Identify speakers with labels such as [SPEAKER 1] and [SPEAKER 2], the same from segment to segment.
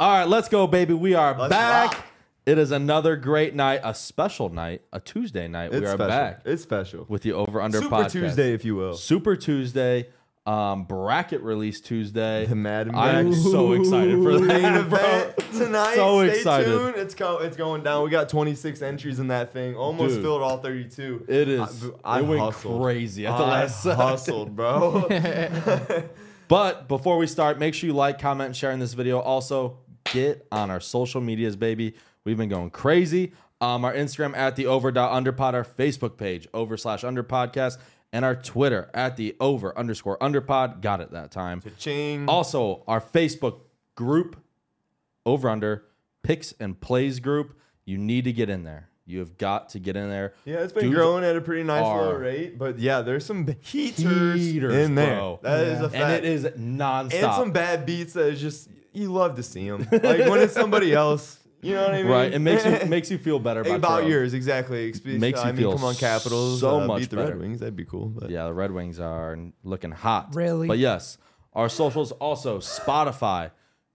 [SPEAKER 1] All right, let's go, baby. We are
[SPEAKER 2] Let's
[SPEAKER 1] back.
[SPEAKER 2] rock.
[SPEAKER 1] It is another great night, a special night, a Tuesday night.
[SPEAKER 2] It's
[SPEAKER 1] we are
[SPEAKER 2] special.
[SPEAKER 1] back
[SPEAKER 2] It's special.
[SPEAKER 1] with the Over Under
[SPEAKER 2] Super
[SPEAKER 1] Podcast.
[SPEAKER 2] Tuesday, if you will.
[SPEAKER 1] Super Tuesday, um, bracket release Tuesday.
[SPEAKER 2] The Madden
[SPEAKER 1] I'm
[SPEAKER 2] bracket.
[SPEAKER 1] so excited for
[SPEAKER 2] Main
[SPEAKER 1] that, bro.
[SPEAKER 2] event tonight.
[SPEAKER 1] So
[SPEAKER 2] Stay
[SPEAKER 1] excited.
[SPEAKER 2] tuned. It's go, it's going down. We got 26 entries in that thing. Almost
[SPEAKER 1] Dude.
[SPEAKER 2] filled all 32.
[SPEAKER 1] It is.
[SPEAKER 2] I, I
[SPEAKER 1] it went
[SPEAKER 2] hustled.
[SPEAKER 1] crazy at the
[SPEAKER 2] I
[SPEAKER 1] last second.
[SPEAKER 2] hustled, bro.
[SPEAKER 1] But before we start, make sure you like, comment, and share in this video. Also, get on our social medias, baby. We've been going crazy. Um, our Instagram at the over dot underpod, our Facebook page over slash under podcast, and our Twitter at the over underscore underpod. Got it that time.
[SPEAKER 2] Ching.
[SPEAKER 1] Also, our Facebook group over under picks and plays group. You need to get in there. You have got to get in there.
[SPEAKER 2] Yeah, it's been
[SPEAKER 1] Dudes
[SPEAKER 2] growing at a pretty nice
[SPEAKER 1] are-
[SPEAKER 2] low rate, but yeah, there's some heaters,
[SPEAKER 1] Heaters,
[SPEAKER 2] in there.
[SPEAKER 1] bro.
[SPEAKER 2] That is a fact.
[SPEAKER 1] And it is nonstop.
[SPEAKER 2] And some bad beats that is just you love to see them. Like when it's somebody else, you know what I mean?
[SPEAKER 1] right. It makes you makes you feel better about,
[SPEAKER 2] about
[SPEAKER 1] your own.
[SPEAKER 2] yours exactly. Expe-
[SPEAKER 1] Makes you
[SPEAKER 2] I mean,
[SPEAKER 1] feel
[SPEAKER 2] come on, Capitals,
[SPEAKER 1] so
[SPEAKER 2] uh,
[SPEAKER 1] much
[SPEAKER 2] beat the
[SPEAKER 1] better.
[SPEAKER 2] Red Wings. That'd be cool. But
[SPEAKER 1] Yeah, the Red Wings are looking hot.
[SPEAKER 3] Really?
[SPEAKER 1] But yes, our socials also Spotify.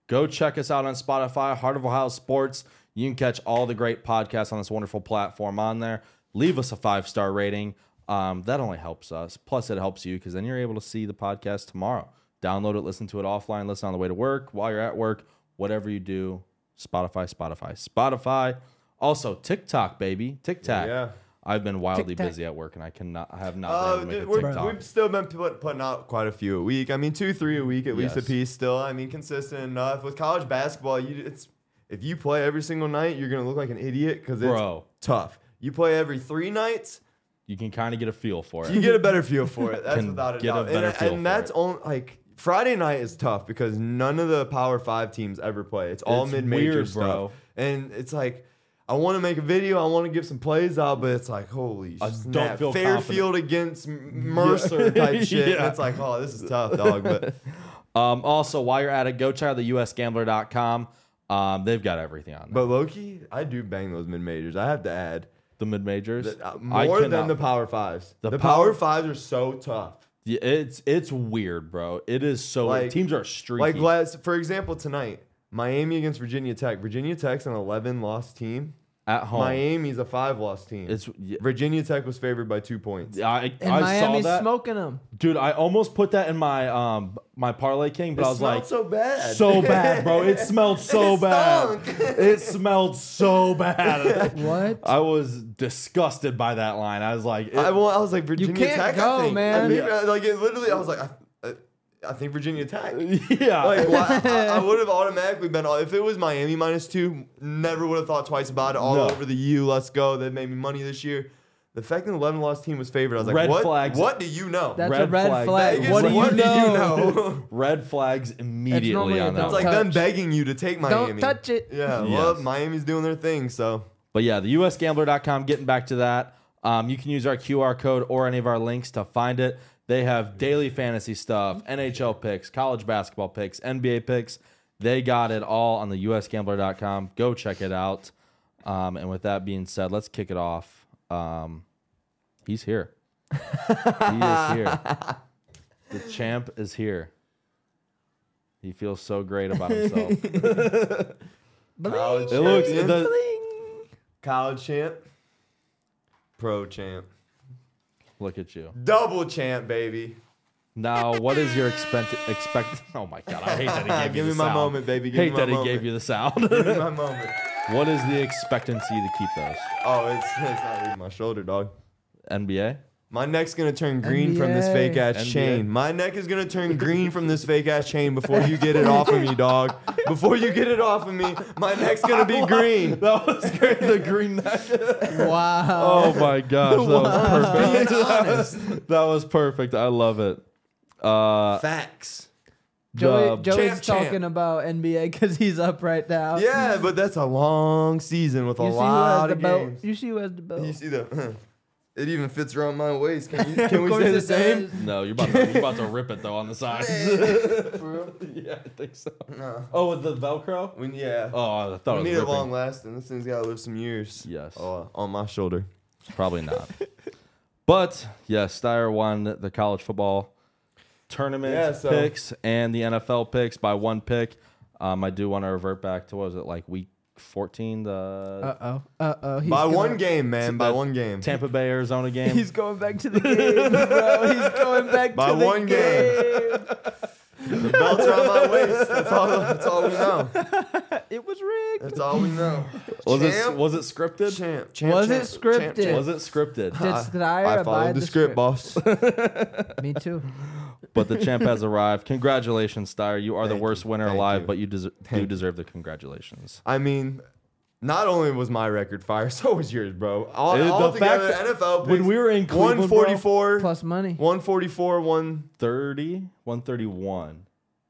[SPEAKER 1] Go check us out on Spotify, Heart of Ohio Sports. You can catch all the great podcasts on this wonderful platform on there. Leave us a five star rating. Um, that only helps us. Plus, it helps you because then you're able to see the podcast tomorrow. Download it, listen to it offline, listen on the way to work, while you're at work, whatever you do. Spotify, Spotify, Spotify. Also, TikTok, baby. TikTok.
[SPEAKER 2] Yeah.
[SPEAKER 1] I've been wildly
[SPEAKER 3] TikTok.
[SPEAKER 1] busy at work and I cannot, I have not
[SPEAKER 2] Uh,
[SPEAKER 1] been able to
[SPEAKER 2] dude,
[SPEAKER 1] make a
[SPEAKER 2] we're,
[SPEAKER 1] TikTok.
[SPEAKER 2] we've still been put, putting out quite a few a week. I mean, two, three a week at least a
[SPEAKER 1] Yes.
[SPEAKER 2] piece. Still, I mean, consistent enough with college basketball. You, it's if you play every single night, you're gonna look like an idiot because it's
[SPEAKER 1] Bro.
[SPEAKER 2] tough. You play every three nights,
[SPEAKER 1] you can kind of get a feel for it.
[SPEAKER 2] you get a better feel for it. That's
[SPEAKER 1] Can
[SPEAKER 2] without a
[SPEAKER 1] get a
[SPEAKER 2] doubt.
[SPEAKER 1] better
[SPEAKER 2] and
[SPEAKER 1] feel
[SPEAKER 2] and
[SPEAKER 1] for
[SPEAKER 2] that's
[SPEAKER 1] it.
[SPEAKER 2] only like Friday night is tough because none of the Power Five teams ever play. It's all
[SPEAKER 1] It's
[SPEAKER 2] mid major
[SPEAKER 1] weird,
[SPEAKER 2] stuff,
[SPEAKER 1] bro.
[SPEAKER 2] and it's like. I want to make a video. I want to give some plays out, but it's like, holy
[SPEAKER 1] I don't
[SPEAKER 2] snap.
[SPEAKER 1] feel confident.
[SPEAKER 2] Fairfield against M- Mercer type shit.
[SPEAKER 1] Yeah.
[SPEAKER 2] And it's like, oh, this is tough, dog. But
[SPEAKER 1] Um, also, while you're at it, go check out the usgambler.com. Um, they've got everything on there.
[SPEAKER 2] but Loki, I do bang those mid majors. I have to add
[SPEAKER 1] the mid majors.
[SPEAKER 2] that, uh, more than the Power Fives.
[SPEAKER 1] The
[SPEAKER 2] The,
[SPEAKER 1] Power-
[SPEAKER 2] Power Fives are so tough.
[SPEAKER 1] It's it's weird, bro. It is so
[SPEAKER 2] Like-
[SPEAKER 1] teams are streaky.
[SPEAKER 2] Like last, for example, tonight, Miami against Virginia Tech. Virginia Tech's an 11 loss team.
[SPEAKER 1] at home.
[SPEAKER 2] Miami's a five loss team.
[SPEAKER 1] Oh. It's yeah,
[SPEAKER 2] Virginia Tech was favored by two points.
[SPEAKER 1] I,
[SPEAKER 3] And
[SPEAKER 1] I
[SPEAKER 3] Miami's
[SPEAKER 1] saw that.
[SPEAKER 3] smoking them.
[SPEAKER 1] Dude, I almost put that in my um my parlay king, but I was like
[SPEAKER 2] so bad.
[SPEAKER 1] so bad, bro. It smelled so
[SPEAKER 2] It
[SPEAKER 1] bad.
[SPEAKER 2] stunk.
[SPEAKER 1] It smelled so bad.
[SPEAKER 3] What?
[SPEAKER 1] I was disgusted by that line. I was like, it-
[SPEAKER 2] I, well, I was like Virginia
[SPEAKER 3] can't
[SPEAKER 2] Tech.
[SPEAKER 3] go,
[SPEAKER 2] I think.
[SPEAKER 3] man.
[SPEAKER 2] I think- uh, like it literally, I was like, I, I, I think Virginia Tech.
[SPEAKER 1] yeah.
[SPEAKER 2] Like, why- I, I would have automatically been uh, if it was Miami minus two. Never would have thought twice about it. All
[SPEAKER 1] No.
[SPEAKER 2] over the U. Let's go. That made me money this year. The fact that the 11 loss team was favored, I was like,
[SPEAKER 1] Red
[SPEAKER 2] what?
[SPEAKER 1] flags.
[SPEAKER 2] What do you know?
[SPEAKER 3] That's
[SPEAKER 1] Red
[SPEAKER 3] a red
[SPEAKER 1] flag.
[SPEAKER 3] flag.
[SPEAKER 1] Vegas,
[SPEAKER 3] What, do,
[SPEAKER 1] what
[SPEAKER 3] you
[SPEAKER 1] do you
[SPEAKER 3] know?
[SPEAKER 1] red flags immediately
[SPEAKER 3] normally
[SPEAKER 1] on
[SPEAKER 3] a
[SPEAKER 1] that.
[SPEAKER 3] don't
[SPEAKER 2] It's
[SPEAKER 1] one.
[SPEAKER 2] like them
[SPEAKER 3] touch.
[SPEAKER 2] begging you to take Miami.
[SPEAKER 3] touch it.
[SPEAKER 2] Yeah,
[SPEAKER 1] Yes.
[SPEAKER 2] love Miami's doing their thing. So
[SPEAKER 1] But yeah, the usgambler.com, getting back to that. Um, you can use our QR code or any of our links to find it. They have daily fantasy stuff, NHL picks, college basketball picks, NBA picks. They got it all on the usgambler.com. Go check it out. Um, and with that being said, let's kick it off. Um, he's here. he is here. The champ is here. He feels so great about himself. it
[SPEAKER 2] college
[SPEAKER 1] looks
[SPEAKER 2] champion,
[SPEAKER 1] the,
[SPEAKER 2] college champ, pro champ,
[SPEAKER 1] look at you.
[SPEAKER 2] double champ, baby.
[SPEAKER 1] Now, what is your expect expect? Oh my god, I hate that he gave
[SPEAKER 2] Give
[SPEAKER 1] you the
[SPEAKER 2] me my
[SPEAKER 1] sound.
[SPEAKER 2] moment, baby. Give me
[SPEAKER 1] hate
[SPEAKER 2] my
[SPEAKER 1] that
[SPEAKER 2] moment.
[SPEAKER 1] he gave you the sound.
[SPEAKER 2] Give me my moment.
[SPEAKER 1] what is the expectancy to keep those?
[SPEAKER 2] Oh, it's, it's not leaving my shoulder, dog.
[SPEAKER 1] NBA.
[SPEAKER 2] My neck's gonna turn green from this
[SPEAKER 3] NBA.
[SPEAKER 2] fake ass
[SPEAKER 1] NBA.
[SPEAKER 2] chain. My neck is gonna turn green from this fake ass chain before you get it off of me, dog. Before you get it off of me, my neck's gonna be green.
[SPEAKER 1] That was great. The green neck.
[SPEAKER 3] Wow.
[SPEAKER 1] Oh my gosh, that was perfect.
[SPEAKER 2] Being
[SPEAKER 1] that,
[SPEAKER 2] honest.
[SPEAKER 1] was, that was perfect. I love it. Uh,
[SPEAKER 2] Facts.
[SPEAKER 1] the-
[SPEAKER 3] Joey, Joey's
[SPEAKER 2] Champ, champ.
[SPEAKER 3] talking about NBA because he's up right now.
[SPEAKER 2] Yeah, but that's a long season with a
[SPEAKER 3] You see who has
[SPEAKER 2] lot
[SPEAKER 3] the
[SPEAKER 2] of
[SPEAKER 3] belt.
[SPEAKER 2] games.
[SPEAKER 3] You see who has the
[SPEAKER 2] You
[SPEAKER 3] belt.
[SPEAKER 2] see the? It even fits around my waist. Can, you, can
[SPEAKER 3] Of
[SPEAKER 2] we
[SPEAKER 3] course
[SPEAKER 2] say
[SPEAKER 3] it
[SPEAKER 2] the same?
[SPEAKER 3] does.
[SPEAKER 1] no, you're about, to, you're about to rip it though on the sides. yeah, I think so. Oh, with the Velcro.
[SPEAKER 2] When yeah.
[SPEAKER 1] Oh, I thought
[SPEAKER 2] We
[SPEAKER 1] it
[SPEAKER 2] need
[SPEAKER 1] was
[SPEAKER 2] it
[SPEAKER 1] ripping.
[SPEAKER 2] long lasting. This thing's gotta live some years.
[SPEAKER 1] Yes.
[SPEAKER 2] Oh, on my shoulder.
[SPEAKER 1] Probably not. but yes, Steyer won the college football tournament
[SPEAKER 2] Yeah, so-
[SPEAKER 1] picks and the NFL picks by one pick. Um, I do want to revert back to what was it like week 14, the
[SPEAKER 3] Uh oh. Uh oh.
[SPEAKER 2] By one game, man. By one game.
[SPEAKER 1] Tampa Bay Arizona game.
[SPEAKER 3] He's going back to the game, bro. He's going back
[SPEAKER 2] By
[SPEAKER 3] to the
[SPEAKER 2] one game.
[SPEAKER 3] game.
[SPEAKER 2] The belts are on my waist. That's all. That's all we know.
[SPEAKER 3] it was rigged.
[SPEAKER 2] That's all we know.
[SPEAKER 1] was it
[SPEAKER 2] Champ?
[SPEAKER 1] was it scripted?
[SPEAKER 2] Champ, champ,
[SPEAKER 3] Was
[SPEAKER 2] champ,
[SPEAKER 3] it scripted?
[SPEAKER 2] Champ, champ.
[SPEAKER 1] Was it scripted?
[SPEAKER 3] Did
[SPEAKER 2] I-
[SPEAKER 3] Steyer
[SPEAKER 2] I
[SPEAKER 3] abide
[SPEAKER 2] followed the script, boss.
[SPEAKER 3] Me too.
[SPEAKER 1] but the champ has arrived. Congratulations, Steyer. You are the
[SPEAKER 2] Thank
[SPEAKER 1] worst
[SPEAKER 2] you,
[SPEAKER 1] winner
[SPEAKER 2] thank
[SPEAKER 1] alive,
[SPEAKER 2] you.
[SPEAKER 1] but you des- do
[SPEAKER 2] Thank-
[SPEAKER 1] deserve the congratulations.
[SPEAKER 2] I mean, not only was my record fire, so was yours, bro. All,
[SPEAKER 1] Dude, the
[SPEAKER 2] all together,
[SPEAKER 1] fact that-
[SPEAKER 2] NFL
[SPEAKER 1] when
[SPEAKER 2] picks,
[SPEAKER 1] we were in Cleveland, bro,
[SPEAKER 2] 144,
[SPEAKER 3] Plus money.
[SPEAKER 2] 144, one
[SPEAKER 1] 30, 131.
[SPEAKER 2] something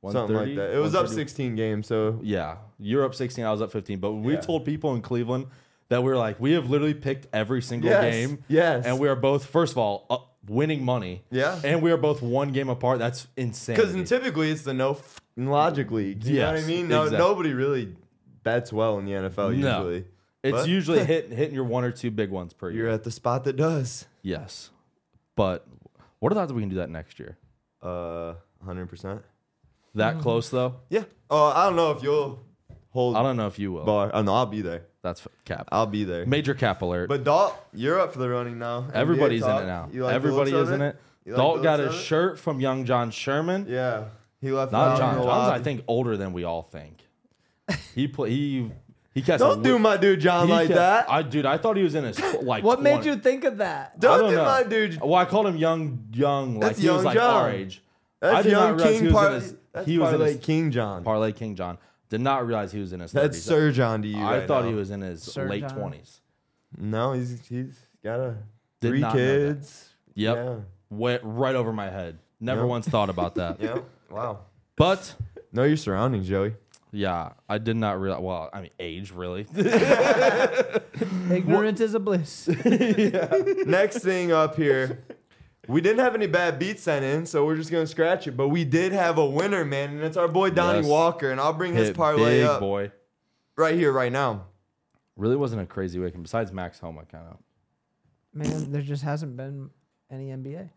[SPEAKER 2] like
[SPEAKER 1] 130,
[SPEAKER 2] that. It was up
[SPEAKER 1] 130.
[SPEAKER 2] 16 games, so
[SPEAKER 1] Yeah. You're up 16, I was up 15. But we
[SPEAKER 2] Yeah.
[SPEAKER 1] told people in Cleveland that we are like, we have literally picked every single
[SPEAKER 2] yes,
[SPEAKER 1] game.
[SPEAKER 2] yes,
[SPEAKER 1] And we are both, first of all, uh, winning money.
[SPEAKER 2] Yeah.
[SPEAKER 1] And we are both one game apart. That's insane.
[SPEAKER 2] because typically it's the no f- logic league. You know what I
[SPEAKER 1] Yes,
[SPEAKER 2] mean? No,
[SPEAKER 1] exactly.
[SPEAKER 2] nobody really bets well in the NFL
[SPEAKER 1] No.
[SPEAKER 2] usually.
[SPEAKER 1] it's
[SPEAKER 2] What?
[SPEAKER 1] usually hit, hitting your one or two big ones per year.
[SPEAKER 2] You're at the spot that does.
[SPEAKER 1] Yes. But what are the odds we can do that next year?
[SPEAKER 2] Uh, 100%.
[SPEAKER 1] That
[SPEAKER 2] Mm.
[SPEAKER 1] close, though?
[SPEAKER 2] Yeah. Oh, I don't know if you'll hold
[SPEAKER 1] I don't know if you will.
[SPEAKER 2] bar. Oh no, I'll be there.
[SPEAKER 1] That's f- cap.
[SPEAKER 2] I'll be there.
[SPEAKER 1] Major cap alert.
[SPEAKER 2] But Dalt, you're up for the running now. NBA
[SPEAKER 1] Everybody's in
[SPEAKER 2] talk.
[SPEAKER 1] it now.
[SPEAKER 2] You like the
[SPEAKER 1] Everybody is
[SPEAKER 2] looks of
[SPEAKER 1] in it.
[SPEAKER 2] You like
[SPEAKER 1] Dalt
[SPEAKER 2] the
[SPEAKER 1] got
[SPEAKER 2] looks
[SPEAKER 1] his
[SPEAKER 2] of it?
[SPEAKER 1] shirt from young John Sherman.
[SPEAKER 2] Yeah, he left.
[SPEAKER 1] Not
[SPEAKER 2] out
[SPEAKER 1] Uh, John.
[SPEAKER 2] in the
[SPEAKER 1] John's,
[SPEAKER 2] lobby.
[SPEAKER 1] I think, older than we all think. He play. He he cast.
[SPEAKER 2] Don't
[SPEAKER 1] a
[SPEAKER 2] do
[SPEAKER 1] wi-
[SPEAKER 2] my dude John
[SPEAKER 1] he
[SPEAKER 2] like
[SPEAKER 1] ca-
[SPEAKER 2] that.
[SPEAKER 1] I dude, I thought he was in his tw- like.
[SPEAKER 3] What made
[SPEAKER 1] 20.
[SPEAKER 3] you think of that?
[SPEAKER 1] I
[SPEAKER 2] Don't
[SPEAKER 1] don't
[SPEAKER 2] do
[SPEAKER 1] know.
[SPEAKER 2] my dude.
[SPEAKER 1] Well, I called him young, young. Like
[SPEAKER 2] That's
[SPEAKER 1] he was
[SPEAKER 2] young
[SPEAKER 1] like our
[SPEAKER 2] John.
[SPEAKER 1] age. I
[SPEAKER 2] That's
[SPEAKER 1] did not
[SPEAKER 2] young
[SPEAKER 1] realize he
[SPEAKER 2] King
[SPEAKER 1] was in
[SPEAKER 2] Par-
[SPEAKER 1] his.
[SPEAKER 2] That's
[SPEAKER 1] He was in
[SPEAKER 2] Parlay
[SPEAKER 1] his
[SPEAKER 2] King John.
[SPEAKER 1] parlay King John. Did not realize he was in his.
[SPEAKER 2] That's
[SPEAKER 1] 30s.
[SPEAKER 2] Sir John to you.
[SPEAKER 1] I
[SPEAKER 2] right
[SPEAKER 1] thought
[SPEAKER 2] now.
[SPEAKER 1] he was in his
[SPEAKER 3] Sir
[SPEAKER 1] late
[SPEAKER 3] John.
[SPEAKER 1] twenties.
[SPEAKER 2] No, he's he's got a
[SPEAKER 1] Did
[SPEAKER 2] three
[SPEAKER 1] not know that.
[SPEAKER 2] kids.
[SPEAKER 1] Yep,
[SPEAKER 2] Yeah.
[SPEAKER 1] went right over my head. Never
[SPEAKER 2] Yeah.
[SPEAKER 1] once thought about that.
[SPEAKER 2] Yeah. Wow.
[SPEAKER 1] But
[SPEAKER 2] Know your surroundings, Joey.
[SPEAKER 1] yeah, I did not realize. Well, I mean, age really.
[SPEAKER 3] Ignorance is a bliss.
[SPEAKER 2] Next thing up here, we didn't have any bad beats sent in, so we're just gonna scratch it. But we did have a winner, man, and it's our boy Donnie
[SPEAKER 1] Yes.
[SPEAKER 2] Walker, and I'll bring his
[SPEAKER 1] Hit
[SPEAKER 2] parlay
[SPEAKER 1] big
[SPEAKER 2] up
[SPEAKER 1] boy.
[SPEAKER 2] right here, right now.
[SPEAKER 1] Really wasn't a crazy weekend. Besides Max Homa, kind of.
[SPEAKER 3] Man, there just hasn't been any NBA.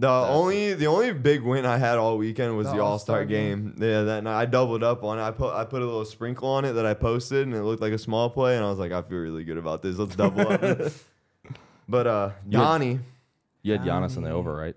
[SPEAKER 2] The only the only big win I had all weekend was
[SPEAKER 3] The
[SPEAKER 2] the, All Star
[SPEAKER 3] All-Star
[SPEAKER 2] game. Yeah, that night I doubled up on it. I put I put a little sprinkle on it that I posted, and it looked like a small play, and I was like, I feel really good about this. Let's double up. but uh,
[SPEAKER 1] You had-
[SPEAKER 2] Donnie,
[SPEAKER 1] You had Giannis in the
[SPEAKER 3] Um,
[SPEAKER 1] over, right?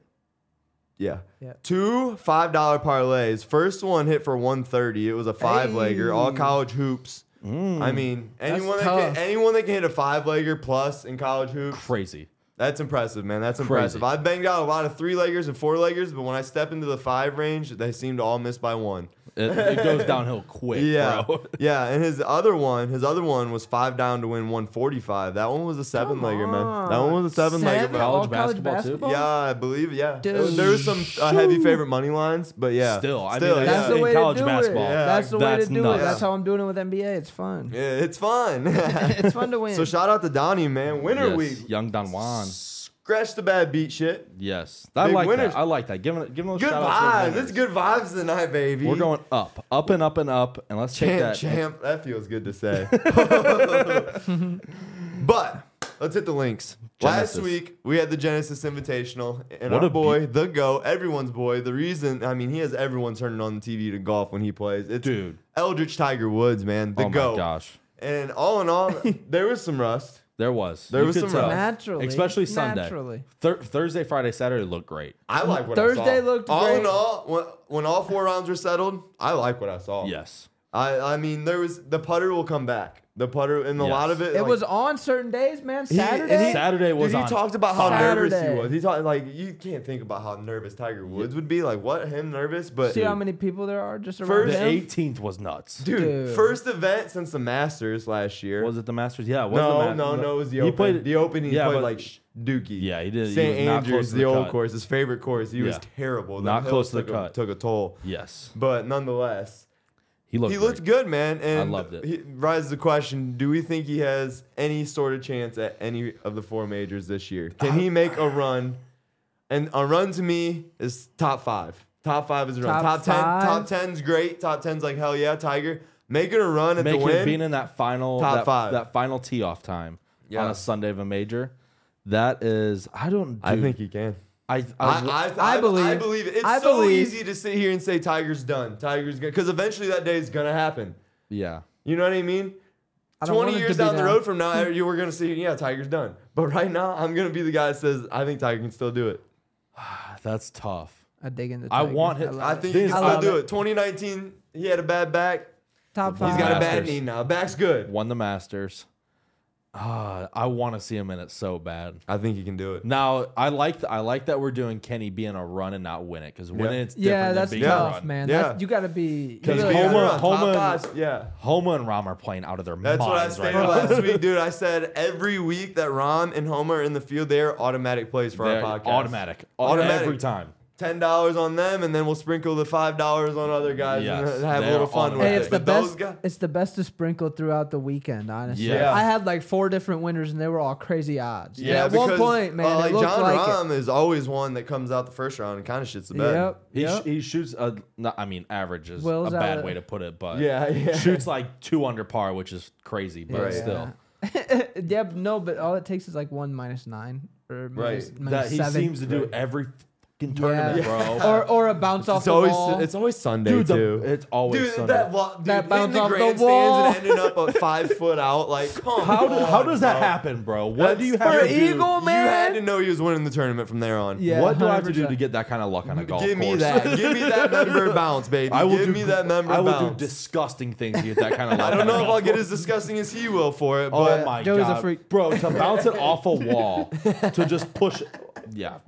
[SPEAKER 2] yeah.
[SPEAKER 3] Yeah.
[SPEAKER 2] Two five dollar parlays. First one hit for one thirty. It was a five legger, all
[SPEAKER 3] Hey. Mm.
[SPEAKER 2] college hoops. I mean, anyone that
[SPEAKER 3] tough.
[SPEAKER 2] can, anyone that can hit a five legger plus in college hoops,
[SPEAKER 1] Crazy.
[SPEAKER 2] That's impressive, man. That's impressive. I've banged out a lot of three leggers and four leggers, but when I step into the five range, they seem to all miss by one.
[SPEAKER 1] It, it goes downhill quick,
[SPEAKER 2] Yeah,
[SPEAKER 1] bro.
[SPEAKER 2] yeah. And his other one, his other one was five down to win one forty five. That one was a seven
[SPEAKER 3] Come
[SPEAKER 2] legger, man. That
[SPEAKER 3] on.
[SPEAKER 2] one was a seven legger.
[SPEAKER 3] Seven?
[SPEAKER 2] bro.
[SPEAKER 1] College
[SPEAKER 3] All
[SPEAKER 1] basketball, too?
[SPEAKER 2] Yeah, I believe. Yeah, there was, there was some uh,
[SPEAKER 3] Dude.
[SPEAKER 2] heavy favorite money lines, but yeah,
[SPEAKER 1] Still, I mean,
[SPEAKER 2] still,
[SPEAKER 3] That's
[SPEAKER 2] yeah.
[SPEAKER 3] the
[SPEAKER 1] In
[SPEAKER 3] way
[SPEAKER 1] college
[SPEAKER 3] to do
[SPEAKER 1] basketball.
[SPEAKER 3] it.
[SPEAKER 2] Yeah.
[SPEAKER 3] That's the
[SPEAKER 1] That's
[SPEAKER 3] way to do
[SPEAKER 1] nuts.
[SPEAKER 3] it. That's
[SPEAKER 2] Yeah.
[SPEAKER 3] how I'm doing it with NBA. It's fun.
[SPEAKER 2] Yeah, it's fun.
[SPEAKER 3] it's fun to win.
[SPEAKER 2] so shout out to Donnie, man. Winner
[SPEAKER 1] Yes,
[SPEAKER 2] week,
[SPEAKER 1] Young Don Juan.
[SPEAKER 2] scratch the bad beat shit.
[SPEAKER 1] Yes, I
[SPEAKER 2] Big
[SPEAKER 1] like
[SPEAKER 2] winners.
[SPEAKER 1] that. I like that. Give him, give him a
[SPEAKER 2] Good
[SPEAKER 1] shout out.
[SPEAKER 2] vibes.
[SPEAKER 1] to the
[SPEAKER 2] It's good vibes tonight, baby.
[SPEAKER 1] We're going up, up and up and up, and let's take
[SPEAKER 2] Champ,
[SPEAKER 1] that.
[SPEAKER 2] champ. That feels good to say. but let's hit the links.
[SPEAKER 1] Genesis.
[SPEAKER 2] Last week we had the Genesis Invitational, and
[SPEAKER 1] What
[SPEAKER 2] our
[SPEAKER 1] a
[SPEAKER 2] boy, the go, everyone's boy. The reason, I mean, he has everyone turning on the TV to golf when he plays. It's
[SPEAKER 1] Dude.
[SPEAKER 2] Eldritch Tiger Woods, man, the
[SPEAKER 1] oh
[SPEAKER 2] go.
[SPEAKER 1] my gosh,
[SPEAKER 2] And all in all, there was some rust.
[SPEAKER 1] there was
[SPEAKER 2] There
[SPEAKER 1] You
[SPEAKER 2] was
[SPEAKER 1] could
[SPEAKER 2] some
[SPEAKER 1] tell.
[SPEAKER 2] rough.
[SPEAKER 3] Naturally.
[SPEAKER 1] especially Sunday,
[SPEAKER 3] Naturally.
[SPEAKER 1] Thur- Thursday, Friday, Saturday looked great.
[SPEAKER 2] I like what I saw.
[SPEAKER 3] Thursday looked
[SPEAKER 2] all in
[SPEAKER 3] great.
[SPEAKER 2] all when, when all four rounds were settled. I like what I saw.
[SPEAKER 1] Yes,
[SPEAKER 2] I I mean there was the putter will come back. The putter and a
[SPEAKER 1] Yes.
[SPEAKER 2] lot of it.
[SPEAKER 3] It
[SPEAKER 2] like-
[SPEAKER 3] was on certain days, man.
[SPEAKER 2] He- and
[SPEAKER 3] Saturday.
[SPEAKER 2] he-
[SPEAKER 1] Saturday was
[SPEAKER 2] Dude, he
[SPEAKER 1] on
[SPEAKER 2] talked about how
[SPEAKER 3] fire.
[SPEAKER 2] nervous he
[SPEAKER 3] Saturday.
[SPEAKER 2] was. He talked like you can't think about how nervous Tiger Woods would be. Like what him nervous, but
[SPEAKER 3] See how many people there are just around
[SPEAKER 2] First-
[SPEAKER 1] the
[SPEAKER 2] Him?
[SPEAKER 3] him?
[SPEAKER 1] 18th was nuts.
[SPEAKER 2] dude,
[SPEAKER 3] Dude.
[SPEAKER 2] first event since the Masters last year.
[SPEAKER 1] Was it the Masters? Yeah, it was the
[SPEAKER 2] no,
[SPEAKER 1] Ma-
[SPEAKER 2] no, no, it was the
[SPEAKER 1] he
[SPEAKER 2] Open.
[SPEAKER 1] Played,
[SPEAKER 2] the Open, he
[SPEAKER 1] yeah,
[SPEAKER 2] played
[SPEAKER 1] but-
[SPEAKER 2] like sh- Dookie.
[SPEAKER 1] Yeah, he did- he
[SPEAKER 2] St.
[SPEAKER 1] was not close
[SPEAKER 2] Andrews,
[SPEAKER 1] to
[SPEAKER 2] the,
[SPEAKER 1] the
[SPEAKER 2] old
[SPEAKER 1] cut.
[SPEAKER 2] course, his favorite course. He was
[SPEAKER 1] Yeah.
[SPEAKER 2] terrible. The
[SPEAKER 1] Not
[SPEAKER 2] hills
[SPEAKER 1] close to the
[SPEAKER 2] took a-
[SPEAKER 1] cut.
[SPEAKER 2] took a toll,
[SPEAKER 1] Yes,
[SPEAKER 2] but nonetheless,
[SPEAKER 1] he looked.
[SPEAKER 2] he looked
[SPEAKER 1] great.
[SPEAKER 2] good, man. And
[SPEAKER 1] loved it.
[SPEAKER 2] He rises the question: Do we think he has any sort of chance at any of the four majors this year? Can he make a run? And a run to me is top five. Top five is a run. Top,
[SPEAKER 3] Top
[SPEAKER 2] ten. Top
[SPEAKER 3] five?
[SPEAKER 2] ten's great. Top ten's like hell yeah, Tiger making a run at the
[SPEAKER 1] making
[SPEAKER 2] win.
[SPEAKER 1] being in that final
[SPEAKER 2] Top
[SPEAKER 1] that,
[SPEAKER 2] five.
[SPEAKER 1] that final tee off time
[SPEAKER 2] Yeah.
[SPEAKER 1] on a Sunday of a major. That is, I don't. Dude,
[SPEAKER 2] I think he can.
[SPEAKER 1] I, I,
[SPEAKER 2] I,
[SPEAKER 3] I
[SPEAKER 2] I, I believe. I
[SPEAKER 3] believe-
[SPEAKER 2] believe it. It's
[SPEAKER 3] I
[SPEAKER 2] so
[SPEAKER 3] believe-
[SPEAKER 2] easy to sit here and say Tiger's done. Tiger's gonna because eventually that day is gonna happen.
[SPEAKER 1] yeah.
[SPEAKER 2] You know what I mean?
[SPEAKER 3] I don't
[SPEAKER 2] Twenty
[SPEAKER 3] want it to
[SPEAKER 2] years
[SPEAKER 3] be
[SPEAKER 2] down the
[SPEAKER 3] now.
[SPEAKER 2] road from now, you were gonna see, yeah, Tiger's done. But right now, I'm gonna be the guy that says I think Tiger can still do it.
[SPEAKER 1] That's tough.
[SPEAKER 3] I dig into.
[SPEAKER 1] I
[SPEAKER 3] Tiger.
[SPEAKER 1] want him-
[SPEAKER 3] love
[SPEAKER 2] I
[SPEAKER 3] it.
[SPEAKER 2] think
[SPEAKER 1] This-
[SPEAKER 2] he can
[SPEAKER 3] I
[SPEAKER 2] still
[SPEAKER 3] love
[SPEAKER 2] do
[SPEAKER 3] it.
[SPEAKER 2] it. 2019, he had a bad back.
[SPEAKER 3] top
[SPEAKER 1] He's
[SPEAKER 3] five.
[SPEAKER 2] He's got a bad
[SPEAKER 1] Masters.
[SPEAKER 2] knee now. Back's good.
[SPEAKER 1] Won the Masters. Ah, I want to see him in it so bad.
[SPEAKER 2] I think he can do it.
[SPEAKER 1] Now I like th- I like that we're doing Kenny being a run and not win it because winning
[SPEAKER 2] Yeah.
[SPEAKER 1] it's different
[SPEAKER 3] yeah,
[SPEAKER 1] than
[SPEAKER 3] that's
[SPEAKER 1] being a
[SPEAKER 3] tough,
[SPEAKER 1] run.
[SPEAKER 3] man.
[SPEAKER 2] Yeah.
[SPEAKER 3] That's, you got to be. you
[SPEAKER 1] Because
[SPEAKER 3] really
[SPEAKER 1] Homer-
[SPEAKER 3] gotta-
[SPEAKER 2] Being on top
[SPEAKER 1] Homer-
[SPEAKER 2] five, yeah.
[SPEAKER 1] Homa and Rom are playing out of their
[SPEAKER 2] That's what I
[SPEAKER 1] minds
[SPEAKER 2] stated
[SPEAKER 1] right now.
[SPEAKER 2] last week, dude. I said every week that Rom and Homer are in the field, they are automatic plays for
[SPEAKER 1] They're
[SPEAKER 2] our podcast.
[SPEAKER 1] automatic,
[SPEAKER 2] Automatic.
[SPEAKER 1] every time.
[SPEAKER 2] Ten dollars on them, and then we'll sprinkle the five dollars on other guys
[SPEAKER 1] Yes,
[SPEAKER 2] and have
[SPEAKER 1] they
[SPEAKER 2] a little
[SPEAKER 1] are
[SPEAKER 2] fun with
[SPEAKER 1] automatic.
[SPEAKER 3] And
[SPEAKER 2] it.
[SPEAKER 3] it's the
[SPEAKER 2] But those
[SPEAKER 3] best.
[SPEAKER 2] guys,
[SPEAKER 3] It's the best to sprinkle throughout the weekend. Honestly,
[SPEAKER 1] Yeah.
[SPEAKER 3] I had like four different winners, and they were all crazy odds.
[SPEAKER 2] yeah.
[SPEAKER 3] at one
[SPEAKER 2] because,
[SPEAKER 3] point, man,
[SPEAKER 2] uh,
[SPEAKER 3] it
[SPEAKER 2] like
[SPEAKER 3] looked
[SPEAKER 2] John
[SPEAKER 3] like
[SPEAKER 2] Rahm is always one that comes out the first round and kind of shits the
[SPEAKER 3] it.
[SPEAKER 2] bed.
[SPEAKER 3] Yep.
[SPEAKER 1] He,
[SPEAKER 3] yep.
[SPEAKER 1] sh- he shoots a, not, I mean, average is
[SPEAKER 3] Will's
[SPEAKER 1] a bad
[SPEAKER 3] out of-
[SPEAKER 1] way to put it, but
[SPEAKER 2] Yeah, yeah.
[SPEAKER 1] shoots like two under par, which is crazy, but
[SPEAKER 2] Right.
[SPEAKER 1] still,
[SPEAKER 3] yeah, but no, but all it takes is like one minus nine or minus,
[SPEAKER 2] Right.
[SPEAKER 3] minus
[SPEAKER 1] that he
[SPEAKER 3] seven.
[SPEAKER 1] seems to do
[SPEAKER 2] Right.
[SPEAKER 1] every fucking tournament, bro.
[SPEAKER 3] or or a bounce off
[SPEAKER 2] It's
[SPEAKER 3] the
[SPEAKER 2] always
[SPEAKER 3] wall.
[SPEAKER 2] it's always Sunday
[SPEAKER 1] Dude, the-
[SPEAKER 2] too.
[SPEAKER 1] it's always
[SPEAKER 2] dude,
[SPEAKER 1] Sunday.
[SPEAKER 2] that, wa- dude,
[SPEAKER 3] That
[SPEAKER 2] hitting
[SPEAKER 3] bounce
[SPEAKER 2] the
[SPEAKER 3] off the
[SPEAKER 2] grandstands
[SPEAKER 3] wall.
[SPEAKER 2] and ending up a five foot out. Like, come
[SPEAKER 1] how, do, how
[SPEAKER 2] on,
[SPEAKER 1] does that
[SPEAKER 2] bro.
[SPEAKER 1] happen, bro? What do
[SPEAKER 2] That's-
[SPEAKER 1] you have
[SPEAKER 3] for
[SPEAKER 1] to do?
[SPEAKER 3] Eagle,
[SPEAKER 2] You had
[SPEAKER 3] man.
[SPEAKER 2] to know he was winning the tournament from there on.
[SPEAKER 3] Yeah,
[SPEAKER 1] what do I have to do
[SPEAKER 3] 100%.
[SPEAKER 1] to get that kind of luck on a golf
[SPEAKER 2] Give me
[SPEAKER 1] course?
[SPEAKER 2] that. Give me that member bounce, baby.
[SPEAKER 1] I will
[SPEAKER 2] Give
[SPEAKER 1] do,
[SPEAKER 2] me that member
[SPEAKER 1] I will
[SPEAKER 2] bounce.
[SPEAKER 1] do disgusting things to get that kind of luck.
[SPEAKER 2] I don't
[SPEAKER 1] on a
[SPEAKER 2] know if
[SPEAKER 1] golf
[SPEAKER 2] I'll get as disgusting as he will for it,
[SPEAKER 1] Oh
[SPEAKER 2] but
[SPEAKER 1] my
[SPEAKER 3] Joe's a
[SPEAKER 1] god,
[SPEAKER 3] freak.
[SPEAKER 1] bro! To bounce it off a wall, to just push, yeah,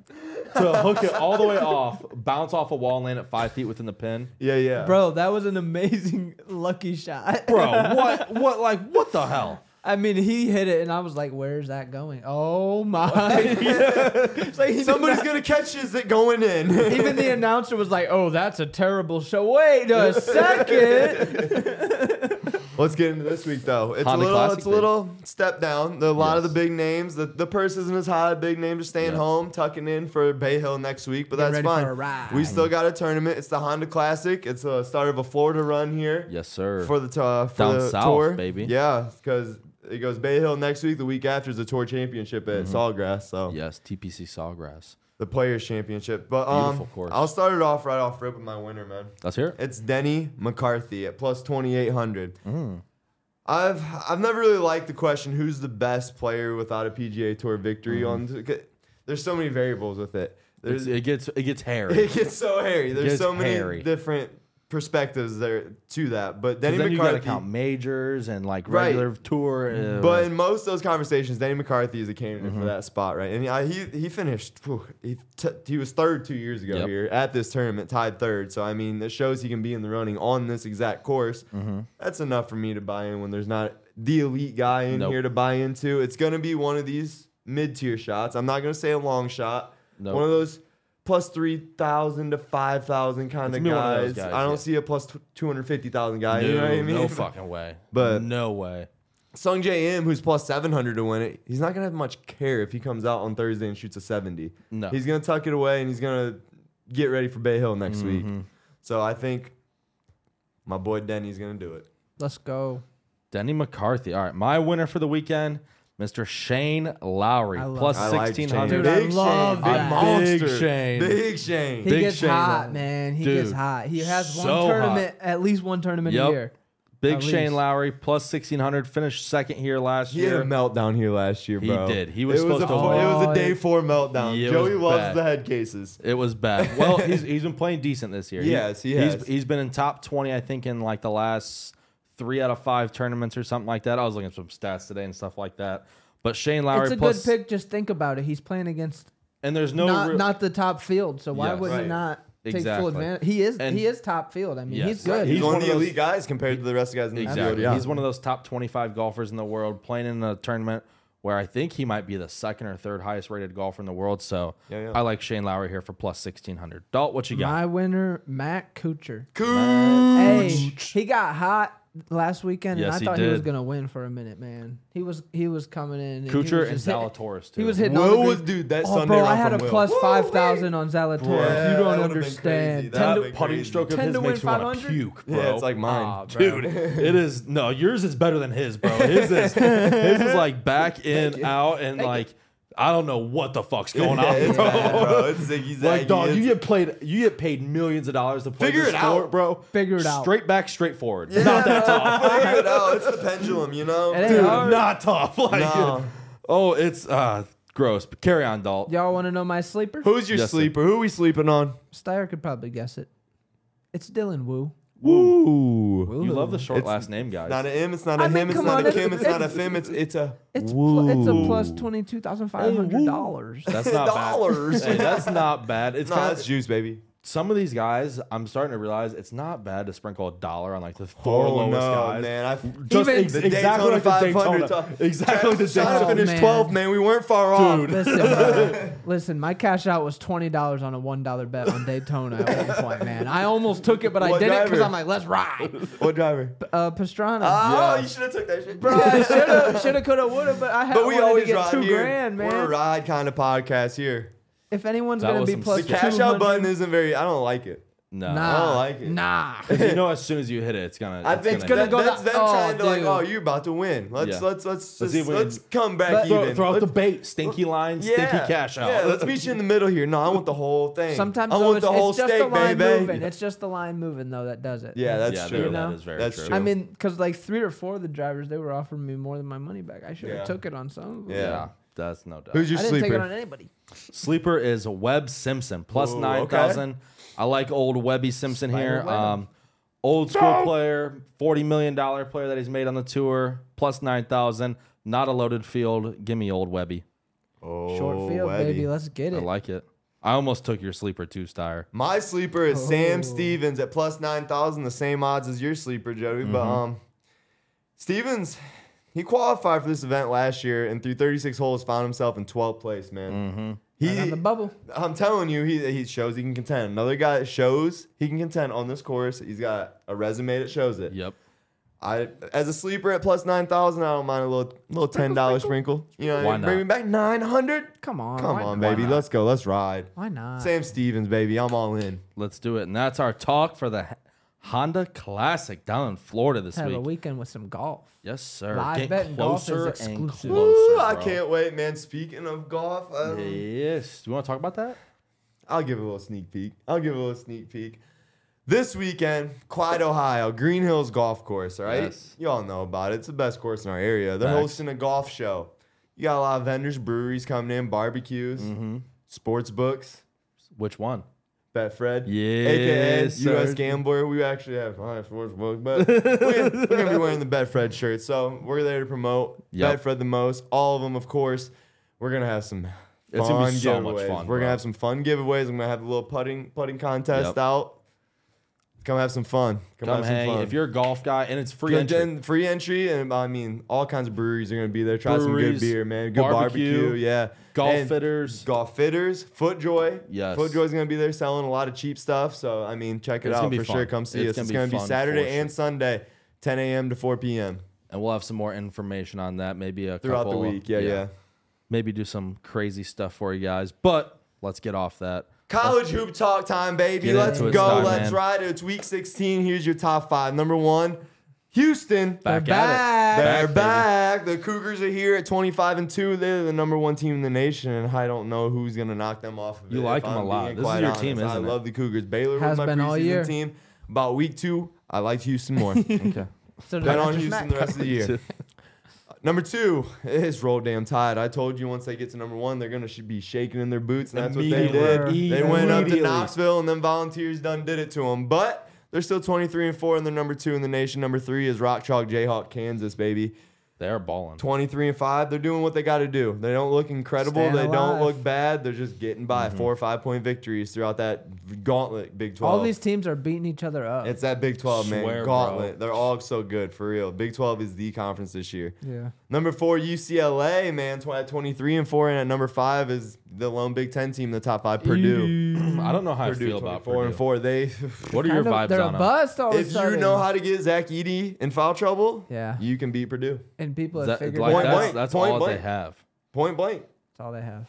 [SPEAKER 1] to hook it all the way off, bounce off a wall and land at five feet within the pin,
[SPEAKER 2] yeah, yeah.
[SPEAKER 3] Bro, that was an amazing lucky shot.
[SPEAKER 1] bro. What? What? Like what the hell?
[SPEAKER 3] I mean, he hit it, and I was like, "Where's that going? Oh my!" It's like he
[SPEAKER 2] somebody's gonna catch his it going in.
[SPEAKER 3] Even the announcer was like, "Oh, that's a terrible show." Wait a second.
[SPEAKER 2] Let's get into this week though. It's
[SPEAKER 1] Honda
[SPEAKER 2] a little,
[SPEAKER 1] Classic,
[SPEAKER 2] it's a
[SPEAKER 1] baby.
[SPEAKER 2] little step down. The, a lot of the
[SPEAKER 1] Yes.
[SPEAKER 2] big names. The, the purse isn't as high. Big name just staying
[SPEAKER 1] Yeah.
[SPEAKER 2] home, tucking in for Bay Hill next week, but
[SPEAKER 3] Getting
[SPEAKER 2] that's
[SPEAKER 3] ready for
[SPEAKER 2] fine.
[SPEAKER 3] a ride.
[SPEAKER 2] We still got a tournament. It's the Honda Classic. It's a start of a Florida run here.
[SPEAKER 1] Yes, sir.
[SPEAKER 2] for the t- uh, for
[SPEAKER 1] Down
[SPEAKER 2] the
[SPEAKER 1] south,
[SPEAKER 2] tour,
[SPEAKER 1] baby.
[SPEAKER 2] Yeah, because it goes Bay Hill next week. The week after is the tour championship at Sawgrass. So
[SPEAKER 1] Mm-hmm. yes, TPC Sawgrass.
[SPEAKER 2] the Players Championship. But um,
[SPEAKER 1] Beautiful course.
[SPEAKER 2] I'll start it off right off rip with my winner, man.
[SPEAKER 1] Let's hear it.
[SPEAKER 2] It's Denny McCarthy at plus twenty eight hundred.
[SPEAKER 1] Mm.
[SPEAKER 2] I've I've never really liked the question who's the best player without a PGA Tour victory on. 'cause There's so many variables with it.
[SPEAKER 1] Mm-hmm. It's-
[SPEAKER 2] There's
[SPEAKER 1] it gets it gets hairy.
[SPEAKER 2] it gets so hairy. There's
[SPEAKER 1] gets
[SPEAKER 2] so many
[SPEAKER 1] hairy.
[SPEAKER 2] different perspectives there to that. But Denny
[SPEAKER 1] Then you
[SPEAKER 2] McCarthy
[SPEAKER 1] gotta count majors and like
[SPEAKER 2] Right.
[SPEAKER 1] regular tour. uh,
[SPEAKER 2] But in most of those conversations, Danny McCarthy is a candidate
[SPEAKER 1] Mm-hmm.
[SPEAKER 2] for that spot, right? And I, he he finished whew, he, t- he was third two years ago
[SPEAKER 1] Yep.
[SPEAKER 2] here at this tournament, tied third. So I mean, that shows he can be in the running on this exact course.
[SPEAKER 1] Mm-hmm.
[SPEAKER 2] That's enough for me to buy in when there's not the elite guy in
[SPEAKER 1] Nope.
[SPEAKER 2] here to buy into. It's gonna be one of these mid tier shots. I'm not gonna say a long shot.
[SPEAKER 1] Nope.
[SPEAKER 2] One of those. Plus three thousand to five thousand kind
[SPEAKER 1] It's
[SPEAKER 2] of
[SPEAKER 1] gonna be one of those
[SPEAKER 2] guys.
[SPEAKER 1] guys,
[SPEAKER 2] I don't
[SPEAKER 1] yeah.
[SPEAKER 2] see a plus two hundred fifty thousand guy.
[SPEAKER 1] no,
[SPEAKER 2] you know what I mean?
[SPEAKER 1] no fucking way.
[SPEAKER 2] But-
[SPEAKER 1] no way.
[SPEAKER 2] Sung J M, who's plus 700 to win it, he's not going to have much care if he comes out on Thursday and shoots a 70.
[SPEAKER 1] No.
[SPEAKER 2] He's going to tuck it away and he's going to get ready for Bay Hill next
[SPEAKER 1] Mm-hmm.
[SPEAKER 2] week. So I think my boy Denny's going to do it.
[SPEAKER 3] Let's go.
[SPEAKER 1] Denny McCarthy. All right, my winner for the weekend, Mr. Shane Lowry,
[SPEAKER 3] I love-
[SPEAKER 1] plus
[SPEAKER 2] I like
[SPEAKER 1] sixteen
[SPEAKER 2] Shane.
[SPEAKER 1] hundred.
[SPEAKER 3] Dude, I
[SPEAKER 2] Big
[SPEAKER 3] love
[SPEAKER 2] Shane,
[SPEAKER 3] that.
[SPEAKER 2] Big
[SPEAKER 1] Big
[SPEAKER 2] monster.
[SPEAKER 1] Shane.
[SPEAKER 2] Big Shane.
[SPEAKER 3] He
[SPEAKER 1] Big
[SPEAKER 3] gets
[SPEAKER 1] Shane,
[SPEAKER 3] hot,
[SPEAKER 1] though.
[SPEAKER 3] man. He
[SPEAKER 1] Dude,
[SPEAKER 3] gets hot. He has one
[SPEAKER 1] so hot.
[SPEAKER 3] tournament, at least one tournament
[SPEAKER 1] Yep.
[SPEAKER 3] a year.
[SPEAKER 1] Big
[SPEAKER 3] At
[SPEAKER 1] Shane
[SPEAKER 3] least.
[SPEAKER 1] Lowry plus sixteen hundred. Finished second here last
[SPEAKER 2] He had
[SPEAKER 1] year.
[SPEAKER 2] a meltdown here last year,
[SPEAKER 1] He
[SPEAKER 2] bro.
[SPEAKER 1] did. He was
[SPEAKER 2] it was
[SPEAKER 1] supposed
[SPEAKER 2] a,
[SPEAKER 1] to
[SPEAKER 2] four- It was a
[SPEAKER 3] win.
[SPEAKER 2] day four meltdown.
[SPEAKER 1] Yeah, it
[SPEAKER 2] Joey
[SPEAKER 1] was
[SPEAKER 2] loves
[SPEAKER 1] bad.
[SPEAKER 2] the head cases.
[SPEAKER 1] It was bad. Well, he's he's been playing decent this year.
[SPEAKER 2] Yes, he has.
[SPEAKER 1] He's, he's been in top twenty, I think, in like the last three out of five tournaments or something like that. I was looking at some stats today and stuff like that. But Shane Lowry
[SPEAKER 3] It's a
[SPEAKER 1] plus-
[SPEAKER 3] good pick. Just think about it. He's playing against
[SPEAKER 1] and there's no
[SPEAKER 3] not
[SPEAKER 1] real-
[SPEAKER 3] not the top field, so why
[SPEAKER 1] Yes.
[SPEAKER 3] would
[SPEAKER 2] Right.
[SPEAKER 3] he not take
[SPEAKER 1] Exactly.
[SPEAKER 3] full advantage? He is
[SPEAKER 1] And-
[SPEAKER 3] he is top field. I mean,
[SPEAKER 1] Yes.
[SPEAKER 3] he's good.
[SPEAKER 1] He's
[SPEAKER 2] He's, one
[SPEAKER 1] one
[SPEAKER 2] of
[SPEAKER 1] of
[SPEAKER 2] the
[SPEAKER 1] those-
[SPEAKER 2] elite guys compared to the rest of the guys in the field.
[SPEAKER 1] Exactly.
[SPEAKER 2] Yeah.
[SPEAKER 1] He's one of those top 25 golfers in the world playing in a tournament where I think he might be the second or third highest rated golfer in the world. So
[SPEAKER 2] Yeah, yeah.
[SPEAKER 1] I like Shane Lowry here for plus 1600. Dalt, what you got?
[SPEAKER 3] My winner, Matt Kuchar.
[SPEAKER 2] Cool.
[SPEAKER 3] Hey, he got hot last weekend,
[SPEAKER 1] Yes,
[SPEAKER 3] and I
[SPEAKER 1] he
[SPEAKER 3] thought he was
[SPEAKER 1] did.
[SPEAKER 3] gonna win for a minute, man. He was he was coming in. and he
[SPEAKER 1] Kuchar
[SPEAKER 3] was
[SPEAKER 1] and
[SPEAKER 3] just hitting-
[SPEAKER 1] Zalatoris, too.
[SPEAKER 3] He was hitting. all
[SPEAKER 2] Will
[SPEAKER 3] the
[SPEAKER 2] was,
[SPEAKER 3] green-
[SPEAKER 2] dude, that
[SPEAKER 3] Oh,
[SPEAKER 2] Sunday
[SPEAKER 3] bro,
[SPEAKER 2] run
[SPEAKER 3] I had
[SPEAKER 2] from
[SPEAKER 3] a
[SPEAKER 2] Will.
[SPEAKER 3] plus
[SPEAKER 2] Woo,
[SPEAKER 3] five thousand on Zalatoris.
[SPEAKER 2] Bro, that
[SPEAKER 3] you don't
[SPEAKER 2] would've been crazy.
[SPEAKER 3] understand.
[SPEAKER 2] That
[SPEAKER 3] Ten to-
[SPEAKER 2] would've been
[SPEAKER 1] putting
[SPEAKER 2] crazy.
[SPEAKER 1] stroke of
[SPEAKER 3] 10
[SPEAKER 1] his
[SPEAKER 3] to win
[SPEAKER 1] makes me want to
[SPEAKER 3] 500?
[SPEAKER 1] puke, bro.
[SPEAKER 2] Yeah, it's like mine.
[SPEAKER 3] Aw, bro.
[SPEAKER 1] Dude, it is no. Yours is better than his, bro. His is his is like back in, out, and like I don't know what the fuck's going
[SPEAKER 2] Yeah,
[SPEAKER 1] on,
[SPEAKER 2] it's
[SPEAKER 1] bro.
[SPEAKER 2] bad, bro. It's ziggy zaggy.
[SPEAKER 1] Like, dog, you
[SPEAKER 2] It's-
[SPEAKER 1] get played. You get paid millions of dollars to play
[SPEAKER 2] Figure
[SPEAKER 1] this
[SPEAKER 2] it
[SPEAKER 1] sport,
[SPEAKER 2] out.
[SPEAKER 1] bro.
[SPEAKER 3] Figure it out.
[SPEAKER 1] Straight back, straight forward. Not that tough,
[SPEAKER 2] Figure it out. It's the pendulum, you know.
[SPEAKER 3] It ain't
[SPEAKER 1] dude.
[SPEAKER 3] hard.
[SPEAKER 1] Not tough. Like,
[SPEAKER 2] No.
[SPEAKER 1] oh, it's uh, gross. But carry on, Dalt.
[SPEAKER 3] Y'all want to know my sleeper?
[SPEAKER 2] Who's your
[SPEAKER 1] Yes, sir.
[SPEAKER 2] sleeper? Who we sleeping on?
[SPEAKER 3] Steyer could probably guess it. It's Dylan Woo.
[SPEAKER 2] Woo.
[SPEAKER 1] You love the short
[SPEAKER 2] It's
[SPEAKER 1] last name, guys.
[SPEAKER 2] Not a M, it's not a
[SPEAKER 3] I
[SPEAKER 2] him,
[SPEAKER 3] mean,
[SPEAKER 2] it's
[SPEAKER 3] come
[SPEAKER 2] not
[SPEAKER 3] on,
[SPEAKER 2] a
[SPEAKER 3] it's-
[SPEAKER 2] Kim, it's,
[SPEAKER 3] it's-
[SPEAKER 2] not a Fem, it's it's a
[SPEAKER 3] It's pl- it's a plus
[SPEAKER 1] Woo.
[SPEAKER 3] twenty two thousand five hundred dollars.
[SPEAKER 1] that's not
[SPEAKER 2] Dollars.
[SPEAKER 1] Bad. Hey, that's not bad. It's
[SPEAKER 2] No,
[SPEAKER 1] kinda-
[SPEAKER 2] that's juice, baby.
[SPEAKER 1] some of these guys. I'm starting to realize it's not bad to sprinkle a dollar on like the four
[SPEAKER 2] Oh
[SPEAKER 1] lowest
[SPEAKER 2] no,
[SPEAKER 1] guys.
[SPEAKER 2] man. I
[SPEAKER 1] Just
[SPEAKER 3] Even
[SPEAKER 1] ex-
[SPEAKER 2] the
[SPEAKER 1] exactly
[SPEAKER 2] Daytona
[SPEAKER 1] like the
[SPEAKER 2] 500.
[SPEAKER 1] Daytona.
[SPEAKER 2] top-
[SPEAKER 1] Exactly like the
[SPEAKER 2] Travis Pastrana
[SPEAKER 1] Daytona.
[SPEAKER 3] Finished
[SPEAKER 2] finished
[SPEAKER 3] man.
[SPEAKER 2] 12th, man. We weren't far off.
[SPEAKER 1] Dude.
[SPEAKER 3] Oh, Listen, bro. listen. My cash out was twenty dollars on a one dollar bet on Daytona at one point, man. I almost took it, but I
[SPEAKER 2] What
[SPEAKER 3] did it because
[SPEAKER 2] driver?
[SPEAKER 3] I'm like, let's ride.
[SPEAKER 2] What driver?
[SPEAKER 3] Uh, Pastrana.
[SPEAKER 2] Oh,
[SPEAKER 1] Yeah.
[SPEAKER 2] you should have took that shit,
[SPEAKER 3] I should have, should have, could have, would have, but I had
[SPEAKER 2] But we always
[SPEAKER 3] to get
[SPEAKER 2] ride
[SPEAKER 3] two
[SPEAKER 2] here.
[SPEAKER 3] grand, man.
[SPEAKER 2] We're a ride kind of podcast here.
[SPEAKER 3] If anyone's
[SPEAKER 1] That
[SPEAKER 3] gonna
[SPEAKER 1] was
[SPEAKER 3] be
[SPEAKER 1] some
[SPEAKER 3] plus
[SPEAKER 2] The
[SPEAKER 1] sick-
[SPEAKER 2] cash out
[SPEAKER 3] 200
[SPEAKER 2] button isn't very. I don't like it.
[SPEAKER 1] No,
[SPEAKER 3] nah,
[SPEAKER 2] Oh, I don't like it.
[SPEAKER 3] Nah,
[SPEAKER 1] you know, as soon as you hit it, it's gonna.
[SPEAKER 2] I
[SPEAKER 1] it's
[SPEAKER 2] think
[SPEAKER 1] gonna
[SPEAKER 3] gonna
[SPEAKER 1] hit.
[SPEAKER 2] that-
[SPEAKER 3] go
[SPEAKER 2] that's
[SPEAKER 3] down-
[SPEAKER 2] them
[SPEAKER 3] Oh,
[SPEAKER 2] trying to like,
[SPEAKER 3] dude.
[SPEAKER 2] oh, you're about to win. Let's
[SPEAKER 1] Yeah.
[SPEAKER 2] let's let's
[SPEAKER 1] Let's
[SPEAKER 2] let's,
[SPEAKER 1] see if we
[SPEAKER 2] let's
[SPEAKER 1] can-
[SPEAKER 2] come back
[SPEAKER 3] But-
[SPEAKER 1] throw,
[SPEAKER 2] even.
[SPEAKER 1] throw out the
[SPEAKER 2] Let's-
[SPEAKER 1] bait, stinky line, stinky cash out.
[SPEAKER 2] Yeah, let's meet you in the middle here. No, I want the whole thing.
[SPEAKER 3] Sometimes
[SPEAKER 2] I
[SPEAKER 3] though,
[SPEAKER 2] want
[SPEAKER 3] it's,
[SPEAKER 2] the whole
[SPEAKER 3] it's just
[SPEAKER 2] steak,
[SPEAKER 3] the line
[SPEAKER 2] baby.
[SPEAKER 3] moving. It's just the line moving though that does it.
[SPEAKER 2] Yeah, that's
[SPEAKER 1] yeah,
[SPEAKER 2] true.
[SPEAKER 1] there-
[SPEAKER 3] You know?
[SPEAKER 1] that is very
[SPEAKER 2] That's
[SPEAKER 1] true.
[SPEAKER 2] true.
[SPEAKER 3] I mean, because like three or four of the drivers, they were offering me more than my money back. I should have
[SPEAKER 2] Yeah.
[SPEAKER 3] took it on some. Of them.
[SPEAKER 1] yeah.
[SPEAKER 2] Yeah.
[SPEAKER 1] that's no doubt.
[SPEAKER 2] Who's your
[SPEAKER 3] I didn't take it on
[SPEAKER 2] sleeper?
[SPEAKER 3] anybody.
[SPEAKER 1] Sleeper is Webb Simpson plus
[SPEAKER 2] Ooh,
[SPEAKER 1] nine thousand. I like old Webby Simpson here.
[SPEAKER 3] Spider-Web.
[SPEAKER 1] Um, old school player, forty million dollar player that he's made on the tour plus nine thousand. Not a loaded field. Give me old Webby.
[SPEAKER 2] Oh,
[SPEAKER 3] Short field, baby. Let's get
[SPEAKER 1] I
[SPEAKER 3] it.
[SPEAKER 1] like it. I almost took your sleeper two star.
[SPEAKER 2] My sleeper is Sam
[SPEAKER 3] Oh.
[SPEAKER 2] Stevens at plus nine thousand, the same odds as your sleeper, Joey. But
[SPEAKER 1] Mm-hmm.
[SPEAKER 2] um, Stevens, he qualified for this event last year, and through thirty six holes, found himself in twelfth place,
[SPEAKER 1] Mm-hmm.
[SPEAKER 2] man.
[SPEAKER 3] Right on the
[SPEAKER 2] He,
[SPEAKER 3] bubble.
[SPEAKER 2] I'm telling you, he he shows he can contend. Another guy that shows he can contend on this course. He's got a resume that shows it.
[SPEAKER 1] Yep.
[SPEAKER 2] I as a sleeper at plus nine thousand, I don't mind a little little ten dollar sprinkle. You know,
[SPEAKER 1] Why
[SPEAKER 2] bring
[SPEAKER 1] not?
[SPEAKER 2] me back nine hundred.
[SPEAKER 3] Come on.
[SPEAKER 2] Come
[SPEAKER 3] why
[SPEAKER 2] on,
[SPEAKER 3] not?
[SPEAKER 2] baby, let's go, let's ride.
[SPEAKER 3] Why not?
[SPEAKER 2] Sam Stevens, baby, I'm all in.
[SPEAKER 1] Let's do it. And that's our talk for the Honda Classic down in Florida this
[SPEAKER 3] Have
[SPEAKER 1] week.
[SPEAKER 3] a weekend with some golf.
[SPEAKER 1] Yes, sir.
[SPEAKER 3] Live betting golf is
[SPEAKER 1] closer,
[SPEAKER 3] exclusive.
[SPEAKER 2] Ooh, I
[SPEAKER 1] bro.
[SPEAKER 2] can't wait, man. Speaking of golf, um,
[SPEAKER 1] Yes. Do you want to talk about that?
[SPEAKER 2] I'll give a little sneak peek. I'll give a little sneak peek. This weekend, Clyde, Ohio, Green Hills Golf Course. All right,
[SPEAKER 1] Yes.
[SPEAKER 2] you all know about it. It's the best course in our area. They're
[SPEAKER 1] Facts.
[SPEAKER 2] hosting a golf show. You got a lot of vendors, breweries coming in, barbecues,
[SPEAKER 1] Mm-hmm.
[SPEAKER 2] sports books.
[SPEAKER 1] Which one?
[SPEAKER 2] Betfred. AKA
[SPEAKER 1] Yes,
[SPEAKER 2] US
[SPEAKER 1] sir.
[SPEAKER 2] Gambler. We actually have five sports books, but we're, we're going to be wearing the Betfred shirt. So we're there to promote
[SPEAKER 1] Yep.
[SPEAKER 2] Betfred the most. All of them, of course. We're going to have some fun
[SPEAKER 1] It's gonna be so much
[SPEAKER 2] giveaways.
[SPEAKER 1] fun,
[SPEAKER 2] We're going
[SPEAKER 1] bro.
[SPEAKER 2] to have some fun giveaways. I'm going to have a little putting putting contest
[SPEAKER 1] Yep.
[SPEAKER 2] out. Come have some fun. Come,
[SPEAKER 1] Come
[SPEAKER 2] have some
[SPEAKER 1] hang.
[SPEAKER 2] fun.
[SPEAKER 1] If you're a golf guy and it's free
[SPEAKER 2] and
[SPEAKER 1] entry.
[SPEAKER 2] then free entry, and I mean, all kinds of breweries are going to be there. Try some good
[SPEAKER 1] Breweries,
[SPEAKER 2] beer, man. Good barbecue,
[SPEAKER 1] barbecue,
[SPEAKER 2] yeah.
[SPEAKER 1] golf
[SPEAKER 2] And-
[SPEAKER 1] fitters.
[SPEAKER 2] Golf Fitters, FootJoy.
[SPEAKER 1] Yes.
[SPEAKER 2] FootJoy's going to be there selling a lot of cheap stuff. So, I mean, check it
[SPEAKER 1] It's
[SPEAKER 2] out
[SPEAKER 1] gonna be
[SPEAKER 2] for
[SPEAKER 1] fun.
[SPEAKER 2] sure. Come see
[SPEAKER 1] It's
[SPEAKER 2] us.
[SPEAKER 1] gonna
[SPEAKER 2] it's
[SPEAKER 1] be
[SPEAKER 2] going to be
[SPEAKER 1] fun
[SPEAKER 2] Saturday
[SPEAKER 1] for
[SPEAKER 2] and Sunday, 10 a.m. to 4 p.m.
[SPEAKER 1] and we'll have some more information on that. Maybe a
[SPEAKER 2] throughout the
[SPEAKER 1] couple-
[SPEAKER 2] week. Yeah, yeah,
[SPEAKER 1] Maybe do some crazy stuff for you guys. But let's get off that.
[SPEAKER 2] College hoop talk time, baby.
[SPEAKER 1] Get
[SPEAKER 2] Let's
[SPEAKER 1] into
[SPEAKER 2] go.
[SPEAKER 1] it, Star,
[SPEAKER 2] Let's
[SPEAKER 1] man.
[SPEAKER 2] ride it. It's week 16. Here's your top five. Number one, Houston.
[SPEAKER 1] Back
[SPEAKER 3] They're
[SPEAKER 1] at it.
[SPEAKER 2] They're
[SPEAKER 1] baby.
[SPEAKER 2] back. The Cougars are here at 25 and 2. They're the number one team in the nation, and I don't know who's going to knock them off of it.
[SPEAKER 1] You like
[SPEAKER 2] if
[SPEAKER 1] them a
[SPEAKER 2] I'm
[SPEAKER 1] lot.
[SPEAKER 2] being
[SPEAKER 1] This is
[SPEAKER 2] quite
[SPEAKER 1] your team,
[SPEAKER 2] honest.
[SPEAKER 1] isn't
[SPEAKER 2] I
[SPEAKER 1] it?
[SPEAKER 2] love the Cougars. Baylor
[SPEAKER 3] Has
[SPEAKER 2] was my
[SPEAKER 3] been all year.
[SPEAKER 2] preseason team. About week two, I liked Houston more.
[SPEAKER 1] Okay.
[SPEAKER 3] So
[SPEAKER 2] Bet
[SPEAKER 3] now
[SPEAKER 2] on
[SPEAKER 3] just
[SPEAKER 2] Houston
[SPEAKER 3] smack.
[SPEAKER 2] the rest of the year. Number two is roll damn tide. I told you once they get to number one, they're gonna should be shaking in their boots, and that's what they did.
[SPEAKER 1] Immediately.
[SPEAKER 2] They went up to
[SPEAKER 1] Immediately.
[SPEAKER 2] Knoxville, and then Volunteers done did it to them. But they're still 23 and four, and they're number two in the nation. Number three is Rock Chalk Jayhawk, Kansas, baby.
[SPEAKER 1] They're balling.
[SPEAKER 2] 23 and five. They're doing what they got to do. They don't look incredible.
[SPEAKER 3] Staying
[SPEAKER 2] they
[SPEAKER 3] alive. Mm-hmm.
[SPEAKER 2] don't look bad. They're just getting by. Four or five point victories throughout that gauntlet, Big 12.
[SPEAKER 3] All these teams are beating each other up.
[SPEAKER 2] It's that Big 12, man.
[SPEAKER 1] Swear,
[SPEAKER 2] Gauntlet. They're all so good, for real. Big 12 is the conference this year.
[SPEAKER 3] yeah.
[SPEAKER 2] Number four, UCLA, man, tw- at 23 and 4. And at number five is the lone Big 10 team, the top five, Purdue.
[SPEAKER 1] I don't know how I
[SPEAKER 2] Purdue,
[SPEAKER 1] feel about
[SPEAKER 2] 24
[SPEAKER 1] Purdue.
[SPEAKER 2] and 4. They,
[SPEAKER 1] What are your
[SPEAKER 3] Kind of-
[SPEAKER 1] vibes
[SPEAKER 3] they're
[SPEAKER 1] on
[SPEAKER 3] a
[SPEAKER 1] them?
[SPEAKER 3] bust all of a
[SPEAKER 2] if you
[SPEAKER 3] sudden.
[SPEAKER 2] know how to get Zach Eady in foul trouble,
[SPEAKER 3] Yeah.
[SPEAKER 2] you can beat Purdue.
[SPEAKER 3] and people
[SPEAKER 1] Is
[SPEAKER 3] have
[SPEAKER 1] that-
[SPEAKER 3] figured
[SPEAKER 1] like,
[SPEAKER 3] it out.
[SPEAKER 2] Point
[SPEAKER 1] that's
[SPEAKER 2] blank,
[SPEAKER 1] that's
[SPEAKER 2] point
[SPEAKER 1] all they
[SPEAKER 2] blank.
[SPEAKER 1] have.
[SPEAKER 2] Point blank,
[SPEAKER 3] That's all they have.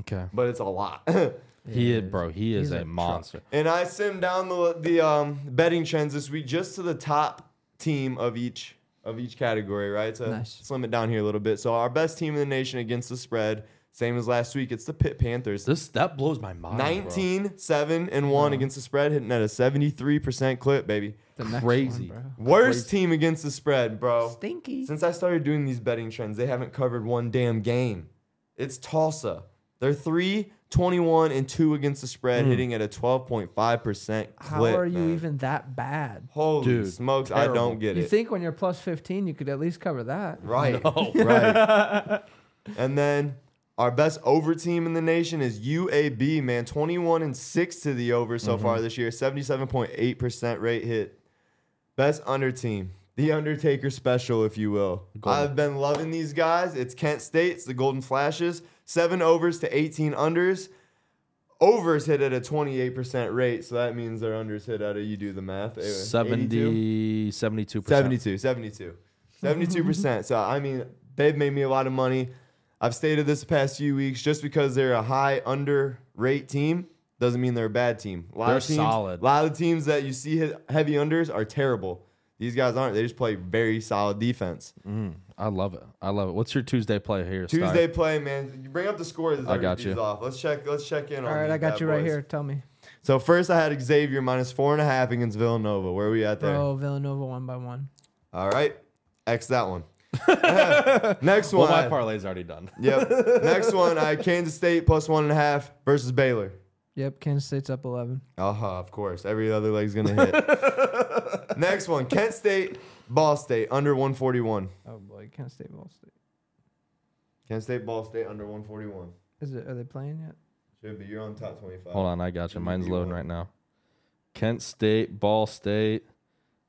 [SPEAKER 1] Okay.
[SPEAKER 2] but it's a lot. and
[SPEAKER 1] He
[SPEAKER 3] Yeah,
[SPEAKER 1] is, bro. He is
[SPEAKER 3] he's a
[SPEAKER 1] a,
[SPEAKER 3] truck.
[SPEAKER 1] monster.
[SPEAKER 2] I simmed down the, the um, betting trends this week just to the top team of each of each category, right? So
[SPEAKER 3] Nice.
[SPEAKER 2] slim it down here a little bit. So our best team in the nation against the spread Same as last week. It's the Pitt Panthers.
[SPEAKER 1] This that blows my mind. bro.
[SPEAKER 2] 19, 7, and 1 against the spread, hitting at a 73% clip, baby.
[SPEAKER 3] The next one,
[SPEAKER 1] Crazy.
[SPEAKER 3] bro.
[SPEAKER 2] Worst team against the spread, bro.
[SPEAKER 3] Stinky.
[SPEAKER 2] Since I started doing these betting trends, they haven't covered one damn game. It's Tulsa. They're 3, 21, and 2 against the spread, hitting at a 12.5% clip.
[SPEAKER 3] Mm. How are you
[SPEAKER 2] man.
[SPEAKER 3] even that bad?
[SPEAKER 2] Holy
[SPEAKER 1] Dude,
[SPEAKER 2] smokes, I
[SPEAKER 1] terrible.
[SPEAKER 2] don't get
[SPEAKER 3] You
[SPEAKER 2] it.
[SPEAKER 3] think when you're plus 15, you could at least cover that.
[SPEAKER 2] right.
[SPEAKER 1] No.
[SPEAKER 2] Right. and then our best over team in the nation is UAB, man. 21 and 6 to the over
[SPEAKER 1] Mm-hmm.
[SPEAKER 2] so far this year. 77.8% rate hit. Best under team. The Undertaker special, if you will.
[SPEAKER 1] Golden.
[SPEAKER 2] I've been loving these guys. It's Kent State, it's the Golden Flashes. Seven overs to 18 unders. Overs hit at a 28% rate, so that means their unders hit at a, you do the math. eh, 82?
[SPEAKER 1] 70, 72
[SPEAKER 2] 72, 72. 72%. so, I mean, they've made me a lot of money. I've stated this the past few weeks just because they're a high under rate team doesn't mean they're a bad team. A lot of
[SPEAKER 1] They're
[SPEAKER 2] teams,
[SPEAKER 1] solid.
[SPEAKER 2] A lot of teams that you see hit heavy unders are terrible. These guys aren't. They just play very solid defense.
[SPEAKER 1] I love it. I love it. What's your Tuesday play here? Steyer?
[SPEAKER 2] Tuesday play, man. You bring up the scores. as
[SPEAKER 1] I got
[SPEAKER 2] everything's
[SPEAKER 1] you.
[SPEAKER 2] Off. Let's check. Let's check in.
[SPEAKER 3] All
[SPEAKER 2] on
[SPEAKER 3] right,
[SPEAKER 2] these
[SPEAKER 3] I got
[SPEAKER 2] bad
[SPEAKER 3] you right
[SPEAKER 2] boys.
[SPEAKER 3] here. Tell me.
[SPEAKER 2] So first, I had Xavier minus four and a half against Villanova. Where are we at there?
[SPEAKER 3] Bro, Villanova one by one.
[SPEAKER 2] All right, X that one. Next
[SPEAKER 1] Well,
[SPEAKER 2] one.
[SPEAKER 1] my parlay's already done.
[SPEAKER 2] Yep. Next one, I Kansas State plus one and a half versus Baylor.
[SPEAKER 3] Yep, Kansas State's up 11.
[SPEAKER 2] Uh huh. Of course, every other leg's gonna hit. Next one, Kent State, Ball State under 141.
[SPEAKER 3] Oh boy, Kansas State, Ball State.
[SPEAKER 2] Kent State, Ball State under 141.
[SPEAKER 3] Is it? Are they playing yet?
[SPEAKER 2] Should be you're on top 25.
[SPEAKER 1] Hold on, I got you. Mine's
[SPEAKER 2] You
[SPEAKER 1] loading
[SPEAKER 2] won.
[SPEAKER 1] right now. Kent State, Ball State.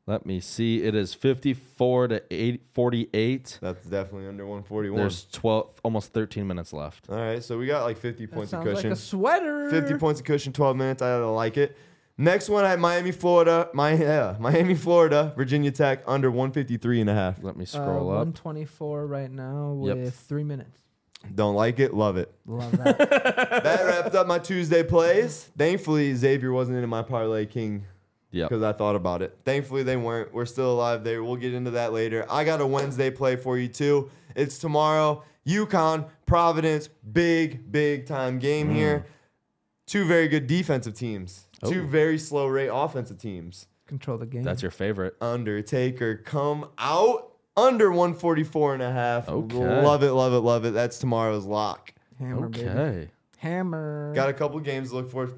[SPEAKER 1] Let me see. It is 54 to 8, 48.
[SPEAKER 2] That's definitely under 141.
[SPEAKER 1] There's 12, almost 13 minutes left.
[SPEAKER 2] All right, so we got like 50
[SPEAKER 3] That
[SPEAKER 2] points of
[SPEAKER 3] sounds like
[SPEAKER 2] cushion.
[SPEAKER 3] a sweater.
[SPEAKER 2] 50 points of cushion, 12 minutes. I like it. Next one at Miami, Florida. Miami, Miami, Florida. Virginia Tech under 153 and a half.
[SPEAKER 1] Let me
[SPEAKER 3] Uh,
[SPEAKER 1] scroll up.
[SPEAKER 3] 124 right now
[SPEAKER 1] Yep.
[SPEAKER 3] with three minutes.
[SPEAKER 2] Don't like it. Love it.
[SPEAKER 3] Love that.
[SPEAKER 2] that wraps up my Tuesday plays. Thankfully, Xavier wasn't in my parlay king
[SPEAKER 1] Yep.
[SPEAKER 2] because I thought about it. Thankfully, they weren't. We're still alive there. We'll get into that later. I got a Wednesday play for you too. It's tomorrow. UConn, Providence, big, big time game here. Two very good defensive teams. Two
[SPEAKER 1] Mm. Oh.
[SPEAKER 2] very slow rate offensive teams.
[SPEAKER 3] Control the game.
[SPEAKER 1] That's your favorite.
[SPEAKER 2] Undertaker come out under 144 and a half.
[SPEAKER 1] Okay.
[SPEAKER 2] Love it, love it, love it. That's tomorrow's lock.
[SPEAKER 3] hammer, baby.
[SPEAKER 1] Okay.
[SPEAKER 3] Hammer.
[SPEAKER 2] Got a couple games to look forward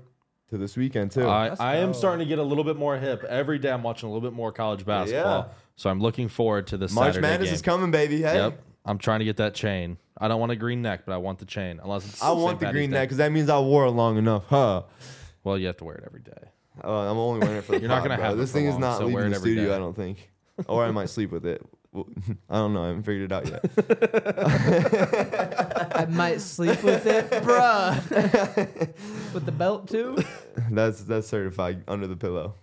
[SPEAKER 2] to this weekend too.
[SPEAKER 1] I,
[SPEAKER 3] Let's
[SPEAKER 1] I am
[SPEAKER 3] go.
[SPEAKER 1] starting to get a little bit more hip. Every day I'm watching a little bit more college basketball.
[SPEAKER 2] Yeah.
[SPEAKER 1] So I'm looking forward to this
[SPEAKER 2] March
[SPEAKER 1] Saturday
[SPEAKER 2] Madness
[SPEAKER 1] game.
[SPEAKER 2] is coming, baby. Hey,
[SPEAKER 1] Yep. I'm trying to get that chain. I don't want a green neck, but I want the chain. Unless it's
[SPEAKER 2] I
[SPEAKER 1] St.
[SPEAKER 2] want the
[SPEAKER 1] Patty's
[SPEAKER 2] green
[SPEAKER 1] Day.
[SPEAKER 2] neck because that means I wore it long enough, huh?
[SPEAKER 1] Well, you have to wear it every day.
[SPEAKER 2] Uh, I'm only wearing it for the
[SPEAKER 1] You're not
[SPEAKER 2] pod,
[SPEAKER 1] gonna
[SPEAKER 2] bro.
[SPEAKER 1] have it
[SPEAKER 2] this
[SPEAKER 1] for
[SPEAKER 2] thing is
[SPEAKER 1] long,
[SPEAKER 2] not
[SPEAKER 1] so wear
[SPEAKER 2] leaving
[SPEAKER 1] it
[SPEAKER 2] the
[SPEAKER 1] every
[SPEAKER 2] studio.
[SPEAKER 1] day.
[SPEAKER 2] I don't think, or I might sleep with it. Well, I don't know. I haven't figured it out yet.
[SPEAKER 3] I might sleep with it, bruh. with the belt too.
[SPEAKER 2] that's that's certified under the pillow.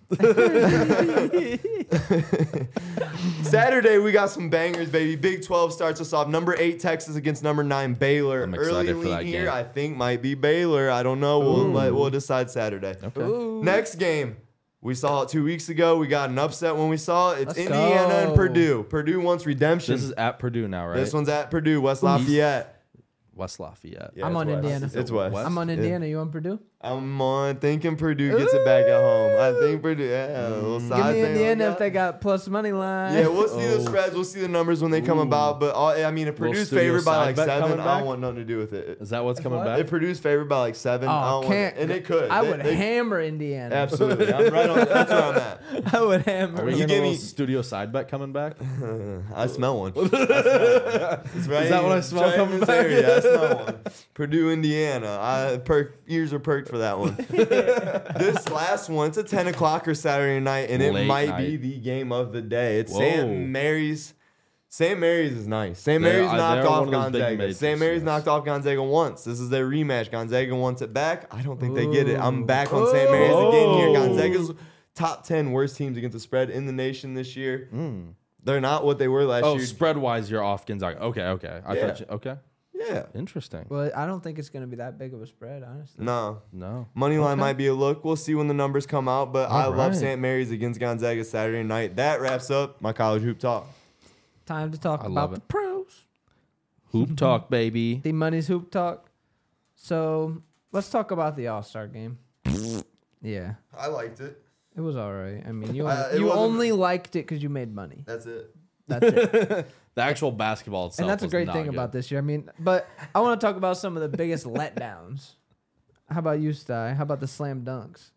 [SPEAKER 2] Saturday we got some bangers, baby. Big 12 starts us off. Number eight Texas against number nine Baylor.
[SPEAKER 1] I'm
[SPEAKER 2] Early
[SPEAKER 1] excited for
[SPEAKER 2] lean
[SPEAKER 1] that
[SPEAKER 2] here,
[SPEAKER 1] game.
[SPEAKER 2] I think might be Baylor. I don't know. We'll let, we'll decide Saturday.
[SPEAKER 1] Okay.
[SPEAKER 3] Ooh.
[SPEAKER 2] Next game. We saw it two weeks ago. We got an upset when we saw it. It's
[SPEAKER 3] Let's
[SPEAKER 2] Indiana and
[SPEAKER 3] go.
[SPEAKER 2] Purdue. Purdue wants redemption.
[SPEAKER 1] This
[SPEAKER 2] This,
[SPEAKER 1] is at Purdue now, right?
[SPEAKER 2] one's at Purdue, West Lafayette.
[SPEAKER 1] West Lafayette.
[SPEAKER 2] Yeah,
[SPEAKER 3] I'm
[SPEAKER 2] it's
[SPEAKER 3] on
[SPEAKER 2] West.
[SPEAKER 3] Indiana.
[SPEAKER 2] It's West.
[SPEAKER 1] West?
[SPEAKER 3] I'm on Indiana. You on Purdue?
[SPEAKER 2] I'm on thinking Purdue gets it back at home. I think Purdue. Yeah, a little
[SPEAKER 3] Give
[SPEAKER 2] side
[SPEAKER 3] me
[SPEAKER 2] thing on
[SPEAKER 3] Indiana
[SPEAKER 2] that.
[SPEAKER 3] if they got plus money line.
[SPEAKER 2] Yeah, we'll see the
[SPEAKER 1] Mm. Oh.
[SPEAKER 2] spreads. We'll see the numbers when they come about. But all, I mean, if
[SPEAKER 1] Little
[SPEAKER 2] Purdue's
[SPEAKER 1] studio
[SPEAKER 2] favored by
[SPEAKER 1] side
[SPEAKER 2] like
[SPEAKER 1] bet
[SPEAKER 2] seven,
[SPEAKER 1] coming
[SPEAKER 2] I
[SPEAKER 1] back?
[SPEAKER 2] don't want nothing to do with it.
[SPEAKER 1] Is that what's coming
[SPEAKER 3] what?
[SPEAKER 1] back?
[SPEAKER 2] If Purdue's favored by like seven, I
[SPEAKER 3] Oh,
[SPEAKER 2] don't
[SPEAKER 3] can't.
[SPEAKER 2] want, and it could.
[SPEAKER 3] I
[SPEAKER 2] They-
[SPEAKER 3] would
[SPEAKER 2] they-
[SPEAKER 3] hammer Indiana.
[SPEAKER 2] absolutely. I'm right on. That's where I'm at.
[SPEAKER 3] I would hammer.
[SPEAKER 1] Are we
[SPEAKER 2] You
[SPEAKER 1] getting
[SPEAKER 2] give
[SPEAKER 1] a little
[SPEAKER 2] me-
[SPEAKER 1] studio side bet coming back?
[SPEAKER 2] I smell one. I smell one. It's right
[SPEAKER 1] Is that what I
[SPEAKER 2] it's
[SPEAKER 1] smell
[SPEAKER 2] right in
[SPEAKER 1] coming
[SPEAKER 2] this
[SPEAKER 1] back?
[SPEAKER 2] Area. I smell one. Purdue, Indiana. I perk ears are perked for that one. this last one, it's a ten o'clocker Saturday night, and it
[SPEAKER 1] Late
[SPEAKER 2] might
[SPEAKER 1] night.
[SPEAKER 2] be the game of the day. It's
[SPEAKER 1] Whoa.
[SPEAKER 2] St. Mary's. St. Mary's is nice. St.
[SPEAKER 1] They-
[SPEAKER 2] Mary's
[SPEAKER 1] uh,
[SPEAKER 2] knocked
[SPEAKER 1] they're
[SPEAKER 2] off
[SPEAKER 1] one of those big
[SPEAKER 2] Gonzaga.
[SPEAKER 1] majors,
[SPEAKER 2] St. Mary's
[SPEAKER 1] yes.
[SPEAKER 2] knocked off Gonzaga once. This is their rematch. Gonzaga wants it back. I don't think they get it. I'm back on St. Mary's again here.
[SPEAKER 1] Ooh.
[SPEAKER 2] Gonzaga's top ten worst teams against the spread in the nation this year. They're not what they were last
[SPEAKER 1] Hmm. Oh,
[SPEAKER 2] year.
[SPEAKER 1] spread wise, you're off Gonzaga. Okay, okay. I
[SPEAKER 2] Yeah.
[SPEAKER 1] thought you, okay.
[SPEAKER 2] Yeah.
[SPEAKER 1] Interesting.
[SPEAKER 3] Well, I don't think it's gonna be that big of a spread, honestly.
[SPEAKER 2] No.
[SPEAKER 1] No.
[SPEAKER 2] Money line might be a look. We'll see when the numbers come out. But I
[SPEAKER 1] All
[SPEAKER 2] love
[SPEAKER 1] right.
[SPEAKER 2] St. Mary's against Gonzaga Saturday night. That wraps up my college hoop talk.
[SPEAKER 3] Time to talk
[SPEAKER 1] I love
[SPEAKER 3] about
[SPEAKER 1] it.
[SPEAKER 3] the pros.
[SPEAKER 1] Hoop talk, baby.
[SPEAKER 3] The money's hoop talk. So let's talk about the All Star game. yeah,
[SPEAKER 2] I liked it.
[SPEAKER 3] it was all right. I mean, you
[SPEAKER 2] Uh,
[SPEAKER 3] only,
[SPEAKER 2] it
[SPEAKER 3] you
[SPEAKER 2] wasn't-
[SPEAKER 3] only liked it because you made money.
[SPEAKER 2] That's it.
[SPEAKER 3] That's it.
[SPEAKER 1] The actual basketball itself.
[SPEAKER 3] and that's a
[SPEAKER 1] was
[SPEAKER 3] great
[SPEAKER 1] not
[SPEAKER 3] thing
[SPEAKER 1] good.
[SPEAKER 3] about this year. I mean, but I want to talk about some of the biggest letdowns. How about you, Sty? How about the slam dunks?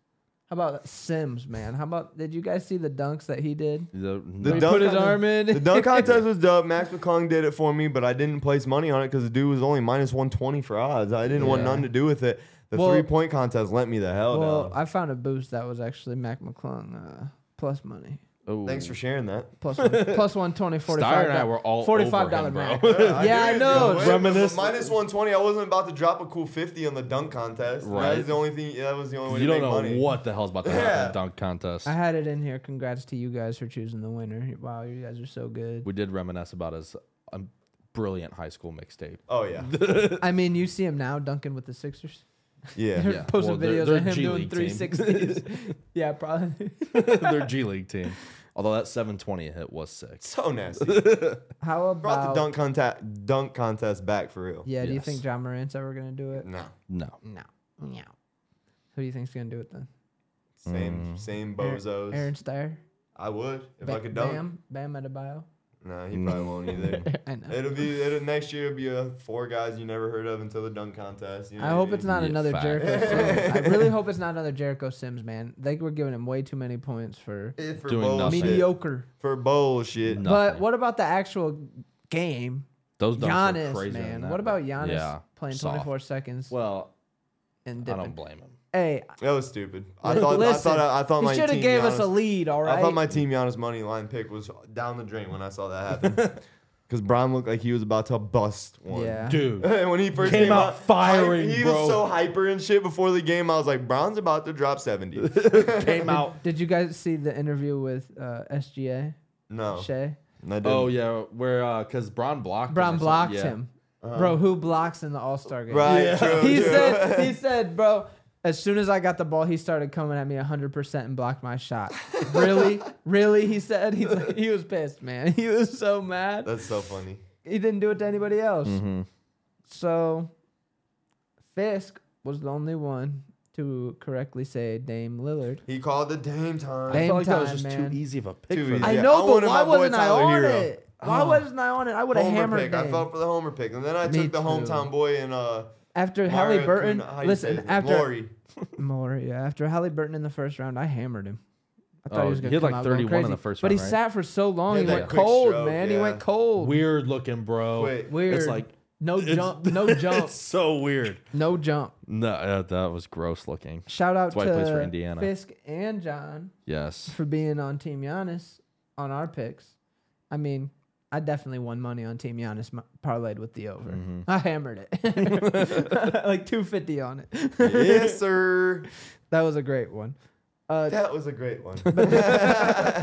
[SPEAKER 3] How about Sims, man? How about did you guys see the dunks that he did?
[SPEAKER 1] The,
[SPEAKER 2] The
[SPEAKER 1] no.
[SPEAKER 2] dunk
[SPEAKER 3] put his
[SPEAKER 2] contest-
[SPEAKER 3] arm in.
[SPEAKER 2] The dunk contest was dope. Max McClung did it for me, but I didn't place money on it because the dude was only minus 120 for odds. I didn't want
[SPEAKER 3] Yeah.
[SPEAKER 2] nothing to do with it. The
[SPEAKER 3] Well-
[SPEAKER 2] three point contest let me the hell
[SPEAKER 3] well,
[SPEAKER 2] down.
[SPEAKER 3] I found a boost that was actually Mac McClung uh, plus money.
[SPEAKER 1] Ooh.
[SPEAKER 2] Thanks for sharing that.
[SPEAKER 3] Plus one, plus 120, 45.
[SPEAKER 1] Star and I were all
[SPEAKER 3] $45
[SPEAKER 1] over him,
[SPEAKER 3] Mac.
[SPEAKER 1] bro.
[SPEAKER 3] Yeah, I know.
[SPEAKER 2] Wait,
[SPEAKER 1] Reminisce-
[SPEAKER 2] Minus 120. I wasn't about to drop a cool 50 on the dunk contest. That
[SPEAKER 1] Right.
[SPEAKER 2] was the only thing. That was the only way
[SPEAKER 1] Oh. you
[SPEAKER 2] to
[SPEAKER 1] don't
[SPEAKER 2] make
[SPEAKER 1] know
[SPEAKER 2] money.
[SPEAKER 1] what the hell's about to happen
[SPEAKER 2] Yeah.
[SPEAKER 1] in the dunk contest.
[SPEAKER 3] I had it in here. Congrats to you guys for choosing the winner. Wow, you guys are so good.
[SPEAKER 1] we did reminisce about his um, brilliant high school mixtape.
[SPEAKER 2] Oh yeah,
[SPEAKER 3] I mean, you see him now dunking with the Sixers.
[SPEAKER 2] yeah.
[SPEAKER 3] They're
[SPEAKER 1] Yeah.
[SPEAKER 3] posting
[SPEAKER 1] Well, they're-
[SPEAKER 3] videos
[SPEAKER 1] they're
[SPEAKER 3] of him
[SPEAKER 1] G
[SPEAKER 3] doing
[SPEAKER 1] League team.
[SPEAKER 3] 360s. yeah, probably.
[SPEAKER 1] Their G League team. Although that 720 hit was sick.
[SPEAKER 2] So nasty.
[SPEAKER 3] How about
[SPEAKER 2] Brought the dunk contest dunk contest back for real.
[SPEAKER 3] Yeah, do you
[SPEAKER 1] Yes.
[SPEAKER 3] think John Morant's ever gonna do it?
[SPEAKER 2] No,
[SPEAKER 1] No.
[SPEAKER 3] No. No. Who do you think's gonna do it then?
[SPEAKER 1] Mm.
[SPEAKER 2] same same
[SPEAKER 3] Aaron-
[SPEAKER 2] bozos.
[SPEAKER 3] Aaron Steyer?
[SPEAKER 2] I would if I
[SPEAKER 3] Ba-
[SPEAKER 2] could dunk.
[SPEAKER 3] Bam, Bam Adebayo.
[SPEAKER 2] No, he probably won't either.
[SPEAKER 3] I know.
[SPEAKER 2] It'll be it'll, next year. It'll be uh, four guys you never heard of until the dunk contest. You know
[SPEAKER 3] I
[SPEAKER 2] what
[SPEAKER 3] hope
[SPEAKER 2] mean?
[SPEAKER 3] it's not
[SPEAKER 1] Yeah,
[SPEAKER 3] another
[SPEAKER 1] fact.
[SPEAKER 3] Jericho. Sims. I really hope it's not another Jericho Sims, man. They were giving him way too many points for
[SPEAKER 2] Eh, for
[SPEAKER 1] doing nothing.
[SPEAKER 2] bullshit.
[SPEAKER 3] mediocre.
[SPEAKER 2] For bullshit.
[SPEAKER 1] No.
[SPEAKER 3] But
[SPEAKER 1] Nothing.
[SPEAKER 3] what about the actual game?
[SPEAKER 1] Those dunks were
[SPEAKER 3] Giannis,
[SPEAKER 1] crazy in
[SPEAKER 3] man.
[SPEAKER 1] that,
[SPEAKER 3] What about
[SPEAKER 1] but-
[SPEAKER 3] Giannis
[SPEAKER 1] Yeah.
[SPEAKER 3] playing
[SPEAKER 1] Soft.
[SPEAKER 3] 24 seconds
[SPEAKER 1] Well,
[SPEAKER 3] and
[SPEAKER 1] I don't
[SPEAKER 3] dipping?
[SPEAKER 1] blame him.
[SPEAKER 3] Hey,
[SPEAKER 2] That was stupid. I thought I
[SPEAKER 3] listen,
[SPEAKER 2] thought I, I thought
[SPEAKER 3] he
[SPEAKER 2] my
[SPEAKER 3] should
[SPEAKER 2] team
[SPEAKER 3] have gave us a
[SPEAKER 2] Giannis-
[SPEAKER 3] lead, all right?
[SPEAKER 2] I thought my team Giannis money line pick was down the drain when I saw that happen. Because Brown looked like he was about to bust one.
[SPEAKER 3] yeah.
[SPEAKER 1] Dude.
[SPEAKER 2] when he first
[SPEAKER 1] Came
[SPEAKER 2] came,
[SPEAKER 1] out firing,
[SPEAKER 2] hype- he
[SPEAKER 1] bro.
[SPEAKER 2] was so hyper and shit before the game. I was like, Brown's about to drop seventy.
[SPEAKER 1] Came out.
[SPEAKER 3] Did you guys see the interview with uh, SGA?
[SPEAKER 2] no,
[SPEAKER 3] Shay?
[SPEAKER 2] I didn't.
[SPEAKER 1] Oh, yeah. Where, uh, because Braun blocked him.
[SPEAKER 3] Brown
[SPEAKER 1] or something.
[SPEAKER 3] blocked
[SPEAKER 1] Yeah. Uh-huh.
[SPEAKER 3] him. Bro, who blocks in the All Star game?
[SPEAKER 2] Uh-huh. right.
[SPEAKER 1] Yeah.
[SPEAKER 2] True,
[SPEAKER 3] He
[SPEAKER 2] true.
[SPEAKER 3] said, he said, bro, as soon as I got the ball, he started coming at me 100% and blocked my shot. really? Really? He said, he's like, he was pissed, man. He was so mad.
[SPEAKER 2] That's so funny.
[SPEAKER 3] He didn't do it to anybody else.
[SPEAKER 2] Mm-hmm.
[SPEAKER 3] So, Fisk was the only one to correctly say Dame Lillard.
[SPEAKER 2] He called the Dame time.
[SPEAKER 1] I
[SPEAKER 3] Dame
[SPEAKER 1] felt like that was
[SPEAKER 3] time,
[SPEAKER 1] just
[SPEAKER 3] man.
[SPEAKER 1] too easy of a pick
[SPEAKER 2] Too
[SPEAKER 1] for
[SPEAKER 2] easy.
[SPEAKER 1] them.
[SPEAKER 3] I
[SPEAKER 2] Yeah, I
[SPEAKER 3] know, but
[SPEAKER 2] wanted
[SPEAKER 3] why
[SPEAKER 2] my boy
[SPEAKER 3] wasn't I
[SPEAKER 2] Tyler
[SPEAKER 3] on
[SPEAKER 2] Hero. Oh.
[SPEAKER 3] it? Why wasn't I on it? I would have
[SPEAKER 2] Homer
[SPEAKER 3] hammered
[SPEAKER 2] pick.
[SPEAKER 3] Dame.
[SPEAKER 2] I fell for the Homer pick, and then I
[SPEAKER 3] Me
[SPEAKER 2] took the
[SPEAKER 3] too.
[SPEAKER 2] hometown boy and uh.
[SPEAKER 3] After
[SPEAKER 2] Mario
[SPEAKER 3] Halle Burton,
[SPEAKER 2] Kuna- how you say
[SPEAKER 3] listen,
[SPEAKER 2] his name?
[SPEAKER 3] after
[SPEAKER 2] Laurie.
[SPEAKER 3] More, yeah. After Halle Burton in the first round, I hammered him. I thought
[SPEAKER 1] Oh,
[SPEAKER 3] he was going
[SPEAKER 1] he had
[SPEAKER 3] to come
[SPEAKER 1] like
[SPEAKER 3] out going
[SPEAKER 1] 31 in
[SPEAKER 3] crazy.
[SPEAKER 1] the first
[SPEAKER 3] but
[SPEAKER 1] round,
[SPEAKER 3] he
[SPEAKER 1] right?
[SPEAKER 3] sat for so long.
[SPEAKER 2] He had
[SPEAKER 3] He
[SPEAKER 2] that
[SPEAKER 3] went
[SPEAKER 2] quick
[SPEAKER 3] cold,
[SPEAKER 2] stroke,
[SPEAKER 3] man. He
[SPEAKER 2] yeah.
[SPEAKER 3] went cold.
[SPEAKER 1] Weird looking, bro.
[SPEAKER 2] Quick.
[SPEAKER 3] Weird.
[SPEAKER 1] It's like.
[SPEAKER 3] no
[SPEAKER 1] it's-
[SPEAKER 3] jump. No jump.
[SPEAKER 1] It's so weird.
[SPEAKER 3] No jump.
[SPEAKER 1] No, uh, that was gross looking.
[SPEAKER 3] Shout out
[SPEAKER 1] That's why he plays for
[SPEAKER 3] to
[SPEAKER 1] Indiana.
[SPEAKER 3] Fisk and John
[SPEAKER 1] Yes.
[SPEAKER 3] for being on Team Giannis on our picks. I mean, I definitely won money on Team Giannis m- parlayed with the over.
[SPEAKER 1] Mm-hmm.
[SPEAKER 3] I hammered it, like two fifty on it.
[SPEAKER 2] yes, sir.
[SPEAKER 3] That was a great one. Uh,
[SPEAKER 2] That was a great one.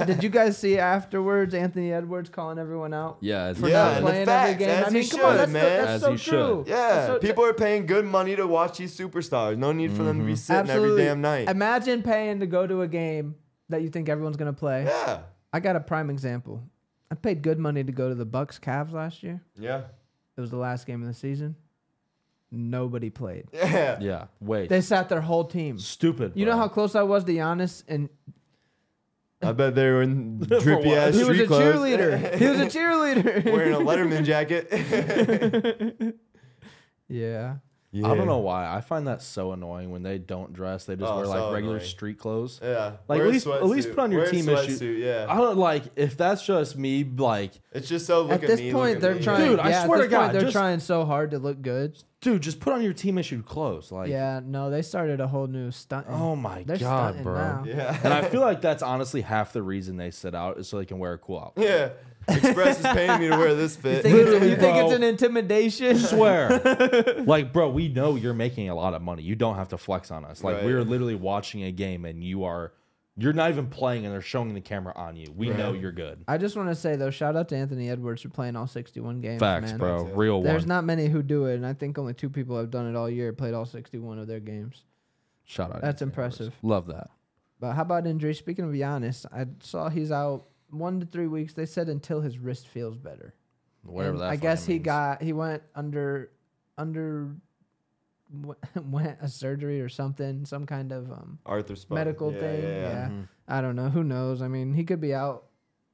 [SPEAKER 3] Did you guys see afterwards Anthony Edwards calling everyone out?
[SPEAKER 1] Yeah.
[SPEAKER 3] For
[SPEAKER 2] Yeah,
[SPEAKER 3] not
[SPEAKER 2] and the
[SPEAKER 3] playing
[SPEAKER 2] facts,
[SPEAKER 3] every game.
[SPEAKER 2] as
[SPEAKER 3] I
[SPEAKER 2] he
[SPEAKER 3] mean, come on,
[SPEAKER 2] should,
[SPEAKER 3] that's,
[SPEAKER 2] man.
[SPEAKER 3] that's
[SPEAKER 1] As
[SPEAKER 3] so
[SPEAKER 1] he
[SPEAKER 3] true.
[SPEAKER 1] should.
[SPEAKER 2] Yeah,
[SPEAKER 3] That's so-
[SPEAKER 2] people are paying good money to watch these superstars. No need for them to be sitting
[SPEAKER 3] absolutely.
[SPEAKER 2] every damn night.
[SPEAKER 3] Imagine paying to go to a game that you think everyone's gonna play.
[SPEAKER 2] yeah,
[SPEAKER 3] I got a prime example. I paid good money to go to the Bucks Cavs last year.
[SPEAKER 2] yeah,
[SPEAKER 3] It was the last game of the season. Nobody played.
[SPEAKER 2] yeah.
[SPEAKER 1] Yeah. Wait.
[SPEAKER 3] They sat their whole team.
[SPEAKER 1] Stupid.
[SPEAKER 3] You know
[SPEAKER 1] bro.
[SPEAKER 3] how close I was to Giannis, and
[SPEAKER 2] I bet they were in
[SPEAKER 1] For
[SPEAKER 2] drippy
[SPEAKER 1] what?
[SPEAKER 2] ass
[SPEAKER 3] he was a
[SPEAKER 2] street clothes,
[SPEAKER 3] cheerleader. He was a cheerleader.
[SPEAKER 2] wearing a Letterman jacket.
[SPEAKER 3] yeah.
[SPEAKER 2] yeah.
[SPEAKER 1] I don't know why. I find that so annoying when they don't dress. They just
[SPEAKER 2] Oh,
[SPEAKER 1] wear like
[SPEAKER 2] so
[SPEAKER 1] regular
[SPEAKER 2] annoying.
[SPEAKER 1] street clothes.
[SPEAKER 2] Yeah,
[SPEAKER 1] Like
[SPEAKER 2] Wear a
[SPEAKER 1] at least at least
[SPEAKER 2] sweatsuit.
[SPEAKER 1] put on your
[SPEAKER 2] Wear a
[SPEAKER 1] team
[SPEAKER 2] sweatsuit,
[SPEAKER 1] issue. I
[SPEAKER 2] Yeah,
[SPEAKER 1] don't like if that's just me. Like,
[SPEAKER 2] it's just so. Look
[SPEAKER 3] At this
[SPEAKER 2] me, look
[SPEAKER 3] point, they're
[SPEAKER 2] me.
[SPEAKER 3] trying.
[SPEAKER 1] Dude,
[SPEAKER 3] yeah,
[SPEAKER 1] I
[SPEAKER 3] at
[SPEAKER 1] swear
[SPEAKER 3] this
[SPEAKER 1] to
[SPEAKER 3] point,
[SPEAKER 1] God,
[SPEAKER 3] they're
[SPEAKER 1] just-
[SPEAKER 3] trying so hard to look good.
[SPEAKER 1] dude, just put on your team issued clothes. Like,
[SPEAKER 3] yeah, no, they started a whole new stunt.
[SPEAKER 1] oh my
[SPEAKER 3] They're
[SPEAKER 1] god,
[SPEAKER 3] stunting
[SPEAKER 1] bro.
[SPEAKER 3] now.
[SPEAKER 2] Yeah,
[SPEAKER 1] And I feel like that's honestly half the reason they sit out is so they can wear a cool outfit.
[SPEAKER 2] yeah. Express is paying me to wear this
[SPEAKER 3] you
[SPEAKER 2] fit.
[SPEAKER 3] think, it's,
[SPEAKER 1] Literally,
[SPEAKER 3] you think it's
[SPEAKER 1] bro.
[SPEAKER 3] an intimidation?
[SPEAKER 1] Swear, like, bro, we know you're making a lot of money. You don't have to flex on us. Like,
[SPEAKER 2] Right.
[SPEAKER 1] we're literally watching a game, and you are, you're not even playing, and they're showing the camera on you. We know you're good.
[SPEAKER 3] I just want to say though, shout out to Anthony Edwards for playing all 61 games.
[SPEAKER 1] Facts,
[SPEAKER 3] man.
[SPEAKER 1] bro.
[SPEAKER 2] That's it.
[SPEAKER 1] Real
[SPEAKER 3] There's
[SPEAKER 1] one.
[SPEAKER 3] not many who do it, and I think only two people have done it all year, played all 61 of their games.
[SPEAKER 1] Shout out.
[SPEAKER 3] That's
[SPEAKER 1] Anthony Edwards.
[SPEAKER 3] impressive.
[SPEAKER 1] Love that.
[SPEAKER 3] But how about injury? Speaking of Giannis, I saw he's out one to three weeks. They said until his wrist feels better.
[SPEAKER 1] Whatever
[SPEAKER 3] And
[SPEAKER 1] that.
[SPEAKER 3] I guess
[SPEAKER 1] fucking
[SPEAKER 3] he
[SPEAKER 1] means.
[SPEAKER 3] got he went under under w- went a surgery or something, some kind of um,
[SPEAKER 2] Arthur Spot.
[SPEAKER 3] medical thing. Yeah,
[SPEAKER 2] Mm-hmm.
[SPEAKER 3] I don't know. Who knows? I mean, he could be out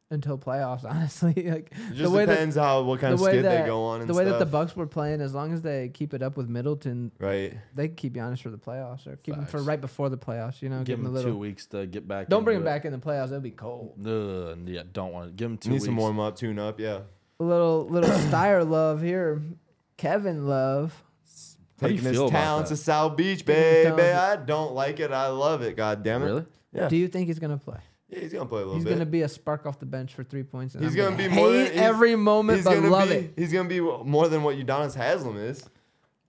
[SPEAKER 3] until playoffs. Honestly, like
[SPEAKER 2] It
[SPEAKER 3] the
[SPEAKER 2] just
[SPEAKER 3] way that
[SPEAKER 2] depends how what kind of
[SPEAKER 3] the way
[SPEAKER 2] skid
[SPEAKER 3] that-
[SPEAKER 2] they go on and
[SPEAKER 3] the way that the
[SPEAKER 2] stuff.
[SPEAKER 3] Bucks were playing, as long as they keep it up with Middleton,
[SPEAKER 2] right.
[SPEAKER 3] they can keep Giannis for the playoffs or keep him for
[SPEAKER 1] Facts.
[SPEAKER 3] right before the playoffs. You know,
[SPEAKER 1] Give
[SPEAKER 3] him a
[SPEAKER 1] him
[SPEAKER 3] little.
[SPEAKER 1] two weeks to get back.
[SPEAKER 3] Don't bring him
[SPEAKER 1] into it.
[SPEAKER 3] back in the playoffs. That'd be cold.
[SPEAKER 1] Ugh, yeah, don't want to give him two
[SPEAKER 2] Need
[SPEAKER 1] weeks.
[SPEAKER 2] some warm up, tune up. Yeah.
[SPEAKER 3] A little little Steyer love here, Kevin Love.
[SPEAKER 1] How do you
[SPEAKER 2] Taking this
[SPEAKER 1] feel about
[SPEAKER 2] town
[SPEAKER 1] that?
[SPEAKER 2] to South Beach,
[SPEAKER 3] Taking this
[SPEAKER 2] baby. I
[SPEAKER 3] town
[SPEAKER 2] don't like it. I love it. God damn it.
[SPEAKER 1] Really?
[SPEAKER 2] Yeah.
[SPEAKER 3] Do you think he's gonna play?
[SPEAKER 2] Yeah, he's gonna play a little
[SPEAKER 3] He's
[SPEAKER 2] bit.
[SPEAKER 3] gonna be a spark off the bench for three points. And
[SPEAKER 2] He's
[SPEAKER 3] I'm
[SPEAKER 2] gonna be
[SPEAKER 3] hate
[SPEAKER 2] more than- he's-
[SPEAKER 3] every moment,
[SPEAKER 2] he's
[SPEAKER 3] but
[SPEAKER 2] gonna
[SPEAKER 3] love
[SPEAKER 2] be,
[SPEAKER 3] it.
[SPEAKER 2] He's gonna be more than what Udonis Haslam is.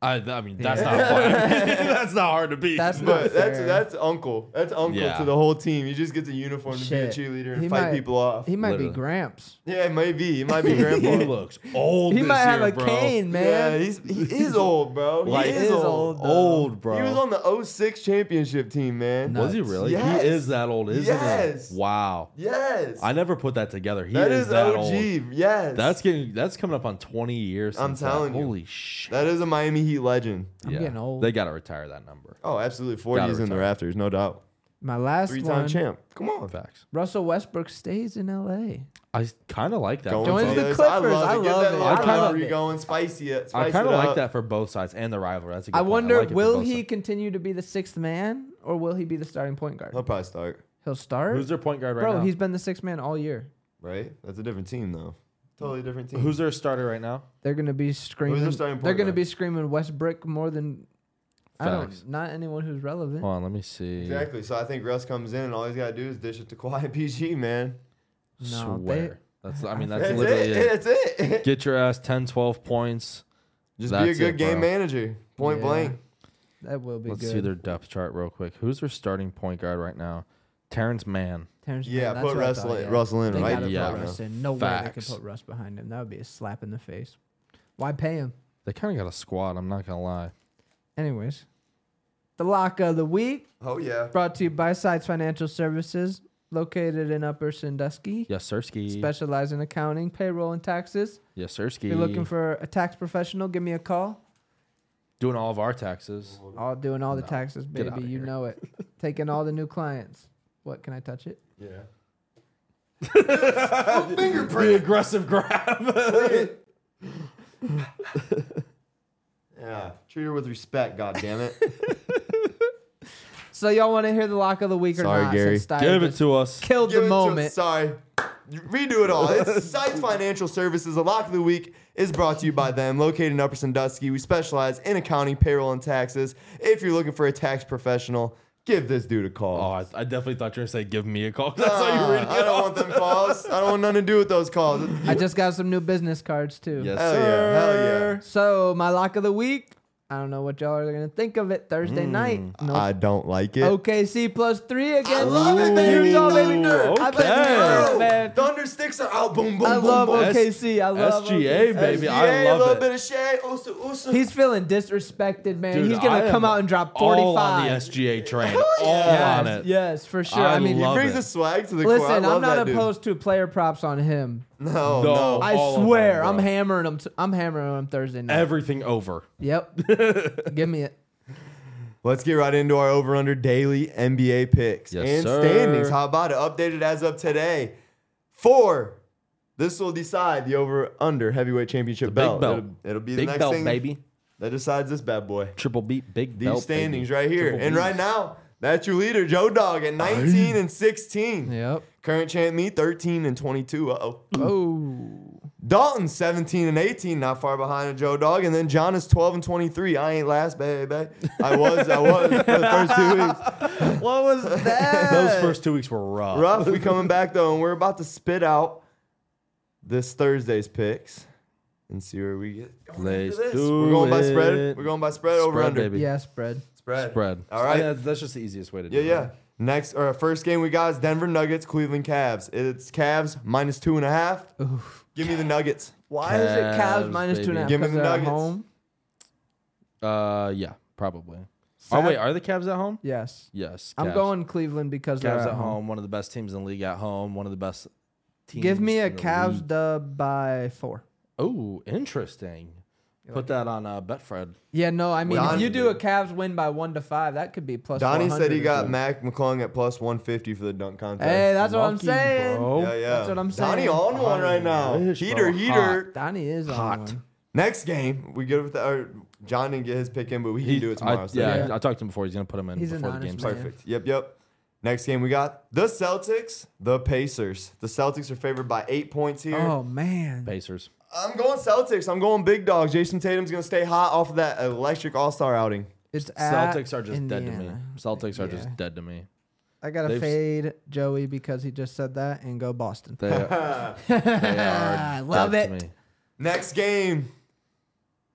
[SPEAKER 1] I, I mean, that's not hard. that's not hard to beat.
[SPEAKER 3] That's not
[SPEAKER 2] But that's
[SPEAKER 3] fair.
[SPEAKER 2] that's uncle. That's uncle
[SPEAKER 1] Yeah.
[SPEAKER 2] to the whole team. He just gets a uniform
[SPEAKER 3] Shit.
[SPEAKER 2] to be a cheerleader and
[SPEAKER 3] He
[SPEAKER 2] fight
[SPEAKER 3] might-
[SPEAKER 2] people off.
[SPEAKER 3] He might
[SPEAKER 1] Literally.
[SPEAKER 3] be Gramps.
[SPEAKER 2] yeah, it might be. He might be
[SPEAKER 1] he
[SPEAKER 2] grandpa.
[SPEAKER 1] looks old.
[SPEAKER 3] He
[SPEAKER 1] this
[SPEAKER 3] might have
[SPEAKER 1] year,
[SPEAKER 3] a
[SPEAKER 1] bro.
[SPEAKER 3] cane,
[SPEAKER 2] Yeah,
[SPEAKER 3] man.
[SPEAKER 2] he's he is old, bro.
[SPEAKER 1] Like,
[SPEAKER 2] he is, old.
[SPEAKER 3] though.
[SPEAKER 1] old, bro.
[SPEAKER 2] He was on the 06 championship team, man.
[SPEAKER 1] Was he
[SPEAKER 3] Nuts.
[SPEAKER 1] really?
[SPEAKER 2] Yes.
[SPEAKER 1] He is that old, isn't
[SPEAKER 2] Yes.
[SPEAKER 1] he? Wow.
[SPEAKER 2] Yes.
[SPEAKER 1] I never put that together. He
[SPEAKER 2] that
[SPEAKER 1] is
[SPEAKER 2] is
[SPEAKER 1] that
[SPEAKER 2] OG.
[SPEAKER 1] old.
[SPEAKER 2] Yes.
[SPEAKER 1] That's getting that's coming up on 20 years.
[SPEAKER 2] I'm
[SPEAKER 1] since that.
[SPEAKER 2] telling you.
[SPEAKER 1] Holy shit.
[SPEAKER 2] that is a Miami Heat legend.
[SPEAKER 3] I'm getting old.
[SPEAKER 1] They got to retire that number.
[SPEAKER 2] Oh, absolutely.
[SPEAKER 1] Gotta
[SPEAKER 2] 40s in the
[SPEAKER 1] retire.
[SPEAKER 2] rafters, no doubt.
[SPEAKER 3] My last
[SPEAKER 2] Three time
[SPEAKER 3] one.
[SPEAKER 2] champ. Come on.
[SPEAKER 1] Facts.
[SPEAKER 3] Russell Westbrook stays in L.A.
[SPEAKER 1] I kind of like that.
[SPEAKER 2] Going
[SPEAKER 1] for
[SPEAKER 3] Joins
[SPEAKER 1] both-
[SPEAKER 3] the
[SPEAKER 2] Vegas.
[SPEAKER 3] Clippers.
[SPEAKER 2] I
[SPEAKER 3] I
[SPEAKER 2] love it. Get
[SPEAKER 3] love
[SPEAKER 2] that
[SPEAKER 3] it.
[SPEAKER 2] little
[SPEAKER 1] I kinda-
[SPEAKER 2] rivalry going. Spicy it.
[SPEAKER 1] I
[SPEAKER 2] Spice
[SPEAKER 1] kind of
[SPEAKER 2] it
[SPEAKER 1] like
[SPEAKER 2] up.
[SPEAKER 1] that for both sides and the rivalry. That's a good
[SPEAKER 3] I
[SPEAKER 1] point.
[SPEAKER 3] wonder,
[SPEAKER 1] like it for
[SPEAKER 3] will
[SPEAKER 1] both
[SPEAKER 3] he
[SPEAKER 1] sides.
[SPEAKER 3] continue to be the sixth man or will he be the starting point guard?
[SPEAKER 2] He'll probably start,
[SPEAKER 3] He'll start.
[SPEAKER 1] Who's their point guard right
[SPEAKER 3] Bro,
[SPEAKER 1] now?
[SPEAKER 3] he's been the sixth man all year.
[SPEAKER 2] right? That's a different team, though. Totally different team.
[SPEAKER 1] Who's their starter right now?
[SPEAKER 3] They're gonna be screaming.
[SPEAKER 2] starting
[SPEAKER 3] they're
[SPEAKER 2] point
[SPEAKER 3] gonna
[SPEAKER 2] guard?
[SPEAKER 3] be screaming Westbrook more than I
[SPEAKER 1] Facts. Oh,
[SPEAKER 3] don't. Not anyone who's relevant.
[SPEAKER 1] Hold on, let me see.
[SPEAKER 2] exactly? So I think Russ comes in, and all he's got to do is dish it to Kawhi PG, man.
[SPEAKER 3] No, they-
[SPEAKER 1] Swear. that's I mean that's
[SPEAKER 2] That's
[SPEAKER 1] literally
[SPEAKER 2] it.
[SPEAKER 1] it.
[SPEAKER 2] That's it.
[SPEAKER 1] Get your ass 10, 12 points.
[SPEAKER 2] Just be a
[SPEAKER 1] That's
[SPEAKER 2] good
[SPEAKER 1] it,
[SPEAKER 2] game
[SPEAKER 1] bro.
[SPEAKER 2] manager. Point
[SPEAKER 3] Yeah.
[SPEAKER 2] blank.
[SPEAKER 3] That will be
[SPEAKER 1] Let's
[SPEAKER 3] good.
[SPEAKER 1] see their depth chart real quick. Who's their starting point guard right now? Terrence Mann.
[SPEAKER 3] Terrence
[SPEAKER 2] Yeah,
[SPEAKER 3] Mann, that's
[SPEAKER 2] put
[SPEAKER 3] what I
[SPEAKER 2] Russell
[SPEAKER 3] thought,
[SPEAKER 2] in-
[SPEAKER 3] yeah.
[SPEAKER 2] Russell in
[SPEAKER 3] They
[SPEAKER 2] right
[SPEAKER 3] gotta
[SPEAKER 1] Yeah.
[SPEAKER 3] put Russ in. No way they
[SPEAKER 1] Facts.
[SPEAKER 3] can put Russ behind him. That would be a slap in the face. Why pay him?
[SPEAKER 1] They kind of got a squad. I'm not gonna lie.
[SPEAKER 3] Anyways, the lock of the week
[SPEAKER 2] Oh yeah.
[SPEAKER 3] brought to you by Sides Financial Services, located in Upper Sandusky.
[SPEAKER 1] Yes, Sirski.
[SPEAKER 3] Specialize in accounting, payroll, and taxes.
[SPEAKER 1] yes, Sirski.
[SPEAKER 3] If you're looking for a tax professional, give me a call.
[SPEAKER 1] doing all of our taxes.
[SPEAKER 3] All doing all the
[SPEAKER 1] No,
[SPEAKER 3] taxes,
[SPEAKER 1] get
[SPEAKER 3] baby.
[SPEAKER 1] outta
[SPEAKER 3] You
[SPEAKER 1] here.
[SPEAKER 3] know it. Taking all the new clients. What can I touch it?
[SPEAKER 2] Yeah.
[SPEAKER 1] The aggressive grab.
[SPEAKER 2] Yeah. Treat her with respect. God damn it.
[SPEAKER 3] So y'all want to hear the lock of the week or
[SPEAKER 2] Sorry,
[SPEAKER 3] not?
[SPEAKER 2] Gary.
[SPEAKER 3] since Steyer
[SPEAKER 1] Give it
[SPEAKER 3] just
[SPEAKER 1] to us.
[SPEAKER 3] Killed
[SPEAKER 2] Give it
[SPEAKER 3] the
[SPEAKER 2] to-
[SPEAKER 3] moment.
[SPEAKER 2] sorry. You- Redo it all. It's Sites Financial Services. The lock of the week is brought to you by them. Located in Upper Sandusky, we specialize in accounting, payroll, and taxes. If you're looking for a tax professional, give this dude a call.
[SPEAKER 1] Oh, I, I definitely thought you were gonna say give me a call.
[SPEAKER 3] Oh,
[SPEAKER 1] That's how Oh, you
[SPEAKER 2] Uh,
[SPEAKER 1] read it.
[SPEAKER 2] I don't want them calls. I don't want nothing to do with those calls.
[SPEAKER 3] I just got some new business cards too.
[SPEAKER 1] Yes,
[SPEAKER 2] Hell
[SPEAKER 1] sir.
[SPEAKER 2] yeah, hell yeah.
[SPEAKER 3] So my lock of the week. I don't know what y'all are gonna think of it Thursday night.
[SPEAKER 2] Mm.
[SPEAKER 3] No.
[SPEAKER 2] I don't like it.
[SPEAKER 3] OKC plus three against
[SPEAKER 2] love it, baby.
[SPEAKER 3] Utah, baby.
[SPEAKER 1] Thunder.
[SPEAKER 3] I fucking love
[SPEAKER 1] Okay.
[SPEAKER 3] it, man.
[SPEAKER 2] Thunder sticks are out. Boom, boom,
[SPEAKER 3] I love
[SPEAKER 1] boom.
[SPEAKER 3] OKC. I love
[SPEAKER 1] SGA,
[SPEAKER 3] OKC.
[SPEAKER 1] baby. I
[SPEAKER 2] a little
[SPEAKER 1] love
[SPEAKER 2] bit
[SPEAKER 1] it.
[SPEAKER 2] of shade. Usa, Usa.
[SPEAKER 3] He's feeling disrespected, man.
[SPEAKER 1] Dude,
[SPEAKER 3] He's gonna
[SPEAKER 1] I
[SPEAKER 3] come
[SPEAKER 1] am
[SPEAKER 3] out and drop forty-five.
[SPEAKER 1] All on the SGA train. All
[SPEAKER 3] yes,
[SPEAKER 1] on it.
[SPEAKER 3] yes, for sure.
[SPEAKER 1] I
[SPEAKER 3] I, mean,
[SPEAKER 1] love
[SPEAKER 2] brings
[SPEAKER 1] it.
[SPEAKER 2] a swag to the court. I
[SPEAKER 3] listen, I'm
[SPEAKER 2] love
[SPEAKER 3] not
[SPEAKER 2] that dude.
[SPEAKER 3] opposed to player props on him.
[SPEAKER 1] No.
[SPEAKER 2] No, no.
[SPEAKER 1] I-
[SPEAKER 3] I
[SPEAKER 1] All of
[SPEAKER 3] swear,
[SPEAKER 1] them,
[SPEAKER 3] I'm
[SPEAKER 1] bro.
[SPEAKER 3] hammering him. T- I'm hammering him Thursday night.
[SPEAKER 1] Everything over.
[SPEAKER 3] yep. Give me it.
[SPEAKER 2] Let's get right into our over under daily NBA picks
[SPEAKER 1] Yes,
[SPEAKER 2] and
[SPEAKER 1] sir.
[SPEAKER 2] standings. How about it? Updated as of today. Four. This will decide the over under heavyweight championship
[SPEAKER 1] The big
[SPEAKER 2] belt.
[SPEAKER 1] belt.
[SPEAKER 2] It'll, it'll be the
[SPEAKER 1] Big
[SPEAKER 2] next
[SPEAKER 1] belt,
[SPEAKER 2] thing
[SPEAKER 1] baby.
[SPEAKER 2] that decides this bad boy.
[SPEAKER 1] Triple beat, big
[SPEAKER 2] These
[SPEAKER 1] belt.
[SPEAKER 2] standings
[SPEAKER 1] baby.
[SPEAKER 2] right here.
[SPEAKER 1] Triple
[SPEAKER 2] and
[SPEAKER 1] Bs.
[SPEAKER 2] right now, that's your leader, Joe Dog, at 19 and 16.
[SPEAKER 3] Yep.
[SPEAKER 2] Current champ me, 13 and 22. Uh oh.
[SPEAKER 3] Oh,
[SPEAKER 2] Dalton 17 and 18, not far behind a Joe Dog, and then John is 12 and 23. I ain't last, baby. I was, I was for the first two weeks.
[SPEAKER 3] what was that?
[SPEAKER 1] Those first two weeks were rough.
[SPEAKER 2] Rough. We coming back though, and we're about to spit out this Thursday's picks and see where we get.
[SPEAKER 1] Let's
[SPEAKER 2] Look at this.
[SPEAKER 1] do
[SPEAKER 2] We're going by
[SPEAKER 1] it.
[SPEAKER 2] spread. We're going by spread, over
[SPEAKER 1] Spread,
[SPEAKER 2] under.
[SPEAKER 1] baby.
[SPEAKER 3] Yeah, spread.
[SPEAKER 2] Spread.
[SPEAKER 1] Spread.
[SPEAKER 2] All
[SPEAKER 1] I
[SPEAKER 2] right.
[SPEAKER 1] mean, that's just the easiest way to do
[SPEAKER 2] Yeah,
[SPEAKER 1] it.
[SPEAKER 2] yeah. Next or first game we got is Denver Nuggets, Cleveland Cavs. It's Cavs minus two and a half. Give me the Nuggets.
[SPEAKER 3] Why is it Cavs
[SPEAKER 1] Cavs,
[SPEAKER 3] minus two and a half?
[SPEAKER 1] baby.
[SPEAKER 2] Give me
[SPEAKER 3] 'cause
[SPEAKER 2] the
[SPEAKER 3] they're at
[SPEAKER 2] Nuggets.
[SPEAKER 3] home?
[SPEAKER 1] Uh, yeah, probably.
[SPEAKER 3] Sad-
[SPEAKER 1] Oh wait, are the Cavs at home?
[SPEAKER 3] Yes.
[SPEAKER 1] Yes.
[SPEAKER 3] I'm
[SPEAKER 1] Cavs.
[SPEAKER 3] going Cleveland because they're
[SPEAKER 1] Cavs
[SPEAKER 3] at,
[SPEAKER 1] at
[SPEAKER 3] home.
[SPEAKER 1] home. One of the best teams in the league at home. One of the best. teams
[SPEAKER 3] Give me a
[SPEAKER 1] in the
[SPEAKER 3] Cavs
[SPEAKER 1] league.
[SPEAKER 3] dub by four.
[SPEAKER 1] Oh, interesting. Put that on uh, Betfred.
[SPEAKER 3] Yeah, no, I mean,
[SPEAKER 2] Don-
[SPEAKER 3] if you do a Cavs win by one to five, that could be plus.
[SPEAKER 2] Donnie said he
[SPEAKER 3] 400 or
[SPEAKER 2] got
[SPEAKER 3] something.
[SPEAKER 2] Mac McClung at plus 150 for the dunk contest.
[SPEAKER 3] Hey, that's what I'm
[SPEAKER 1] Lucky,
[SPEAKER 3] saying.
[SPEAKER 1] bro.
[SPEAKER 2] yeah, yeah.
[SPEAKER 3] that's what I'm
[SPEAKER 2] Donnie
[SPEAKER 3] saying.
[SPEAKER 2] on one right now.
[SPEAKER 1] Donnie is,
[SPEAKER 2] Heater,
[SPEAKER 1] bro,
[SPEAKER 2] heater.
[SPEAKER 3] Donnie is on
[SPEAKER 2] Hot.
[SPEAKER 3] one.
[SPEAKER 2] Next game, we get with the, or John didn't get his pick in, but we can do it tomorrow.
[SPEAKER 1] I,
[SPEAKER 2] so
[SPEAKER 1] yeah,
[SPEAKER 3] Yeah.
[SPEAKER 1] I talked to him before. He's gonna put him in
[SPEAKER 3] He's an
[SPEAKER 1] before the
[SPEAKER 3] honest
[SPEAKER 1] game.
[SPEAKER 3] man.
[SPEAKER 1] starts.
[SPEAKER 2] Perfect. Yep, yep. Next game we got the Celtics, the Pacers. The Celtics are favored by eight points here.
[SPEAKER 3] Oh man,
[SPEAKER 1] Pacers.
[SPEAKER 2] I'm going Celtics. I'm going big dog. Jason Tatum's gonna stay hot off of that electric All Star outing.
[SPEAKER 3] it's at
[SPEAKER 1] Celtics are just dead to me.
[SPEAKER 3] Indiana.
[SPEAKER 1] Celtics are just
[SPEAKER 3] Yeah.
[SPEAKER 1] dead to me.
[SPEAKER 3] I gotta
[SPEAKER 1] They've-
[SPEAKER 3] fade Joey because he just said that and go Boston.
[SPEAKER 1] They are. they are
[SPEAKER 3] Love
[SPEAKER 1] dead to
[SPEAKER 3] it.
[SPEAKER 1] me.
[SPEAKER 2] Next game,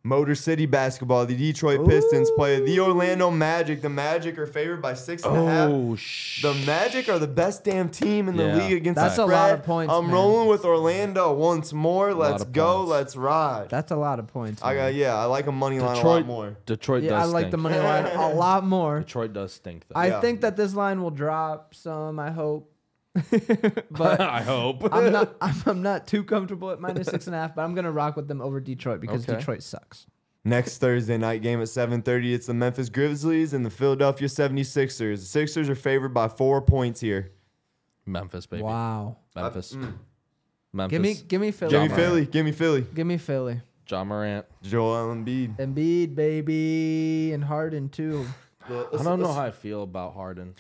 [SPEAKER 2] Motor City basketball. The Detroit Pistons play the Orlando Magic. The Magic are favored by six and a half.
[SPEAKER 1] Oh sh.
[SPEAKER 2] The Magic are the best damn team in the
[SPEAKER 1] Yeah.
[SPEAKER 2] league against
[SPEAKER 3] That's
[SPEAKER 2] the
[SPEAKER 3] a
[SPEAKER 2] spread.
[SPEAKER 3] lot of points,
[SPEAKER 2] I'm
[SPEAKER 3] man.
[SPEAKER 2] rolling with Orlando once more. Let's
[SPEAKER 1] of
[SPEAKER 2] go.
[SPEAKER 1] points.
[SPEAKER 2] Let's ride.
[SPEAKER 3] That's a lot of points.
[SPEAKER 2] I got
[SPEAKER 3] man.
[SPEAKER 2] yeah. I like a money line a lot
[SPEAKER 1] Detroit-
[SPEAKER 2] more.
[SPEAKER 1] Detroit
[SPEAKER 3] Yeah,
[SPEAKER 1] does.
[SPEAKER 3] I like
[SPEAKER 1] stink.
[SPEAKER 3] the money line a lot more.
[SPEAKER 1] Detroit does stink though.
[SPEAKER 3] I
[SPEAKER 2] Yeah.
[SPEAKER 3] think that this line will drop some. I hope, but
[SPEAKER 1] I hope.
[SPEAKER 3] I'm not. I'm, I'm not too comfortable at minus six and a half. But I'm gonna rock with them over Detroit because
[SPEAKER 1] Okay.
[SPEAKER 3] Detroit sucks.
[SPEAKER 2] Next Thursday night game at 7:30, it's the Memphis Grizzlies and the Philadelphia 76ers. The Sixers are favored by 4 points here.
[SPEAKER 1] Memphis, baby.
[SPEAKER 3] Wow.
[SPEAKER 1] Memphis.
[SPEAKER 2] Uh, mm.
[SPEAKER 1] Memphis.
[SPEAKER 3] Give me, give me Philly.
[SPEAKER 2] Give me
[SPEAKER 1] John
[SPEAKER 2] Philly, give me Philly.
[SPEAKER 3] Give me Philly.
[SPEAKER 1] John Morant.
[SPEAKER 2] Joel Embiid.
[SPEAKER 3] Embiid, baby, and Harden too.
[SPEAKER 1] I don't know how I feel about Harden.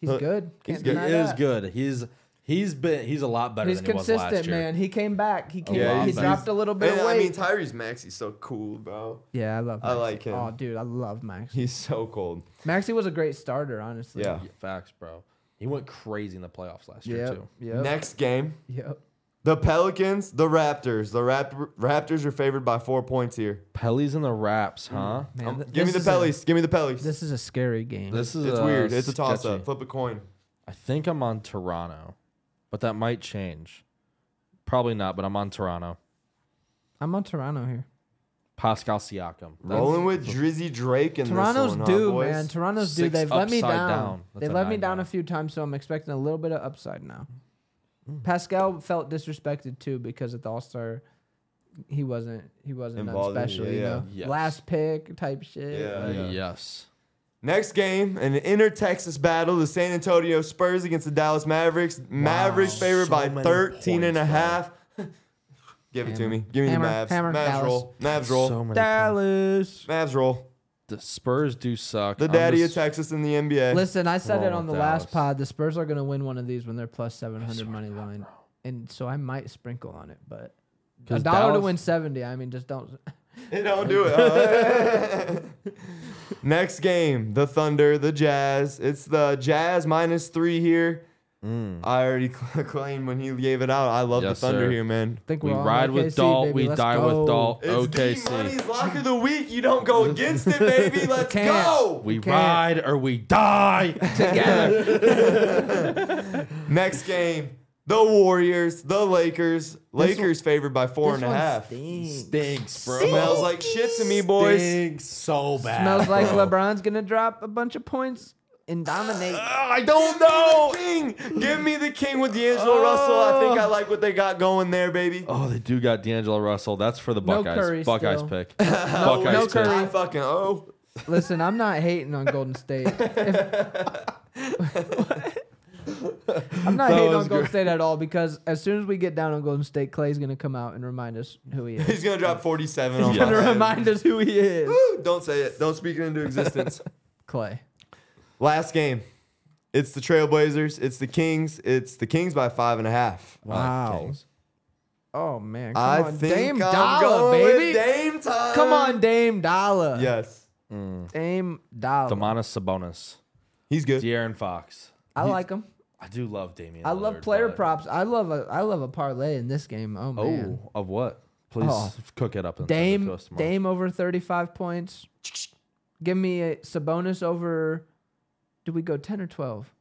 [SPEAKER 3] He's
[SPEAKER 2] Look,
[SPEAKER 3] good. Can't
[SPEAKER 1] He
[SPEAKER 3] deny
[SPEAKER 1] is
[SPEAKER 3] that.
[SPEAKER 1] good. He's he's been he's a lot better
[SPEAKER 3] He's
[SPEAKER 1] than he was last
[SPEAKER 3] consistent,
[SPEAKER 1] year. Oh,
[SPEAKER 3] man. He came back. He came.
[SPEAKER 1] lot
[SPEAKER 3] he
[SPEAKER 1] better.
[SPEAKER 3] dropped a little bit
[SPEAKER 2] And,
[SPEAKER 3] of
[SPEAKER 2] I
[SPEAKER 3] weight.
[SPEAKER 2] mean, Tyrese Maxey's so cool, bro.
[SPEAKER 3] yeah, I love.
[SPEAKER 2] I
[SPEAKER 3] Maxey.
[SPEAKER 2] like him.
[SPEAKER 3] Oh, dude, I love Max.
[SPEAKER 2] He's so cold.
[SPEAKER 3] Maxi was a great starter, honestly.
[SPEAKER 2] Yeah.
[SPEAKER 1] Yeah, Facts, bro. He went crazy in the playoffs last year
[SPEAKER 3] Yep.
[SPEAKER 1] too.
[SPEAKER 3] Yep.
[SPEAKER 2] Next game,
[SPEAKER 3] Yep.
[SPEAKER 2] the Pelicans, the Raptors. The Rap- Raptors are favored by 4 points here.
[SPEAKER 1] Pelly's in the wraps, huh?
[SPEAKER 3] Mm, Man,
[SPEAKER 2] Um,
[SPEAKER 3] th-
[SPEAKER 2] give me
[SPEAKER 3] this
[SPEAKER 2] the
[SPEAKER 3] is a-
[SPEAKER 2] Pellies. Give me the Pellies.
[SPEAKER 3] This is a scary game.
[SPEAKER 1] This is
[SPEAKER 2] it's
[SPEAKER 1] uh,
[SPEAKER 2] weird. It's a toss
[SPEAKER 1] sketchy.
[SPEAKER 2] up. Flip a coin.
[SPEAKER 1] I think I'm on Toronto, but that might change. Probably not, but I'm on Toronto.
[SPEAKER 3] I'm on Toronto here.
[SPEAKER 1] Pascal Siakam. That's-
[SPEAKER 2] Rolling with Drizzy Drake in
[SPEAKER 3] Toronto's
[SPEAKER 2] this one, huh,
[SPEAKER 3] due,
[SPEAKER 2] boys?
[SPEAKER 3] man. Toronto's due.
[SPEAKER 1] Six
[SPEAKER 3] They've let me
[SPEAKER 1] upside
[SPEAKER 3] down.
[SPEAKER 1] down. That's
[SPEAKER 3] They
[SPEAKER 1] a
[SPEAKER 3] let me
[SPEAKER 1] nine
[SPEAKER 3] down
[SPEAKER 1] now.
[SPEAKER 3] a few times, so I'm expecting a little bit of upside now.
[SPEAKER 2] Hmm.
[SPEAKER 3] Pascal felt disrespected too because at the All Star, he wasn't he wasn't
[SPEAKER 2] Involved in-
[SPEAKER 3] nothing special.
[SPEAKER 2] yeah,
[SPEAKER 3] you
[SPEAKER 2] yeah.
[SPEAKER 3] know,
[SPEAKER 1] Yes.
[SPEAKER 3] last pick type shit.
[SPEAKER 2] Yeah.
[SPEAKER 3] Like,
[SPEAKER 2] Yeah.
[SPEAKER 1] Yes.
[SPEAKER 2] Next game, an inner Texas battle, the San Antonio Spurs against the Dallas Mavericks. Mavericks favored
[SPEAKER 1] So
[SPEAKER 2] by
[SPEAKER 1] many
[SPEAKER 2] 13 and a
[SPEAKER 1] points,
[SPEAKER 2] half. Give it to
[SPEAKER 3] Hammer.
[SPEAKER 2] me. Give me
[SPEAKER 3] Hammer,
[SPEAKER 2] the Mavs.
[SPEAKER 3] hammer,
[SPEAKER 2] Mavs
[SPEAKER 3] Dallas.
[SPEAKER 2] roll. Mavs roll.
[SPEAKER 1] So many points.
[SPEAKER 3] Dallas.
[SPEAKER 2] Mavs roll.
[SPEAKER 1] The Spurs do suck.
[SPEAKER 2] The
[SPEAKER 1] I'm
[SPEAKER 2] daddy
[SPEAKER 1] just-
[SPEAKER 2] of Texas in the NBA.
[SPEAKER 3] Listen, I said it
[SPEAKER 1] Roll
[SPEAKER 3] on the
[SPEAKER 1] Dallas.
[SPEAKER 3] last pod. The Spurs are gonna win one of these when they're plus seven hundred money line, and so I might sprinkle on it, but. A
[SPEAKER 1] 'Cause
[SPEAKER 3] dollar to
[SPEAKER 1] Dallas-
[SPEAKER 3] win seventy. I mean, just don't.
[SPEAKER 2] It don't do it. huh? Next game, the Thunder, the Jazz. It's the Jazz minus three here.
[SPEAKER 1] mm.
[SPEAKER 2] I already claimed when he gave it out. I love
[SPEAKER 1] Yes,
[SPEAKER 2] the Thunder
[SPEAKER 1] sir.
[SPEAKER 2] here, man.
[SPEAKER 3] think
[SPEAKER 1] We
[SPEAKER 3] we're all
[SPEAKER 1] ride with
[SPEAKER 3] OKC,
[SPEAKER 1] Dalt.
[SPEAKER 3] baby.
[SPEAKER 1] We
[SPEAKER 3] Let's
[SPEAKER 1] die with
[SPEAKER 3] go.
[SPEAKER 1] Dalt.
[SPEAKER 2] It's
[SPEAKER 1] OKC.
[SPEAKER 2] the money's lock of the week. You don't go against it, baby. Let's
[SPEAKER 3] Can't.
[SPEAKER 2] go.
[SPEAKER 1] We
[SPEAKER 3] can't.
[SPEAKER 1] ride or we die.
[SPEAKER 3] together.
[SPEAKER 2] Next game, the Warriors, the Lakers. Lakers favored by four and a half.
[SPEAKER 1] Stinks, bro.
[SPEAKER 2] Smells like shit to me, boys.
[SPEAKER 1] Stinks so bad.
[SPEAKER 3] Smells like
[SPEAKER 1] bro.
[SPEAKER 3] LeBron's gonna drop a bunch of points and dominate.
[SPEAKER 2] Ah, I don't know. Oh, King. Give me the king with D'Angelo Russell. I think I like what they got going there, baby.
[SPEAKER 1] Oh, they do got D'Angelo Russell. That's for the
[SPEAKER 3] No
[SPEAKER 1] Buckeyes.
[SPEAKER 3] Curry
[SPEAKER 1] Buckeyes
[SPEAKER 3] still.
[SPEAKER 1] pick. Buckeyes
[SPEAKER 3] no
[SPEAKER 1] pick.
[SPEAKER 3] Curry.
[SPEAKER 2] I fucking oh.
[SPEAKER 3] Listen, I'm not hating on Golden State. If- I'm not
[SPEAKER 1] That
[SPEAKER 3] hating
[SPEAKER 1] was
[SPEAKER 3] on Golden
[SPEAKER 1] good.
[SPEAKER 3] State at all because as soon as we get down on Golden State, Clay's gonna come out and remind us who he is.
[SPEAKER 2] He's gonna drop 47 on
[SPEAKER 1] He's
[SPEAKER 2] my
[SPEAKER 3] gonna
[SPEAKER 2] head.
[SPEAKER 3] remind us who he is.
[SPEAKER 2] Woo, Don't say it. Don't speak it into existence.
[SPEAKER 3] Clay.
[SPEAKER 2] Last game. It's the Trailblazers. It's the Kings. It's the Kings by five and a half.
[SPEAKER 3] Wow.
[SPEAKER 1] Kings.
[SPEAKER 3] Oh man. Come
[SPEAKER 2] I
[SPEAKER 3] on,
[SPEAKER 2] think
[SPEAKER 3] Dame
[SPEAKER 2] I'm
[SPEAKER 3] Dollar,
[SPEAKER 2] going
[SPEAKER 3] baby.
[SPEAKER 2] with Dame time.
[SPEAKER 3] Come on, Dame Dollar.
[SPEAKER 2] Yes,
[SPEAKER 3] Dame Dollar.
[SPEAKER 1] Demonis Sabonis.
[SPEAKER 2] he's good.
[SPEAKER 1] De'Aaron Fox.
[SPEAKER 3] I like him.
[SPEAKER 1] I do love Damian.
[SPEAKER 3] I love
[SPEAKER 1] Lillard,
[SPEAKER 3] player
[SPEAKER 1] but-
[SPEAKER 3] props. I love a I love a parlay in this game. Oh
[SPEAKER 1] Oh,
[SPEAKER 3] man.
[SPEAKER 1] of what? Please
[SPEAKER 3] Oh.
[SPEAKER 1] cook it up and send it to
[SPEAKER 3] Dame
[SPEAKER 1] us tomorrow.
[SPEAKER 3] Dame over 35 points. Give me a Sabonis over do we go 10 or 12?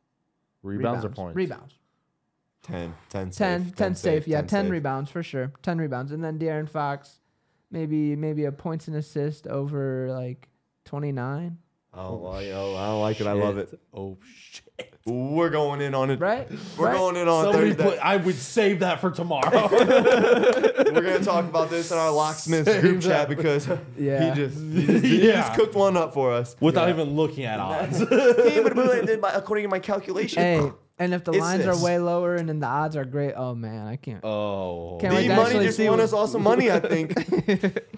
[SPEAKER 1] Rebounds, or points?
[SPEAKER 3] Rebounds.
[SPEAKER 2] 10, 10,
[SPEAKER 3] 10
[SPEAKER 2] safe,
[SPEAKER 3] 10, safe. Yeah, 10,
[SPEAKER 2] safe.
[SPEAKER 3] rebounds for sure. 10 rebounds and then De'Aaron Fox maybe maybe a points and assist over like 29.
[SPEAKER 2] I don't like it. oh, I don't like it. I love it.
[SPEAKER 1] Oh shit!
[SPEAKER 2] We're going in on it.
[SPEAKER 3] Right?
[SPEAKER 2] We're
[SPEAKER 3] Right?
[SPEAKER 2] going in on
[SPEAKER 1] Somebody
[SPEAKER 2] Thursday.
[SPEAKER 1] put. I would save that for tomorrow.
[SPEAKER 2] We're gonna talk about this in our locksmiths
[SPEAKER 1] Save
[SPEAKER 2] group
[SPEAKER 1] that.
[SPEAKER 2] chat because
[SPEAKER 3] Yeah.
[SPEAKER 2] he just he just, he
[SPEAKER 1] Yeah.
[SPEAKER 2] just cooked one up for us.
[SPEAKER 1] without even looking at odds.
[SPEAKER 2] Hey, but- but I did my- according to my calculation,
[SPEAKER 3] Hey, and if the
[SPEAKER 2] It's
[SPEAKER 3] lines
[SPEAKER 2] this.
[SPEAKER 3] are way lower and then the odds are great, oh man, I can't.
[SPEAKER 1] oh,
[SPEAKER 3] Can't
[SPEAKER 2] the
[SPEAKER 3] wait to
[SPEAKER 2] money
[SPEAKER 3] actually
[SPEAKER 2] just
[SPEAKER 3] see
[SPEAKER 2] won
[SPEAKER 3] what-
[SPEAKER 2] us all some money. I think.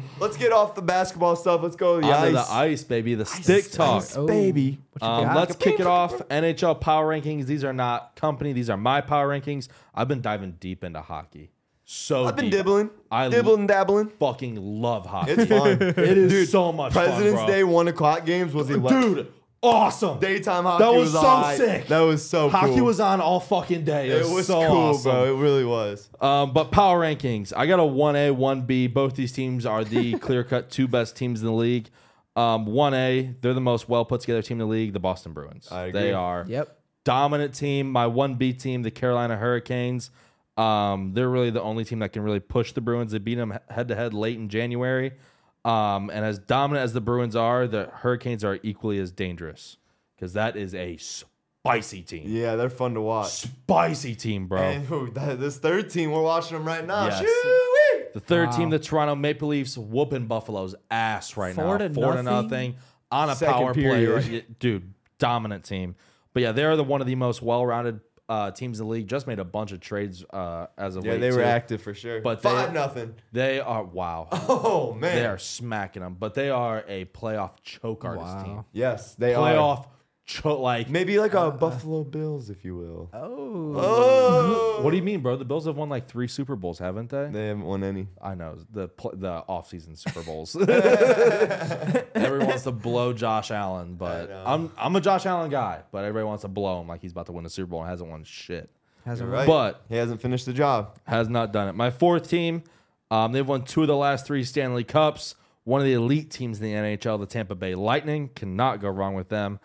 [SPEAKER 2] Let's get off the basketball stuff. Let's go to the
[SPEAKER 1] Onto
[SPEAKER 2] ice.
[SPEAKER 1] the ice, baby. The stick talk.
[SPEAKER 3] Oh,
[SPEAKER 2] baby.
[SPEAKER 3] what you
[SPEAKER 1] Um,
[SPEAKER 3] got?
[SPEAKER 1] let's kick it off. NHL power rankings. These are not company. These are my power rankings. I've been diving deep into hockey. So
[SPEAKER 2] I've been
[SPEAKER 1] deep.
[SPEAKER 2] dibbling,
[SPEAKER 1] Oh, I
[SPEAKER 2] dibbling, dabbling.
[SPEAKER 1] fucking love hockey.
[SPEAKER 2] It's fun.
[SPEAKER 1] It is so much
[SPEAKER 2] President's
[SPEAKER 1] fun, bro.
[SPEAKER 2] Day one o'clock games was elect-
[SPEAKER 1] dude. Awesome.
[SPEAKER 2] Daytime hockey
[SPEAKER 1] was so
[SPEAKER 2] alright.
[SPEAKER 1] sick.
[SPEAKER 2] That was so
[SPEAKER 1] hockey
[SPEAKER 2] cool.
[SPEAKER 1] was on all fucking day. It,
[SPEAKER 2] it was
[SPEAKER 1] so
[SPEAKER 2] cool,
[SPEAKER 1] awesome.
[SPEAKER 2] bro. It really was.
[SPEAKER 1] Um, but power rankings, I got a one A, one B. Both these teams are the clear cut two best teams in the league. Um, One A, they're the most well put together team in the league. The Boston Bruins.
[SPEAKER 2] I agree.
[SPEAKER 1] They are
[SPEAKER 3] Yep.
[SPEAKER 1] dominant team. My one B team, the Carolina Hurricanes. Um, they're really the only team that can really push the Bruins. They beat them head to head late in January. Um, and as dominant as the Bruins are, the Hurricanes are equally as dangerous because that is a spicy team.
[SPEAKER 2] Yeah, they're fun to watch.
[SPEAKER 1] Spicy team, bro.
[SPEAKER 2] And ooh, that- this third team, we're watching them right now.
[SPEAKER 1] Yes.
[SPEAKER 2] Shoo-wee!
[SPEAKER 1] The third
[SPEAKER 3] Wow.
[SPEAKER 1] team, the Toronto Maple Leafs, whooping Buffalo's ass right
[SPEAKER 3] Four
[SPEAKER 1] now,
[SPEAKER 3] to
[SPEAKER 1] four to
[SPEAKER 3] nothing?
[SPEAKER 1] nothing on a
[SPEAKER 2] Second
[SPEAKER 1] power
[SPEAKER 2] period.
[SPEAKER 1] play, right? Yeah, dude. Dominant team, but yeah, they are the one of the most well-rounded uh, teams in the league. Just made a bunch of trades uh, as of
[SPEAKER 2] Yeah,
[SPEAKER 1] late.
[SPEAKER 2] they were
[SPEAKER 1] too.
[SPEAKER 2] active for sure.
[SPEAKER 1] But they-
[SPEAKER 2] five nothing.
[SPEAKER 1] They are wow.
[SPEAKER 2] Oh man.
[SPEAKER 1] they are smacking them, but they are a playoff choke artist
[SPEAKER 3] Wow.
[SPEAKER 1] team.
[SPEAKER 2] Yes, they are.
[SPEAKER 1] Playoff Uh, choke like.
[SPEAKER 2] Maybe like a Buffalo Bills, if you will.
[SPEAKER 3] Oh.
[SPEAKER 2] Oh.
[SPEAKER 1] What do you mean, bro? The Bills have won like three Super Bowls, haven't they?
[SPEAKER 2] They haven't won any.
[SPEAKER 1] I know the pl- the offseason Super Bowls. Everyone wants to blow Josh Allen, but
[SPEAKER 2] know.
[SPEAKER 1] I'm I'm a Josh Allen guy, but everybody wants to blow him like he's about to win a Super Bowl and hasn't won shit.
[SPEAKER 3] Has a
[SPEAKER 2] You're right.
[SPEAKER 1] But-
[SPEAKER 2] he hasn't finished the job.
[SPEAKER 1] Has not done it. My fourth team, um, they've won two of the last three Stanley Cups. One of the elite teams in the NHL, the Tampa Bay Lightning, cannot go wrong with them.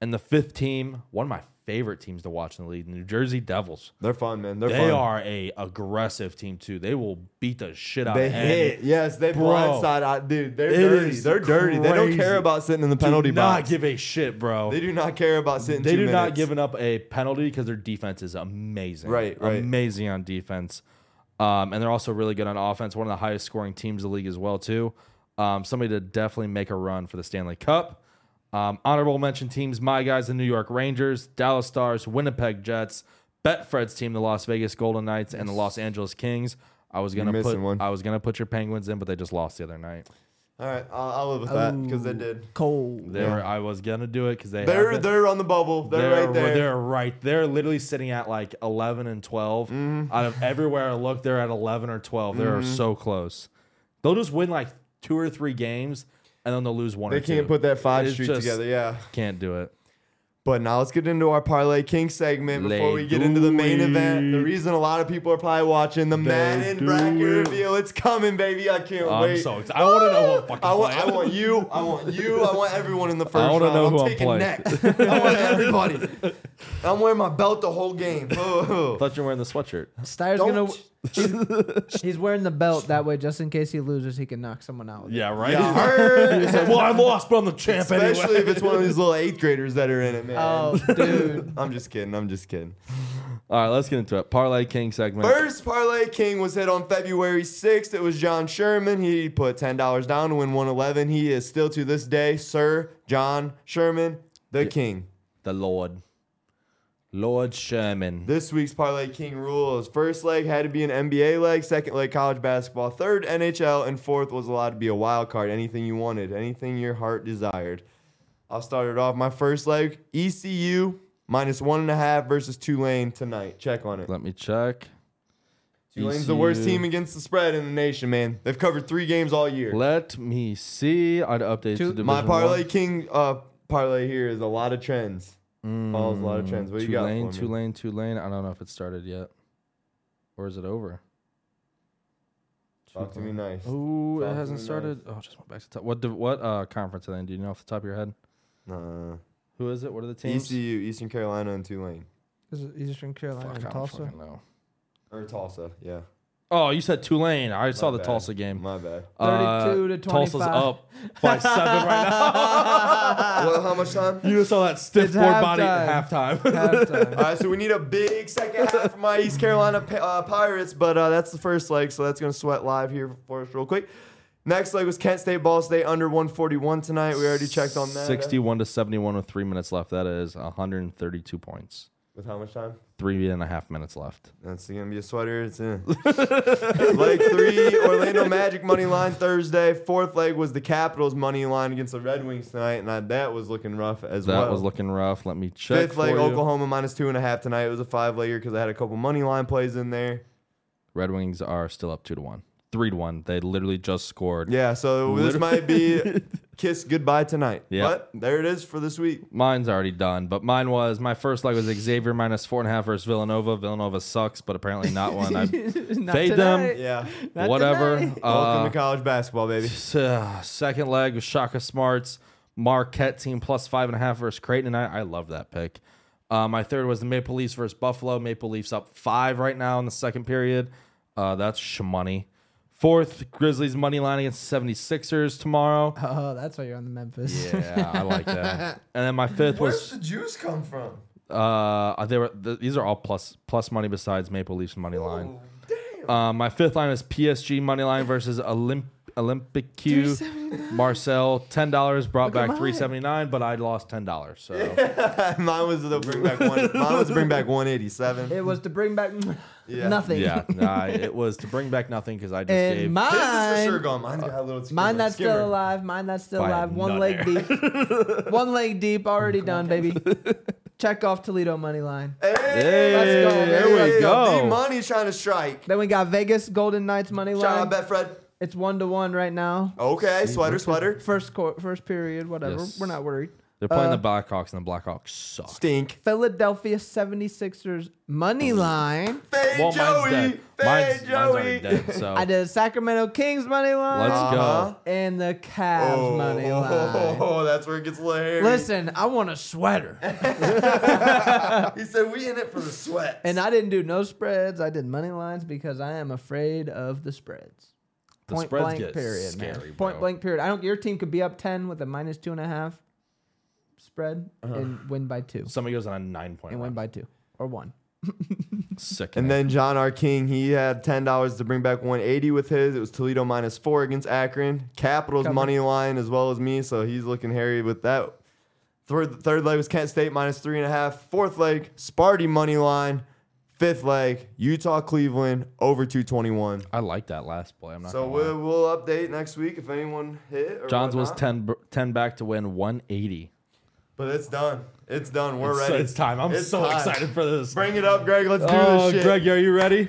[SPEAKER 1] And the fifth team, one of my favorite teams to watch in the league, the New Jersey Devils.
[SPEAKER 2] They're fun, man. They're
[SPEAKER 1] They
[SPEAKER 2] fun.
[SPEAKER 1] are a aggressive team too. They will beat the shit out
[SPEAKER 2] They
[SPEAKER 1] of
[SPEAKER 2] hit.
[SPEAKER 1] any-
[SPEAKER 2] Yes, they
[SPEAKER 1] Bro.
[SPEAKER 2] blindside. out- Dude, they're
[SPEAKER 1] It
[SPEAKER 2] dirty.
[SPEAKER 1] is
[SPEAKER 2] They're dirty. They don't
[SPEAKER 1] crazy.
[SPEAKER 2] care about sitting in the
[SPEAKER 1] Do
[SPEAKER 2] penalty
[SPEAKER 1] not
[SPEAKER 2] box.
[SPEAKER 1] give a shit, bro.
[SPEAKER 2] they do not care about sitting.
[SPEAKER 1] They
[SPEAKER 2] two
[SPEAKER 1] do not
[SPEAKER 2] minutes.
[SPEAKER 1] giving up a penalty because their defense is amazing.
[SPEAKER 2] Right, right.
[SPEAKER 1] Amazing on defense. Um, and they're also really good on offense. One of the highest scoring teams in the league as well, too. Um, somebody to definitely make a run for the Stanley Cup. Um, honorable mention teams, my guys, the New York Rangers, Dallas Stars, Winnipeg Jets, Betfred's team, the Las Vegas Golden Knights, and the Los Angeles Kings. I was gonna put
[SPEAKER 2] missing one.
[SPEAKER 1] I was gonna put your Penguins in, but they just lost the other night.
[SPEAKER 2] All right, I'll, I'll live with that because they did.
[SPEAKER 3] Cold.
[SPEAKER 1] They were, I was gonna do it because they have
[SPEAKER 2] They're
[SPEAKER 1] been-
[SPEAKER 2] they're on the bubble. They're, right there.
[SPEAKER 1] They're right. They're literally sitting at like 11 and 12.
[SPEAKER 2] Mm-hmm.
[SPEAKER 1] Out of everywhere I look, they're at 11 or 12. They're so close. They'll just win like two or three games and then they'll lose one
[SPEAKER 2] They
[SPEAKER 1] or two.
[SPEAKER 2] can't put that five
[SPEAKER 1] It's
[SPEAKER 2] streak
[SPEAKER 1] just-
[SPEAKER 2] together. Yeah.
[SPEAKER 1] Can't do it.
[SPEAKER 2] But now let's get into our Parlay King segment before
[SPEAKER 1] They
[SPEAKER 2] we get into the
[SPEAKER 1] do
[SPEAKER 2] main event. The
[SPEAKER 1] it.
[SPEAKER 2] reason a lot of people are probably watching the Madden
[SPEAKER 1] do
[SPEAKER 2] bracket
[SPEAKER 1] it.
[SPEAKER 2] reveal. It's coming, baby. I can't
[SPEAKER 1] I'm
[SPEAKER 2] wait.
[SPEAKER 1] so excited. I want to know what fucking
[SPEAKER 2] I want, I
[SPEAKER 1] playing.
[SPEAKER 2] want you. I want you. I want everyone in the first round.
[SPEAKER 1] wanna know
[SPEAKER 2] I'm
[SPEAKER 1] who I'm
[SPEAKER 2] taking
[SPEAKER 1] playing.
[SPEAKER 2] next. I want everybody. I'm wearing my belt the whole game. Oh.
[SPEAKER 1] thought you were wearing the sweatshirt.
[SPEAKER 3] Steyer's
[SPEAKER 2] Don't.
[SPEAKER 3] gonna. He's wearing the belt that way, just in case he loses, he can knock someone out. With it.
[SPEAKER 1] Yeah, right?
[SPEAKER 2] Yeah, hurt.
[SPEAKER 1] It's like, well, I lost, but I'm the champ
[SPEAKER 2] Especially
[SPEAKER 1] anyway.
[SPEAKER 2] if it's one of these little eighth graders that are in it, man.
[SPEAKER 3] Oh, dude.
[SPEAKER 2] I'm just kidding. I'm just kidding.
[SPEAKER 1] All right, let's get into it. Parlay King segment.
[SPEAKER 2] First parlay king was hit on February 6th. It was John Sherman. He put $10 down to win 111. He is still to this day Sir John Sherman, the king.
[SPEAKER 1] The Lord. Lord Sherman.
[SPEAKER 2] This week's parlay king rule is first leg had to be an NBA leg, second leg college basketball, third NHL, and fourth was allowed to be a wild card. Anything you wanted, anything your heart desired. I'll start it off. My first leg, ECU minus one and a half versus Tulane tonight. Check on it.
[SPEAKER 1] Let me check.
[SPEAKER 2] Tulane's the worst
[SPEAKER 1] ECU.
[SPEAKER 2] team against the spread in the nation, man. They've covered three games all year.
[SPEAKER 1] Let me see. I'd update
[SPEAKER 3] Two-
[SPEAKER 1] to
[SPEAKER 2] My
[SPEAKER 1] Division
[SPEAKER 2] parlay
[SPEAKER 1] One.
[SPEAKER 2] king uh, parlay here is a lot of trends. Follows a lot
[SPEAKER 1] Mm,
[SPEAKER 2] of trends. What do you got?
[SPEAKER 1] Tulane,
[SPEAKER 2] for me?
[SPEAKER 1] Tulane, Tulane. I don't know if it started yet, or is it over?
[SPEAKER 2] Talk to me nice.
[SPEAKER 1] Oh,
[SPEAKER 2] Sounds
[SPEAKER 1] it hasn't
[SPEAKER 2] really
[SPEAKER 1] started. Oh, just went back to top. What div- what uh, conference are they in? Do you know off the top of your head?
[SPEAKER 2] Uh,
[SPEAKER 1] Who is it? What are the teams?
[SPEAKER 2] ECU, E Eastern Carolina, and Tulane
[SPEAKER 3] Is it Eastern Carolina
[SPEAKER 1] Fuck, I
[SPEAKER 3] and
[SPEAKER 1] don't
[SPEAKER 3] Tulsa?
[SPEAKER 1] fucking know.
[SPEAKER 2] or Tulsa. Yeah.
[SPEAKER 1] Oh, you said Tulane. I saw the
[SPEAKER 2] bad.
[SPEAKER 1] Tulsa game.
[SPEAKER 2] My bad.
[SPEAKER 1] Uh,
[SPEAKER 3] 32 to
[SPEAKER 1] Tulsa's
[SPEAKER 3] 25.
[SPEAKER 1] up by seven right now.
[SPEAKER 2] well, how much time?
[SPEAKER 1] Ah. You just saw that stiff
[SPEAKER 3] It's
[SPEAKER 1] board body at
[SPEAKER 3] halftime.
[SPEAKER 1] halftime.
[SPEAKER 3] Halftime.
[SPEAKER 2] All right, so we need a big second half for my East Carolina Pi- uh, Pirates, but uh, that's the first leg, so that's going to sweat live here for us real quick. Next leg was Kent State Ball State under 141 tonight. We already checked on that.
[SPEAKER 1] 61 to 71 with three minutes left. That is 132 points.
[SPEAKER 2] With how much time?
[SPEAKER 1] Three and a half minutes left.
[SPEAKER 2] That's going to be a sweater. It's in. leg three, Orlando Magic money line Thursday. Fourth leg was the Capitals money line against the Red Wings tonight, and I, that was looking rough as
[SPEAKER 1] That
[SPEAKER 2] well.
[SPEAKER 1] was looking rough. Let me check.
[SPEAKER 2] Fifth
[SPEAKER 1] for
[SPEAKER 2] leg,
[SPEAKER 1] you.
[SPEAKER 2] Oklahoma minus two and a half tonight. It was a five legger because I had a couple money line plays in there.
[SPEAKER 1] Red Wings are still up two to one, three to one. They literally just scored.
[SPEAKER 2] Yeah, so this might be kiss goodbye tonight.
[SPEAKER 1] Yeah.
[SPEAKER 2] But there it is for this week.
[SPEAKER 1] Mine's already done, but mine was my first leg was Xavier minus four and a half versus Villanova. Villanova sucks, but apparently not one. I
[SPEAKER 3] Not
[SPEAKER 1] fade
[SPEAKER 3] tonight.
[SPEAKER 1] them.
[SPEAKER 2] Yeah.
[SPEAKER 3] Not
[SPEAKER 1] Whatever.
[SPEAKER 3] tonight.
[SPEAKER 2] Welcome
[SPEAKER 1] Uh,
[SPEAKER 2] to college basketball, baby.
[SPEAKER 1] s- uh, second leg was Shaka Smarts Marquette team plus five and a half versus Creighton, and I, I love that pick. Uh, my third was the Maple Leafs versus Buffalo. Maple Leafs up five right now in the second period. Uh, that's shmoney. Fourth, Grizzlies money line against 76ers tomorrow.
[SPEAKER 3] Oh, that's why you're on the Memphis.
[SPEAKER 1] Yeah, I like that. And then my fifth was
[SPEAKER 2] the juice come from?
[SPEAKER 1] Uh, they were th- these are all plus plus money besides Maple Leafs money line.
[SPEAKER 2] Oh, damn.
[SPEAKER 1] Uh, my fifth line is PSG money line versus Olymp- Olympic Q. Marcel ten dollars brought back
[SPEAKER 3] mine.
[SPEAKER 1] three seventy nine, but I lost ten dollars. So
[SPEAKER 2] mine was the bring back one. Mine was the bring back 187.
[SPEAKER 3] It was to bring back
[SPEAKER 2] Yeah.
[SPEAKER 3] nothing.
[SPEAKER 1] yeah, nah, it was to bring back nothing because I just gave.
[SPEAKER 3] And
[SPEAKER 2] His is for sure
[SPEAKER 3] mine,
[SPEAKER 2] gone. Mine's got a little skimmer.
[SPEAKER 3] mine that's
[SPEAKER 2] skimmer.
[SPEAKER 3] still alive. Mine that's still
[SPEAKER 1] By a
[SPEAKER 3] alive. One leg deep. One leg deep. Already done, baby. Check off Toledo money line.
[SPEAKER 2] Hey,
[SPEAKER 1] Let's
[SPEAKER 3] go,
[SPEAKER 1] there we
[SPEAKER 2] Let's
[SPEAKER 1] go.
[SPEAKER 2] The money's trying to strike.
[SPEAKER 3] Then we got Vegas Golden Knights money
[SPEAKER 2] Shout out
[SPEAKER 3] line.
[SPEAKER 2] Betfred.
[SPEAKER 3] It's one to one right now.
[SPEAKER 2] Okay, sweater, sweater.
[SPEAKER 3] First court, first period, whatever.
[SPEAKER 1] Yes.
[SPEAKER 3] We're not worried.
[SPEAKER 1] They're playing
[SPEAKER 3] uh,
[SPEAKER 1] the Blackhawks, and the Blackhawks suck.
[SPEAKER 2] Stink.
[SPEAKER 3] Philadelphia 76ers money
[SPEAKER 1] Oh.
[SPEAKER 3] line.
[SPEAKER 2] Fade
[SPEAKER 1] Well, mine's
[SPEAKER 2] Joey.
[SPEAKER 1] dead.
[SPEAKER 2] Fade
[SPEAKER 1] Mine's, mine's
[SPEAKER 2] Joey.
[SPEAKER 1] already dead. So
[SPEAKER 3] I did Sacramento Kings money line
[SPEAKER 1] let's
[SPEAKER 2] Uh-huh.
[SPEAKER 1] go.
[SPEAKER 3] and the Cavs
[SPEAKER 2] Oh.
[SPEAKER 3] money line.
[SPEAKER 2] that's where it gets hilarious.
[SPEAKER 3] Listen, I want a sweater.
[SPEAKER 2] He said, "We in it for the sweat."
[SPEAKER 3] And I didn't do no spreads. I did money lines because I am afraid of the spreads.
[SPEAKER 1] The spreads get
[SPEAKER 3] man.
[SPEAKER 1] scary,
[SPEAKER 3] Point
[SPEAKER 1] bro.
[SPEAKER 3] blank period. I don't. Your team could be up ten with a minus two and a half spread
[SPEAKER 1] Uh-huh.
[SPEAKER 3] and win by two
[SPEAKER 1] Somebody goes on a nine point
[SPEAKER 3] and win
[SPEAKER 1] run.
[SPEAKER 3] by two or one.
[SPEAKER 1] Sick.
[SPEAKER 2] And then John R. King, he had ten dollars to bring back 180 with his. It was Toledo minus four against Akron. Capitals
[SPEAKER 3] Cover.
[SPEAKER 2] money line as well as me, so he's looking hairy with that. Third, third leg was Kent State minus three and a half. Fourth leg, Sparty money line. Fifth leg, Utah Cleveland over 221.
[SPEAKER 1] I like that last play. I'm not.
[SPEAKER 2] So
[SPEAKER 1] gonna lie.
[SPEAKER 2] we'll, we'll update next week if anyone hit. Or
[SPEAKER 1] Johns was
[SPEAKER 2] whatnot.
[SPEAKER 1] 10, br- 10 back to win one eighty.
[SPEAKER 2] but it's done. It's done. We're
[SPEAKER 1] It's-
[SPEAKER 2] ready.
[SPEAKER 1] It's time. I'm
[SPEAKER 2] It's
[SPEAKER 1] so
[SPEAKER 2] time.
[SPEAKER 1] excited for this.
[SPEAKER 2] Bring it up, Greg. Let's do
[SPEAKER 1] Oh,
[SPEAKER 2] this shit.
[SPEAKER 1] Greg, are you ready?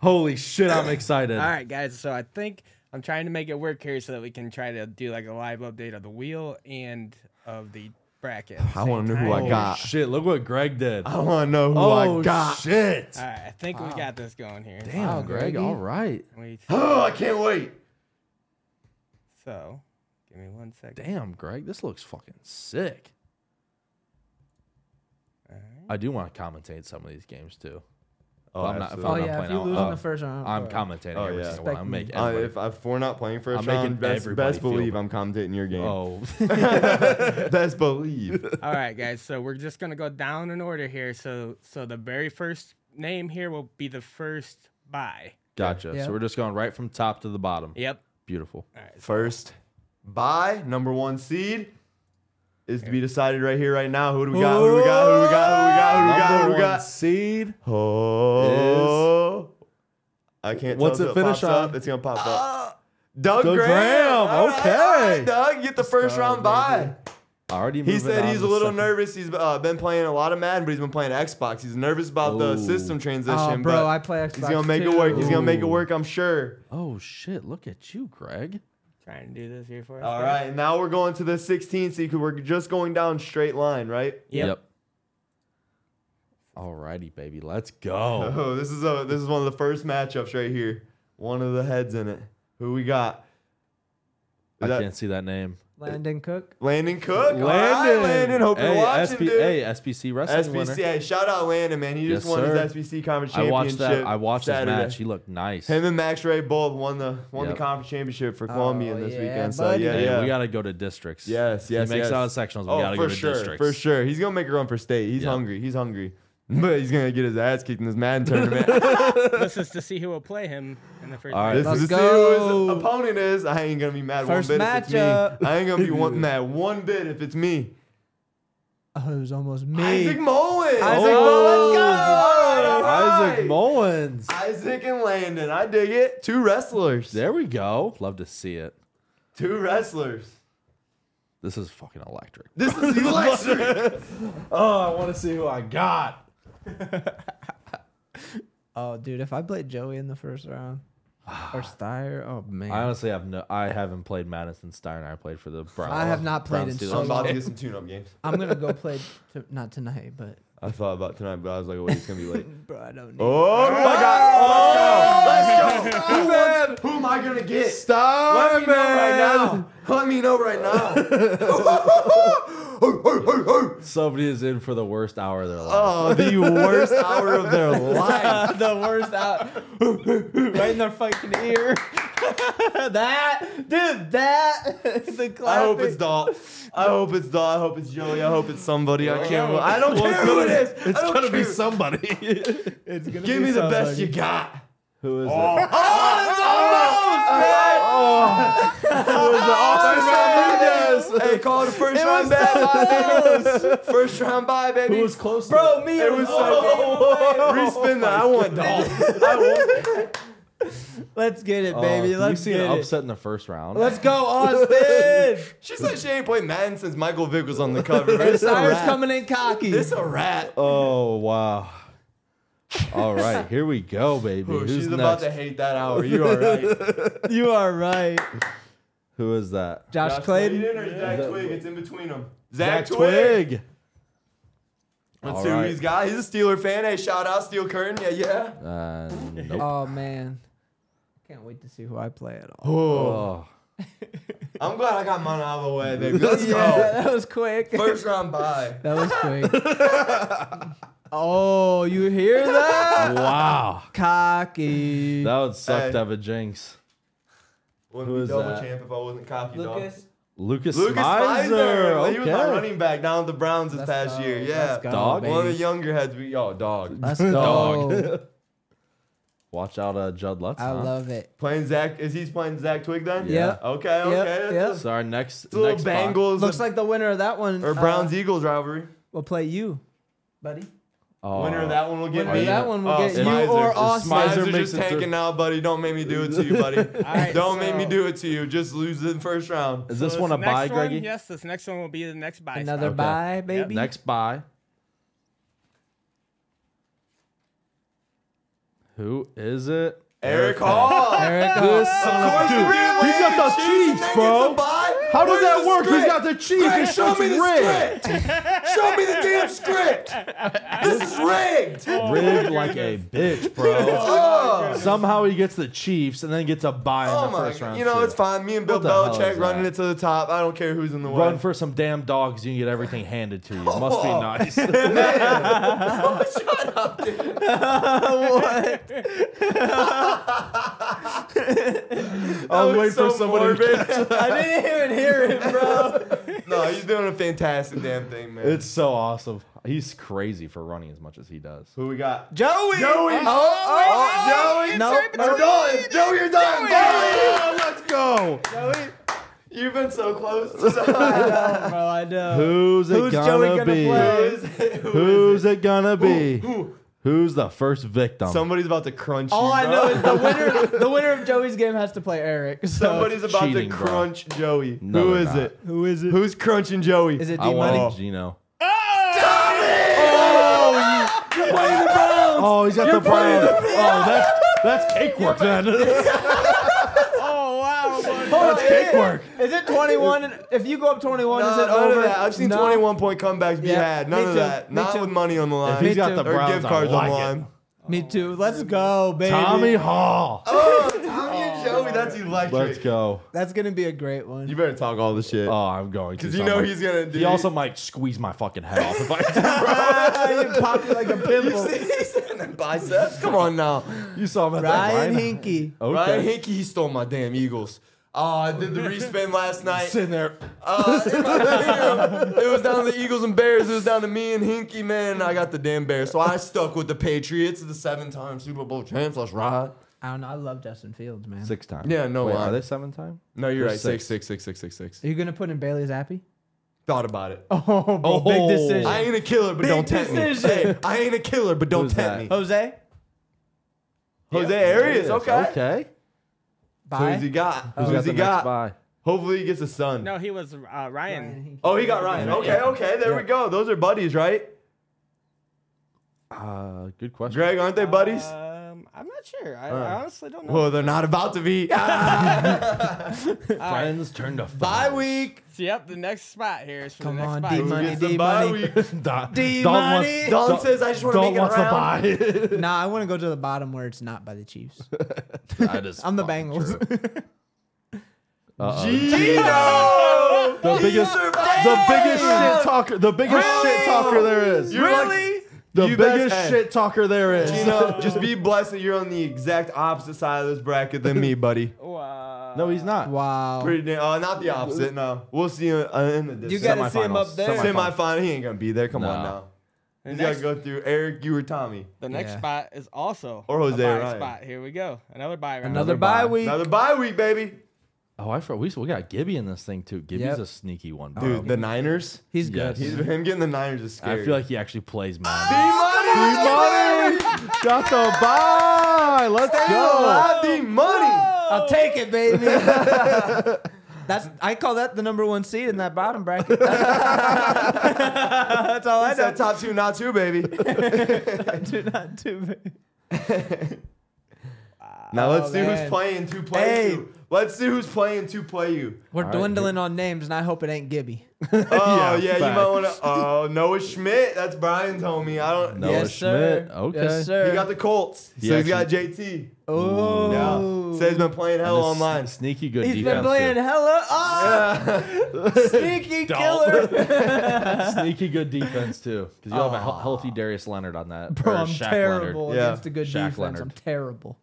[SPEAKER 1] Holy shit, I'm excited.
[SPEAKER 4] All right, guys. So I think I'm trying to make it work here so that we can try to do like a live update of the wheel and of the bracket. at the
[SPEAKER 2] I wanna
[SPEAKER 4] same
[SPEAKER 2] know who I
[SPEAKER 4] time.
[SPEAKER 1] Holy
[SPEAKER 2] got.
[SPEAKER 1] shit, look what Greg did.
[SPEAKER 2] I want to know who
[SPEAKER 1] oh,
[SPEAKER 2] I got.
[SPEAKER 1] shit.
[SPEAKER 4] All right, I think we got this going here.
[SPEAKER 1] Damn,
[SPEAKER 3] Wow,
[SPEAKER 1] Greg,
[SPEAKER 3] Greggy.
[SPEAKER 1] all right.
[SPEAKER 4] Wait.
[SPEAKER 2] Oh, I can't wait.
[SPEAKER 4] So, give me one second.
[SPEAKER 1] Damn, Greg, this looks fucking sick. I do want to commentate some of these games too.
[SPEAKER 2] Oh,
[SPEAKER 1] I'm not- if
[SPEAKER 3] Oh
[SPEAKER 1] I'm
[SPEAKER 2] absolutely.
[SPEAKER 1] not
[SPEAKER 3] yeah, if
[SPEAKER 1] playing
[SPEAKER 3] you
[SPEAKER 1] out
[SPEAKER 3] lose
[SPEAKER 1] loud.
[SPEAKER 3] in the first round,
[SPEAKER 1] I'm
[SPEAKER 3] uh,
[SPEAKER 1] commentating
[SPEAKER 2] Oh,
[SPEAKER 1] every
[SPEAKER 2] yeah.
[SPEAKER 1] single one. I'm making
[SPEAKER 2] Uh,
[SPEAKER 1] everybody-
[SPEAKER 2] if, if we're not playing first
[SPEAKER 1] I'm
[SPEAKER 2] round,
[SPEAKER 1] making
[SPEAKER 2] best,
[SPEAKER 1] everybody
[SPEAKER 2] best
[SPEAKER 1] feel
[SPEAKER 2] believe
[SPEAKER 1] bad.
[SPEAKER 2] I'm commentating your game.
[SPEAKER 1] Oh,
[SPEAKER 2] best believe.
[SPEAKER 4] All right, guys. So we're just gonna go down in order here. So, so the very first name here will be the first buy.
[SPEAKER 1] gotcha.
[SPEAKER 3] Yeah.
[SPEAKER 1] So we're just going right from top to the bottom.
[SPEAKER 4] Yep.
[SPEAKER 1] Beautiful.
[SPEAKER 4] All right.
[SPEAKER 2] First, by number one seed is to be decided right here, right now. Who do we got? Who do we got? Who do we got? Who do we got? Who do we got? Who do we got?
[SPEAKER 1] seed.
[SPEAKER 2] Oh, I can't.
[SPEAKER 1] What's
[SPEAKER 2] tell
[SPEAKER 1] it
[SPEAKER 2] till pops
[SPEAKER 1] finish
[SPEAKER 2] up.
[SPEAKER 1] on?
[SPEAKER 2] It's gonna pop up. Ah. Doug,
[SPEAKER 1] Doug
[SPEAKER 2] Graham.
[SPEAKER 1] Graham,
[SPEAKER 2] All right,
[SPEAKER 1] okay.
[SPEAKER 2] all right, Doug, get the first
[SPEAKER 1] go,
[SPEAKER 2] round bye.
[SPEAKER 1] baby. Already.
[SPEAKER 2] He
[SPEAKER 1] moving
[SPEAKER 2] said
[SPEAKER 1] on
[SPEAKER 2] he's
[SPEAKER 1] to
[SPEAKER 2] a little
[SPEAKER 1] second-
[SPEAKER 2] nervous. He's uh, been playing a lot of Madden, but he's been playing Xbox. He's nervous about the
[SPEAKER 1] Ooh.
[SPEAKER 2] system transition.
[SPEAKER 3] Oh,
[SPEAKER 2] but
[SPEAKER 3] bro, I play Xbox.
[SPEAKER 2] he's gonna make
[SPEAKER 3] too.
[SPEAKER 2] it work. He's gonna
[SPEAKER 1] Ooh.
[SPEAKER 2] make it work. I'm sure.
[SPEAKER 1] Oh shit! Look at you, Greg.
[SPEAKER 4] Trying to do this here for us.
[SPEAKER 2] All
[SPEAKER 4] guys.
[SPEAKER 2] right, now we're going to the 16 seed. 'cause We're just going down straight line, right?
[SPEAKER 4] Yep.
[SPEAKER 1] Alrighty, baby, let's go.
[SPEAKER 2] Oh, this is a this is one of the first matchups right here. One of the heads in it. Who we got?
[SPEAKER 1] I
[SPEAKER 2] Is that-
[SPEAKER 1] can't see that name.
[SPEAKER 3] Landon Cook.
[SPEAKER 2] Landon Cook. Landon. Landon. Hope
[SPEAKER 1] Hey,
[SPEAKER 2] you're watching,
[SPEAKER 1] SB
[SPEAKER 2] dude.
[SPEAKER 1] hey, SBC wrestling winner.
[SPEAKER 2] SBC. Hey, shout out Landon, man. He just
[SPEAKER 1] Yes,
[SPEAKER 2] won
[SPEAKER 1] sir.
[SPEAKER 2] his SBC conference
[SPEAKER 1] I
[SPEAKER 2] championship.
[SPEAKER 1] watched that. I watched that
[SPEAKER 2] Saturday.
[SPEAKER 1] match. He looked nice.
[SPEAKER 2] Him and Max Ray both won the won
[SPEAKER 1] Yep.
[SPEAKER 2] the conference championship for Columbia this
[SPEAKER 3] Oh, yeah,
[SPEAKER 2] weekend. So
[SPEAKER 3] buddy.
[SPEAKER 2] yeah,
[SPEAKER 1] Hey,
[SPEAKER 2] yeah.
[SPEAKER 1] We gotta go to districts.
[SPEAKER 2] yes, yes,
[SPEAKER 1] He makes
[SPEAKER 2] yes.
[SPEAKER 1] it out of sectionals. We
[SPEAKER 2] oh,
[SPEAKER 1] gotta
[SPEAKER 2] for
[SPEAKER 1] go to
[SPEAKER 2] sure,
[SPEAKER 1] districts.
[SPEAKER 2] for sure. He's gonna make a run for state. He's
[SPEAKER 1] Yeah.
[SPEAKER 2] hungry. He's hungry, but he's gonna get his ass kicked in this Madden tournament.
[SPEAKER 4] this is to see who will play him in the first.
[SPEAKER 1] All right.
[SPEAKER 4] round.
[SPEAKER 2] this
[SPEAKER 3] Let's
[SPEAKER 2] is to see who
[SPEAKER 3] go.
[SPEAKER 2] his opponent is. I ain't gonna be mad
[SPEAKER 3] First
[SPEAKER 2] one bit if it's
[SPEAKER 3] matchup.
[SPEAKER 2] me. I ain't gonna be one, mad one bit if it's me.
[SPEAKER 3] Oh, it was almost me.
[SPEAKER 2] Isaac Mullins.
[SPEAKER 3] Isaac
[SPEAKER 2] oh,
[SPEAKER 3] Mullins.
[SPEAKER 2] Let's go. All right, all
[SPEAKER 1] Isaac
[SPEAKER 2] right.
[SPEAKER 1] Mullins.
[SPEAKER 2] Isaac and Landon. I dig it. Two wrestlers.
[SPEAKER 1] There we go. Love to see it.
[SPEAKER 2] Two wrestlers.
[SPEAKER 1] This is fucking electric.
[SPEAKER 2] This is electric.
[SPEAKER 1] Oh, I want to see who I got.
[SPEAKER 3] Oh, dude, if I played Joey in the first round or Steyer, oh man,
[SPEAKER 1] I honestly have no. I haven't played Madison Stein. I played for the Browns.
[SPEAKER 3] I have not played
[SPEAKER 1] Browns do
[SPEAKER 3] in so
[SPEAKER 1] that.
[SPEAKER 2] I'm
[SPEAKER 3] long.
[SPEAKER 2] about to get some tune-up games.
[SPEAKER 3] I'm gonna go play t- not tonight, but
[SPEAKER 2] I thought about tonight, but I was like, wait, it's gonna be late.
[SPEAKER 3] bro, I don't need.
[SPEAKER 2] Oh my god! Oh, let's go! Let's go! Who, wants, who am I gonna get? Let me
[SPEAKER 1] Stop,
[SPEAKER 2] know right now. Let me know right now.
[SPEAKER 1] Somebody is in for the worst hour of their life.
[SPEAKER 2] oh, the worst hour of their life.
[SPEAKER 3] the worst out, right in their fucking ear. that dude, that the clapping.
[SPEAKER 2] I hope it's Dahl. I hope it's Dahl. I hope it's Joey. I hope it's somebody. I can't. remember. I don't care who it is.
[SPEAKER 1] It's
[SPEAKER 2] I don't
[SPEAKER 1] gonna be
[SPEAKER 2] care.
[SPEAKER 1] somebody.
[SPEAKER 3] It's gonna
[SPEAKER 2] Give
[SPEAKER 3] be
[SPEAKER 2] me the
[SPEAKER 3] somebody.
[SPEAKER 2] best you got.
[SPEAKER 1] who is
[SPEAKER 2] Oh, it's almost, man. First round Hey, call it a first round bye. First round bye,
[SPEAKER 1] it?
[SPEAKER 2] baby.
[SPEAKER 1] Who was close? to
[SPEAKER 3] Bro, me.
[SPEAKER 2] it was so
[SPEAKER 1] "Oh,
[SPEAKER 2] respin that. I want dog.
[SPEAKER 3] Let's get it,
[SPEAKER 1] Oh,
[SPEAKER 3] baby.
[SPEAKER 1] can
[SPEAKER 3] Let's
[SPEAKER 1] you see
[SPEAKER 3] get
[SPEAKER 1] an
[SPEAKER 3] it.
[SPEAKER 1] upset in the first round.
[SPEAKER 3] Let's go, Austin.
[SPEAKER 2] She said she ain't played Madden since Michael Vick was on the cover. This a
[SPEAKER 3] Steyer's
[SPEAKER 2] rat.
[SPEAKER 3] coming in cocky.
[SPEAKER 2] This a rat.
[SPEAKER 1] oh wow. All right, here we go, baby.
[SPEAKER 2] Ooh,
[SPEAKER 1] Who's
[SPEAKER 2] Oh, she's
[SPEAKER 1] next?
[SPEAKER 2] about to hate that hour. You are right.
[SPEAKER 3] you are right.
[SPEAKER 1] Who is that?
[SPEAKER 3] Josh, Clayton.
[SPEAKER 2] or Zach Twig? It's in between them.
[SPEAKER 1] Zach
[SPEAKER 2] Zach, Twig. Let's
[SPEAKER 1] All
[SPEAKER 2] see who
[SPEAKER 1] right.
[SPEAKER 2] he's got. He's a Steeler fan. Hey, shout out Steel Curtain. Yeah, yeah.
[SPEAKER 1] Uh, nope.
[SPEAKER 3] Oh man, can't wait to see who I play at all.
[SPEAKER 2] Oh.
[SPEAKER 1] Oh.
[SPEAKER 2] I'm glad I got mine out of the way, baby. Let's go.
[SPEAKER 3] that was quick.
[SPEAKER 2] First round bye.
[SPEAKER 3] That was quick. oh, you hear that?
[SPEAKER 1] Wow.
[SPEAKER 3] Cocky.
[SPEAKER 1] That would suck
[SPEAKER 2] Hey.
[SPEAKER 1] to have a jinx.
[SPEAKER 2] Wouldn't
[SPEAKER 1] Who
[SPEAKER 2] be
[SPEAKER 1] is
[SPEAKER 2] double
[SPEAKER 1] that?
[SPEAKER 2] champ if I wasn't cocky,
[SPEAKER 3] Lucas.
[SPEAKER 1] Lucas,
[SPEAKER 2] dog. Lucas
[SPEAKER 1] Miser.
[SPEAKER 2] Miser. He was my
[SPEAKER 1] Okay.
[SPEAKER 2] running back down at the Browns this
[SPEAKER 3] Let's
[SPEAKER 2] past
[SPEAKER 3] go,
[SPEAKER 2] year.
[SPEAKER 3] let's
[SPEAKER 2] Yeah.
[SPEAKER 3] go,
[SPEAKER 1] Dog?
[SPEAKER 2] One of the
[SPEAKER 3] baby.
[SPEAKER 2] younger heads we yo, dog.
[SPEAKER 3] Let's
[SPEAKER 1] Dog.
[SPEAKER 3] go.
[SPEAKER 1] Watch out, uh, Judd Lutz.
[SPEAKER 3] I
[SPEAKER 1] huh?
[SPEAKER 3] love it.
[SPEAKER 2] Playing Zach is he's playing Zach Twig then?
[SPEAKER 3] Yeah.
[SPEAKER 2] Okay,
[SPEAKER 3] Yep,
[SPEAKER 2] okay.
[SPEAKER 3] yep.
[SPEAKER 2] That's
[SPEAKER 1] So our next,
[SPEAKER 2] a little
[SPEAKER 1] next spot.
[SPEAKER 2] Bengals
[SPEAKER 3] Looks like the winner of that one
[SPEAKER 2] or Browns
[SPEAKER 3] Uh,
[SPEAKER 2] Eagles rivalry.
[SPEAKER 3] will play you, buddy.
[SPEAKER 1] Oh.
[SPEAKER 2] winner of that one will get
[SPEAKER 3] Winner of
[SPEAKER 2] me.
[SPEAKER 3] that one will
[SPEAKER 2] Oh,
[SPEAKER 3] get you
[SPEAKER 2] Miser.
[SPEAKER 3] or
[SPEAKER 2] Is
[SPEAKER 3] Austin.
[SPEAKER 1] Miser
[SPEAKER 2] Miser
[SPEAKER 1] makes
[SPEAKER 2] just
[SPEAKER 1] it through.
[SPEAKER 2] tanking now, buddy. Don't make me do it to you, buddy.
[SPEAKER 4] right,
[SPEAKER 2] Don't make me
[SPEAKER 4] so-
[SPEAKER 2] do it to you. Just lose it in first round.
[SPEAKER 1] Is this
[SPEAKER 4] So
[SPEAKER 1] one a
[SPEAKER 4] next
[SPEAKER 1] buy, Greggy?
[SPEAKER 4] One, yes, this next one will be the next buy.
[SPEAKER 3] Another
[SPEAKER 1] Okay.
[SPEAKER 3] bye, baby.
[SPEAKER 1] Next buy. Who is it?
[SPEAKER 2] Eric Hall.
[SPEAKER 3] Eric Hall.
[SPEAKER 2] Of course,
[SPEAKER 1] Dude,
[SPEAKER 2] the real
[SPEAKER 1] he's got
[SPEAKER 2] Atlanta
[SPEAKER 1] the Chiefs,
[SPEAKER 2] and they
[SPEAKER 1] bro.
[SPEAKER 2] get to buy.
[SPEAKER 1] How does
[SPEAKER 2] Where's
[SPEAKER 1] that
[SPEAKER 2] the
[SPEAKER 1] work? He's
[SPEAKER 2] script?
[SPEAKER 1] got the Chiefs.
[SPEAKER 2] Greg,
[SPEAKER 1] It's
[SPEAKER 2] show me the
[SPEAKER 1] rigged.
[SPEAKER 2] script. show me the damn script. This is rigged.
[SPEAKER 1] Rigged like a bitch, bro.
[SPEAKER 2] Oh,
[SPEAKER 1] Somehow he gets the Chiefs and then gets a buy in
[SPEAKER 2] oh
[SPEAKER 1] the
[SPEAKER 2] my!
[SPEAKER 1] first round.
[SPEAKER 2] you know
[SPEAKER 1] too.
[SPEAKER 2] it's fine. Me and Bill
[SPEAKER 1] What the hell
[SPEAKER 2] Belichick
[SPEAKER 1] is
[SPEAKER 2] running
[SPEAKER 1] that?
[SPEAKER 2] it to the top. I don't care who's in the way.
[SPEAKER 1] Run for some damn dogs. You can get everything handed to you. Must be
[SPEAKER 2] Oh.
[SPEAKER 1] nice. I was
[SPEAKER 2] was
[SPEAKER 1] waiting for
[SPEAKER 2] so
[SPEAKER 1] somebody.
[SPEAKER 2] morbid.
[SPEAKER 3] I didn't even hear it, bro.
[SPEAKER 2] no, he's doing a fantastic damn thing, man.
[SPEAKER 1] It's so awesome. He's crazy for running as much as he does.
[SPEAKER 2] who we got?
[SPEAKER 3] Joey.
[SPEAKER 2] Joey.
[SPEAKER 3] Oh, oh,
[SPEAKER 2] Oh, Joey.
[SPEAKER 3] No,
[SPEAKER 2] Joey. We're done. Joey, you're done. Joey.
[SPEAKER 1] Oh, let's go.
[SPEAKER 2] You've been so close. To
[SPEAKER 3] bro, I know.
[SPEAKER 1] Who's it
[SPEAKER 3] Who's
[SPEAKER 1] gonna,
[SPEAKER 3] Joey gonna
[SPEAKER 1] be?
[SPEAKER 3] play?
[SPEAKER 2] Who is it? Who is
[SPEAKER 1] Who's it gonna be?
[SPEAKER 2] who?
[SPEAKER 1] Who's the first victim?
[SPEAKER 2] Somebody's about to crunch you.
[SPEAKER 3] All I
[SPEAKER 2] bro.
[SPEAKER 3] know is the winner. The winner of Joey's game has to play Eric. So.
[SPEAKER 2] Somebody's about
[SPEAKER 1] cheating,
[SPEAKER 2] to
[SPEAKER 1] bro.
[SPEAKER 2] crunch Joey.
[SPEAKER 1] No,
[SPEAKER 2] Who
[SPEAKER 1] they're
[SPEAKER 2] is
[SPEAKER 1] not. Uh,
[SPEAKER 2] it? Who is it? Who's crunching Joey?
[SPEAKER 3] Is it
[SPEAKER 1] I
[SPEAKER 3] D Money?
[SPEAKER 1] want Gino.
[SPEAKER 2] playing the Browns?
[SPEAKER 1] Oh, he's got the Browns. Oh, that's that's cake work then.
[SPEAKER 4] Oh wow! buddy.
[SPEAKER 1] that's cake work.
[SPEAKER 3] Is it 21? and- If you go up 21,
[SPEAKER 2] No,
[SPEAKER 3] is it
[SPEAKER 2] none
[SPEAKER 3] over?
[SPEAKER 2] of that. I've seen
[SPEAKER 3] No.
[SPEAKER 2] 21 point comebacks be
[SPEAKER 3] Yeah,
[SPEAKER 2] had.
[SPEAKER 3] me
[SPEAKER 2] None of
[SPEAKER 3] too.
[SPEAKER 2] that.
[SPEAKER 3] Me
[SPEAKER 2] Not
[SPEAKER 3] too.
[SPEAKER 2] with money on the
[SPEAKER 1] If
[SPEAKER 2] line.
[SPEAKER 1] he's got the
[SPEAKER 2] or
[SPEAKER 1] Browns,
[SPEAKER 2] gift
[SPEAKER 1] I
[SPEAKER 2] cards
[SPEAKER 1] like
[SPEAKER 2] on the line.
[SPEAKER 1] it.
[SPEAKER 3] Me too. Let's go, baby.
[SPEAKER 1] Tommy Hall.
[SPEAKER 2] Oh, Tommy and Joey. That's That's electric.
[SPEAKER 1] Let's go.
[SPEAKER 3] That's gonna be a great one.
[SPEAKER 2] You better talk all the shit.
[SPEAKER 1] Oh, I'm going to.
[SPEAKER 2] 'Cause you
[SPEAKER 1] so
[SPEAKER 2] know
[SPEAKER 1] much.
[SPEAKER 2] he's gonna do-
[SPEAKER 1] He also might squeeze my fucking head off if I do.
[SPEAKER 3] you popped like a pimple.
[SPEAKER 2] biceps. Come on now.
[SPEAKER 1] You saw him at
[SPEAKER 3] Ryan
[SPEAKER 1] that line.
[SPEAKER 3] Hinky.
[SPEAKER 1] Okay.
[SPEAKER 2] Ryan Hickey, he stole my damn Eagles. Oh, I did the respin last night.
[SPEAKER 1] Sitting there.
[SPEAKER 2] Uh, it was down to the Eagles and Bears. It was down to me and Hinky, man. And I got the damn Bears. So I stuck with the Patriots, the seven time Super Bowl champs. Let's ride.
[SPEAKER 3] I don't know. I love Justin Fields, man.
[SPEAKER 1] Six times.
[SPEAKER 2] Yeah, no
[SPEAKER 1] Wait,
[SPEAKER 2] lie.
[SPEAKER 1] Are they seven times?
[SPEAKER 2] No, you're
[SPEAKER 1] They're
[SPEAKER 2] right. Six, six, six, six, six, six.
[SPEAKER 3] Are you gonna put in Bailey Zappi?
[SPEAKER 2] Thought about it.
[SPEAKER 3] Oh, bro, big
[SPEAKER 1] Oh.
[SPEAKER 3] decision.
[SPEAKER 2] I ain't a killer, but don't tempt
[SPEAKER 3] decision.
[SPEAKER 2] me. Hey, I ain't a killer, but don't
[SPEAKER 1] Who's
[SPEAKER 2] tempt
[SPEAKER 1] that?
[SPEAKER 2] me.
[SPEAKER 3] Jose,
[SPEAKER 2] Jose Arias, okay.
[SPEAKER 1] Okay.
[SPEAKER 3] bye.
[SPEAKER 2] Who's he got?
[SPEAKER 1] Who's got
[SPEAKER 2] Who's
[SPEAKER 1] the
[SPEAKER 2] he
[SPEAKER 1] next
[SPEAKER 2] got?
[SPEAKER 1] buy?
[SPEAKER 2] Hopefully he gets a son.
[SPEAKER 4] No, he was uh, Ryan.
[SPEAKER 2] Oh, he got Ryan. Okay, okay, there we go. Those are buddies, right?
[SPEAKER 1] Uh, good question.
[SPEAKER 2] Greg, aren't they buddies?
[SPEAKER 4] Um, I'm not sure. I,
[SPEAKER 2] Uh.
[SPEAKER 4] I honestly don't know.
[SPEAKER 2] Well, they're not about to be.
[SPEAKER 4] All right.
[SPEAKER 1] turned to
[SPEAKER 2] Bye week.
[SPEAKER 4] So, yep, the next spot here is for
[SPEAKER 3] Come
[SPEAKER 4] the next
[SPEAKER 3] on,
[SPEAKER 4] spot.
[SPEAKER 3] D
[SPEAKER 2] Who
[SPEAKER 3] Money,
[SPEAKER 2] gets the
[SPEAKER 3] D
[SPEAKER 2] bye
[SPEAKER 3] Money.
[SPEAKER 2] week?
[SPEAKER 1] Don, Don
[SPEAKER 3] D-Money.
[SPEAKER 2] Don
[SPEAKER 1] wants-
[SPEAKER 2] says, I just want to make it
[SPEAKER 1] wants
[SPEAKER 2] around.
[SPEAKER 1] to
[SPEAKER 3] Nah, I want to go to the bottom where it's not by the Chiefs.
[SPEAKER 1] buy. That is
[SPEAKER 3] I'm
[SPEAKER 2] Oh,
[SPEAKER 3] the
[SPEAKER 1] fucking
[SPEAKER 3] Bengals.
[SPEAKER 1] true. Uh-oh.
[SPEAKER 2] Gino!
[SPEAKER 1] The
[SPEAKER 2] He
[SPEAKER 1] biggest,
[SPEAKER 2] survived!
[SPEAKER 1] the biggest shit talker, the biggest
[SPEAKER 2] Really?
[SPEAKER 1] shit talker there is.
[SPEAKER 2] You're
[SPEAKER 1] Really?
[SPEAKER 2] like-
[SPEAKER 1] the
[SPEAKER 2] You best-
[SPEAKER 1] biggest
[SPEAKER 2] hey,
[SPEAKER 1] shit talker there is.
[SPEAKER 2] Gino, just be blessed that you're on the exact opposite side of this bracket than me, buddy.
[SPEAKER 4] Oh, Wow.
[SPEAKER 1] No, he's not.
[SPEAKER 3] Wow.
[SPEAKER 2] Pretty damn, uh, not the opposite. No, we'll see you uh, in the
[SPEAKER 3] You
[SPEAKER 2] distance.
[SPEAKER 3] gotta see him up
[SPEAKER 1] Semifinals.
[SPEAKER 3] there.
[SPEAKER 1] Semifinals.
[SPEAKER 2] semifinal. He ain't gonna be there. Come on
[SPEAKER 1] No.
[SPEAKER 2] now.
[SPEAKER 4] The
[SPEAKER 2] He's gotta
[SPEAKER 4] next,
[SPEAKER 2] go through Eric, you or Tommy.
[SPEAKER 4] the next
[SPEAKER 3] Yeah.
[SPEAKER 4] spot is also
[SPEAKER 2] Or Jose
[SPEAKER 4] a buy
[SPEAKER 2] Ryan.
[SPEAKER 4] spot. Here we go. Another buy round.
[SPEAKER 3] Another bye
[SPEAKER 1] bye.
[SPEAKER 3] week.
[SPEAKER 2] Another bye week, baby.
[SPEAKER 1] Oh, I forgot. We, we got Gibby in this thing too. Gibby's
[SPEAKER 3] Yep.
[SPEAKER 1] a sneaky one, bro.
[SPEAKER 2] Dude, the Niners.
[SPEAKER 3] He's
[SPEAKER 1] Yes.
[SPEAKER 3] good.
[SPEAKER 2] He's, him getting the Niners is
[SPEAKER 1] I
[SPEAKER 2] scary.
[SPEAKER 1] feel like he actually plays man.
[SPEAKER 2] D-Money!
[SPEAKER 1] got the bye. Let's go.
[SPEAKER 2] D-Money! D-Money!
[SPEAKER 3] I'll take it, baby. That's I call that the number one seed in that bottom bracket. That's all I
[SPEAKER 2] I said
[SPEAKER 3] know.
[SPEAKER 2] top two, not two, baby.
[SPEAKER 3] Do not do baby.
[SPEAKER 2] now let's
[SPEAKER 1] Oh,
[SPEAKER 2] see
[SPEAKER 3] man.
[SPEAKER 2] who's playing to play
[SPEAKER 3] Hey.
[SPEAKER 2] you. Let's see who's playing to play you.
[SPEAKER 3] We're
[SPEAKER 1] All right,
[SPEAKER 3] dwindling on names, and I hope it ain't Gibby.
[SPEAKER 2] Oh yeah, you
[SPEAKER 1] facts.
[SPEAKER 2] might want to. Oh Noah Schmidt, that's Brian's homie. I don't.
[SPEAKER 1] Noah
[SPEAKER 3] yes, sir.
[SPEAKER 1] Schmidt, okay.
[SPEAKER 3] Yes, sir.
[SPEAKER 2] He got the Colts, so he's
[SPEAKER 1] actually-
[SPEAKER 2] got JT.
[SPEAKER 3] Oh,
[SPEAKER 2] Yeah, says he's been playing hell
[SPEAKER 1] This
[SPEAKER 2] online.
[SPEAKER 1] Sneaky good
[SPEAKER 3] he's
[SPEAKER 1] defense.
[SPEAKER 3] been playing hella. Oh, sneaky killer.
[SPEAKER 1] too. Sneaky good defense too, because you have a he- healthy Darius Leonard on that.
[SPEAKER 3] Bro,
[SPEAKER 1] or
[SPEAKER 3] I'm
[SPEAKER 1] Shaq
[SPEAKER 3] terrible
[SPEAKER 1] Leonard.
[SPEAKER 2] Yeah.
[SPEAKER 3] against a good
[SPEAKER 1] Shaq
[SPEAKER 3] defense.
[SPEAKER 1] Leonard.
[SPEAKER 3] I'm terrible.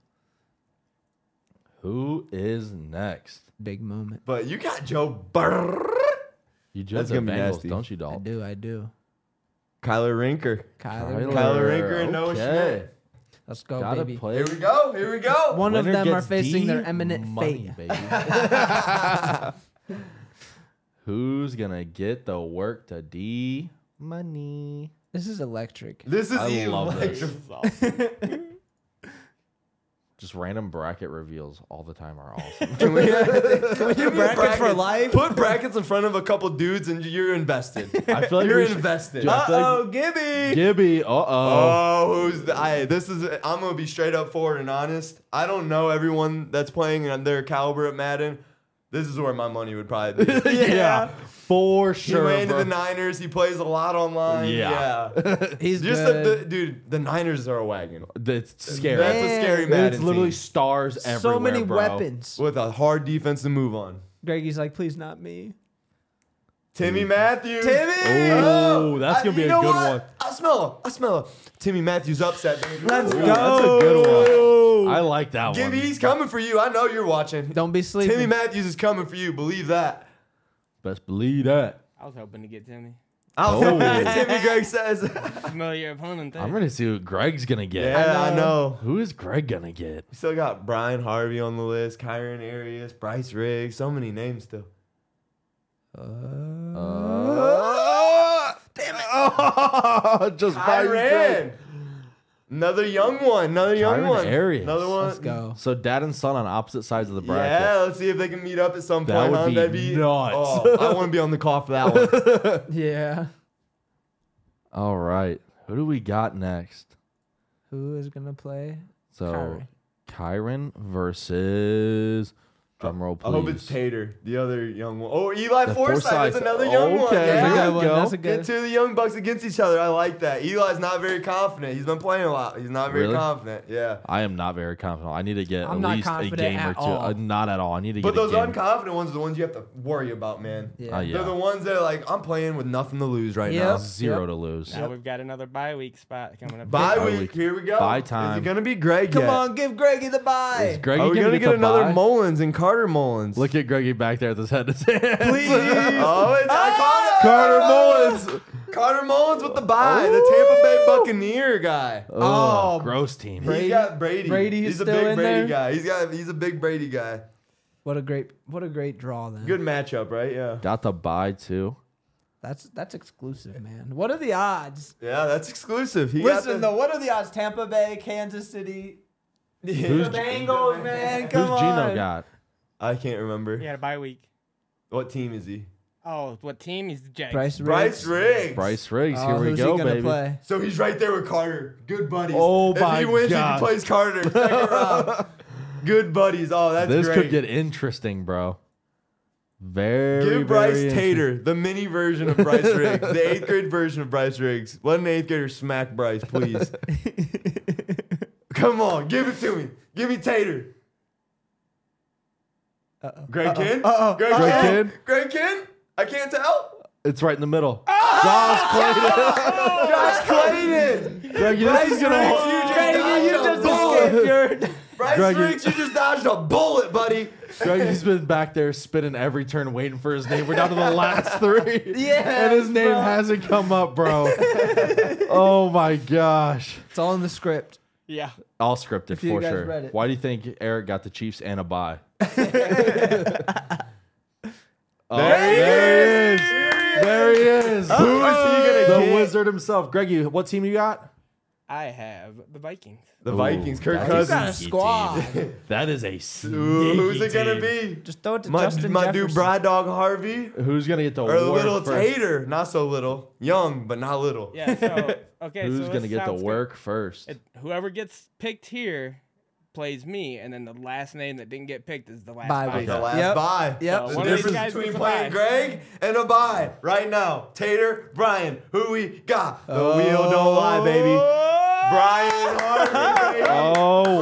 [SPEAKER 1] Who is next?
[SPEAKER 3] Big moment.
[SPEAKER 2] But you got Joe Burr,
[SPEAKER 1] You judge
[SPEAKER 2] That's
[SPEAKER 1] the
[SPEAKER 2] gonna be
[SPEAKER 1] Bengals,
[SPEAKER 2] nasty.
[SPEAKER 1] don't you,
[SPEAKER 3] I
[SPEAKER 1] Dal?
[SPEAKER 3] do. I do.
[SPEAKER 2] Kyler Rinker.
[SPEAKER 1] Kyler.
[SPEAKER 3] Kyler. Murray.
[SPEAKER 2] Kyler Rinker and Noah
[SPEAKER 1] Okay.
[SPEAKER 2] Schmidt.
[SPEAKER 3] Let's go,
[SPEAKER 1] Gotta
[SPEAKER 3] Oh, baby.
[SPEAKER 1] play.
[SPEAKER 2] Here we go. Here we go.
[SPEAKER 3] One
[SPEAKER 1] Winner
[SPEAKER 3] of them are
[SPEAKER 1] gets
[SPEAKER 3] facing their
[SPEAKER 1] D
[SPEAKER 3] eminent
[SPEAKER 1] money,
[SPEAKER 3] fate.
[SPEAKER 1] baby. Who's gonna get the work to D money?
[SPEAKER 3] This is electric.
[SPEAKER 2] This is
[SPEAKER 1] I
[SPEAKER 2] even
[SPEAKER 1] love
[SPEAKER 2] like
[SPEAKER 1] this. Just random bracket reveals all the time are awesome.
[SPEAKER 2] Can we,
[SPEAKER 3] do brackets for life?
[SPEAKER 2] Put brackets in front of a couple dudes and you're invested.
[SPEAKER 1] I feel like
[SPEAKER 2] you're
[SPEAKER 1] we should-
[SPEAKER 2] invested.
[SPEAKER 1] Dude, I feel like-
[SPEAKER 3] Gibby.
[SPEAKER 1] Gibby, uh oh.
[SPEAKER 2] Oh, who's the, I, this is? I'm gonna be straight up forward and honest. I don't know everyone that's playing and their caliber at Madden. This is where my money would probably be.
[SPEAKER 1] Yeah. for
[SPEAKER 2] He
[SPEAKER 1] sure.
[SPEAKER 2] ran to
[SPEAKER 1] bro.
[SPEAKER 2] the Niners. He plays a lot online.
[SPEAKER 1] Yeah.
[SPEAKER 2] Yeah,
[SPEAKER 3] He's
[SPEAKER 2] just
[SPEAKER 3] good.
[SPEAKER 2] the, the dude. The Niners are a wagon.
[SPEAKER 1] That's scary.
[SPEAKER 2] That's
[SPEAKER 3] Man.
[SPEAKER 2] a scary Madden.
[SPEAKER 1] it's literally
[SPEAKER 2] team
[SPEAKER 1] stars everywhere.
[SPEAKER 3] so many
[SPEAKER 1] bro.
[SPEAKER 3] weapons.
[SPEAKER 2] with a hard defense to move on.
[SPEAKER 3] Greggy's like, please not me.
[SPEAKER 2] Timmy Matthews.
[SPEAKER 3] Timmy!
[SPEAKER 1] Oh, that's gonna be
[SPEAKER 2] you
[SPEAKER 1] a
[SPEAKER 2] know
[SPEAKER 1] good
[SPEAKER 2] what?
[SPEAKER 1] one.
[SPEAKER 2] I smell. I smell. Timmy Matthews upset. Baby.
[SPEAKER 3] Let's
[SPEAKER 1] Ooh,
[SPEAKER 3] go.
[SPEAKER 1] That's a good one. I like that one.
[SPEAKER 2] Gibby, he's coming for you. I know you're watching.
[SPEAKER 3] Don't be sleeping.
[SPEAKER 2] Timmy Matthews is coming for you. Believe that.
[SPEAKER 1] Best believe that.
[SPEAKER 4] I was hoping to get Timmy.
[SPEAKER 2] I was
[SPEAKER 1] Oh.
[SPEAKER 2] Timmy Greg says.
[SPEAKER 4] Familiar opponent there.
[SPEAKER 1] I'm gonna see what Greg's gonna get.
[SPEAKER 2] yeah, I know.
[SPEAKER 1] Who is Greg gonna get?
[SPEAKER 2] We still got Brian Harvey on the list, Kyron Arias, Bryce Riggs, so many names still.
[SPEAKER 1] damn it! Oh, just by Greg.
[SPEAKER 2] Kyron. Another young one. Another young
[SPEAKER 1] Kyron
[SPEAKER 2] one.
[SPEAKER 1] Arias.
[SPEAKER 2] Another one.
[SPEAKER 3] Let's go.
[SPEAKER 1] So dad and son on opposite sides of the bracket.
[SPEAKER 2] Yeah, let's see if they can meet up at some
[SPEAKER 1] That
[SPEAKER 2] point.
[SPEAKER 1] would
[SPEAKER 2] huh?
[SPEAKER 1] be
[SPEAKER 2] That'd be
[SPEAKER 1] nuts.
[SPEAKER 2] Oh, I want to be on the call for that one.
[SPEAKER 3] Yeah.
[SPEAKER 1] All right. Who do we got next?
[SPEAKER 3] Who is gonna play?
[SPEAKER 1] So Kyron versus Drum roll, please.
[SPEAKER 2] I hope it's Tater, the other young one. Oh, Eli
[SPEAKER 1] The
[SPEAKER 2] Forsythe.
[SPEAKER 1] Forsythe.
[SPEAKER 2] That's another young one.
[SPEAKER 1] Okay,
[SPEAKER 2] Yeah.
[SPEAKER 3] That's
[SPEAKER 1] there
[SPEAKER 3] a
[SPEAKER 1] you
[SPEAKER 3] good one.
[SPEAKER 1] go.
[SPEAKER 3] That's a
[SPEAKER 2] Get
[SPEAKER 3] good.
[SPEAKER 2] two of the young bucks against each other. I like that. Eli's not very confident. He's been playing a lot. He's not very
[SPEAKER 1] Really?
[SPEAKER 2] confident. Yeah.
[SPEAKER 1] I am not very confident. I need to get
[SPEAKER 3] I'm
[SPEAKER 1] at
[SPEAKER 3] not
[SPEAKER 1] least a
[SPEAKER 3] confident
[SPEAKER 1] game or
[SPEAKER 3] at
[SPEAKER 1] two.
[SPEAKER 3] all.
[SPEAKER 1] Uh, not at all. I need to
[SPEAKER 2] But
[SPEAKER 1] get a
[SPEAKER 2] those
[SPEAKER 1] game.
[SPEAKER 2] unconfident ones are the ones you have to worry about, man.
[SPEAKER 3] Yeah.
[SPEAKER 1] Oh, yeah.
[SPEAKER 2] They're the ones that are like, I'm playing with nothing to lose right
[SPEAKER 3] Yep.
[SPEAKER 2] now.
[SPEAKER 1] Zero to lose.
[SPEAKER 4] Now we've got another bye week spot coming up.
[SPEAKER 2] Bye
[SPEAKER 1] Bye
[SPEAKER 2] week.
[SPEAKER 1] week.
[SPEAKER 2] Here we go.
[SPEAKER 1] Bye
[SPEAKER 2] Is
[SPEAKER 1] time.
[SPEAKER 2] it gonna be Greg?
[SPEAKER 3] Come
[SPEAKER 2] yet?
[SPEAKER 3] on, give Greggy the
[SPEAKER 1] Is
[SPEAKER 3] bye.
[SPEAKER 1] Greg
[SPEAKER 2] Are we
[SPEAKER 1] gonna,
[SPEAKER 2] gonna get another
[SPEAKER 1] bye?
[SPEAKER 2] Mullins and Carter Mullins?
[SPEAKER 1] Look at Greggy back there with his head in his hands.
[SPEAKER 2] please. oh, it's
[SPEAKER 3] Ah!
[SPEAKER 2] iconic.
[SPEAKER 1] Carter Mullins.
[SPEAKER 2] Carter Mullins with the bye. The Tampa Bay Buccaneer guy.
[SPEAKER 1] Oh,
[SPEAKER 3] Oh,
[SPEAKER 1] gross team.
[SPEAKER 3] Brady-
[SPEAKER 2] He's got Brady.
[SPEAKER 3] Brady's
[SPEAKER 2] he's a
[SPEAKER 3] still
[SPEAKER 2] big
[SPEAKER 3] in
[SPEAKER 2] Brady
[SPEAKER 3] there?
[SPEAKER 2] guy. He's got he's a big Brady guy.
[SPEAKER 3] What a great, what a great draw then.
[SPEAKER 2] Good matchup, right? Yeah.
[SPEAKER 1] Got the bye too.
[SPEAKER 3] That's that's exclusive, man. What are the odds?
[SPEAKER 2] Yeah, that's exclusive. He
[SPEAKER 3] Listen
[SPEAKER 2] got
[SPEAKER 3] though, what are the odds? Tampa Bay, Kansas City,
[SPEAKER 2] the,
[SPEAKER 1] Who's-
[SPEAKER 3] the Bengals, man. Come
[SPEAKER 1] Who's
[SPEAKER 3] on.
[SPEAKER 1] Gino got?
[SPEAKER 2] I can't remember.
[SPEAKER 4] We had a bye week.
[SPEAKER 2] What team is he?
[SPEAKER 4] Oh, what team is the Jags?
[SPEAKER 3] Bryce
[SPEAKER 2] Bryce Riggs.
[SPEAKER 1] Bryce Riggs. Here
[SPEAKER 3] Oh,
[SPEAKER 1] we
[SPEAKER 3] who's
[SPEAKER 1] go,
[SPEAKER 3] he gonna
[SPEAKER 1] baby.
[SPEAKER 3] play?
[SPEAKER 2] So he's right there with Carter. Good buddies.
[SPEAKER 1] Oh
[SPEAKER 2] if
[SPEAKER 1] my
[SPEAKER 2] he wins,
[SPEAKER 1] God.
[SPEAKER 2] he plays Carter. Second round. Good buddies. Oh, that's
[SPEAKER 1] This
[SPEAKER 2] great.
[SPEAKER 1] could get interesting, bro. Very.
[SPEAKER 2] Give Bryce
[SPEAKER 1] very inter-
[SPEAKER 2] Tater, the mini version of Bryce Riggs, the eighth grade version of Bryce Riggs. Let an eighth grader smack Bryce, please. Come on, give it to me. Give me Tater.
[SPEAKER 3] Uh-oh.
[SPEAKER 2] Greg
[SPEAKER 3] Uh-oh.
[SPEAKER 2] Kinn?
[SPEAKER 3] Uh-oh.
[SPEAKER 2] Greg
[SPEAKER 1] Greg
[SPEAKER 2] Kinn?
[SPEAKER 1] Kinn?
[SPEAKER 2] Greg Kinn? I can't tell.
[SPEAKER 1] It's right in the middle. Josh Clayton.
[SPEAKER 2] Josh Clayton.
[SPEAKER 1] Greg,
[SPEAKER 2] Bryce
[SPEAKER 1] this is
[SPEAKER 2] Riggs, you
[SPEAKER 1] gonna.
[SPEAKER 2] just dodged a bullet. Bryce
[SPEAKER 1] Greg, you-
[SPEAKER 2] Riggs, you just dodged a bullet, buddy.
[SPEAKER 1] Greg, he's been back there spinning every turn, waiting for his name. We're down to the last three.
[SPEAKER 3] Yeah,
[SPEAKER 1] And his name
[SPEAKER 3] bro.
[SPEAKER 1] hasn't come up, bro. oh my gosh.
[SPEAKER 3] It's all in the script.
[SPEAKER 4] Yeah.
[SPEAKER 1] All scripted
[SPEAKER 3] you
[SPEAKER 1] for
[SPEAKER 3] guys
[SPEAKER 1] sure.
[SPEAKER 3] read it.
[SPEAKER 1] Why do you think Eric got the Chiefs and a bye? Oh, there he is. There he is. Who
[SPEAKER 2] Who is he
[SPEAKER 1] The
[SPEAKER 2] gonna get?
[SPEAKER 1] wizard himself. Greg, you, what team you got?
[SPEAKER 4] I have the Vikings.
[SPEAKER 2] The
[SPEAKER 1] Ooh,
[SPEAKER 2] Vikings, Kirk
[SPEAKER 1] that's-
[SPEAKER 3] He's got a
[SPEAKER 2] Cousins.
[SPEAKER 3] squad.
[SPEAKER 1] That is a
[SPEAKER 2] Ooh, who's it gonna be?
[SPEAKER 3] Just throw it to
[SPEAKER 2] My,
[SPEAKER 3] Justin
[SPEAKER 2] my dude,
[SPEAKER 3] Jefferson.
[SPEAKER 2] Bride Dog Harvey.
[SPEAKER 1] Who's gonna get the
[SPEAKER 2] Or a
[SPEAKER 1] award
[SPEAKER 2] little
[SPEAKER 1] first?
[SPEAKER 2] tater. Not so little. Young, but not little.
[SPEAKER 4] Yeah. So okay.
[SPEAKER 1] Who's
[SPEAKER 4] so this
[SPEAKER 1] gonna get the
[SPEAKER 4] sounds good.
[SPEAKER 1] work first?
[SPEAKER 4] It, whoever gets picked here plays me, and then the last name that didn't get picked is the last.
[SPEAKER 3] Bye
[SPEAKER 4] bye
[SPEAKER 3] week.
[SPEAKER 2] The
[SPEAKER 4] guy.
[SPEAKER 2] last
[SPEAKER 3] Yep.
[SPEAKER 2] bye.
[SPEAKER 3] Yep.
[SPEAKER 2] The
[SPEAKER 4] One of these
[SPEAKER 2] difference
[SPEAKER 4] guys
[SPEAKER 2] between
[SPEAKER 4] gets a
[SPEAKER 2] playing
[SPEAKER 4] bye.
[SPEAKER 2] Greg and a bye right now. Tater, Brian, who we got? The wheel
[SPEAKER 1] Oh.
[SPEAKER 2] don't lie, baby. Brian Harvey. baby.
[SPEAKER 1] Oh
[SPEAKER 2] Brian Harvey,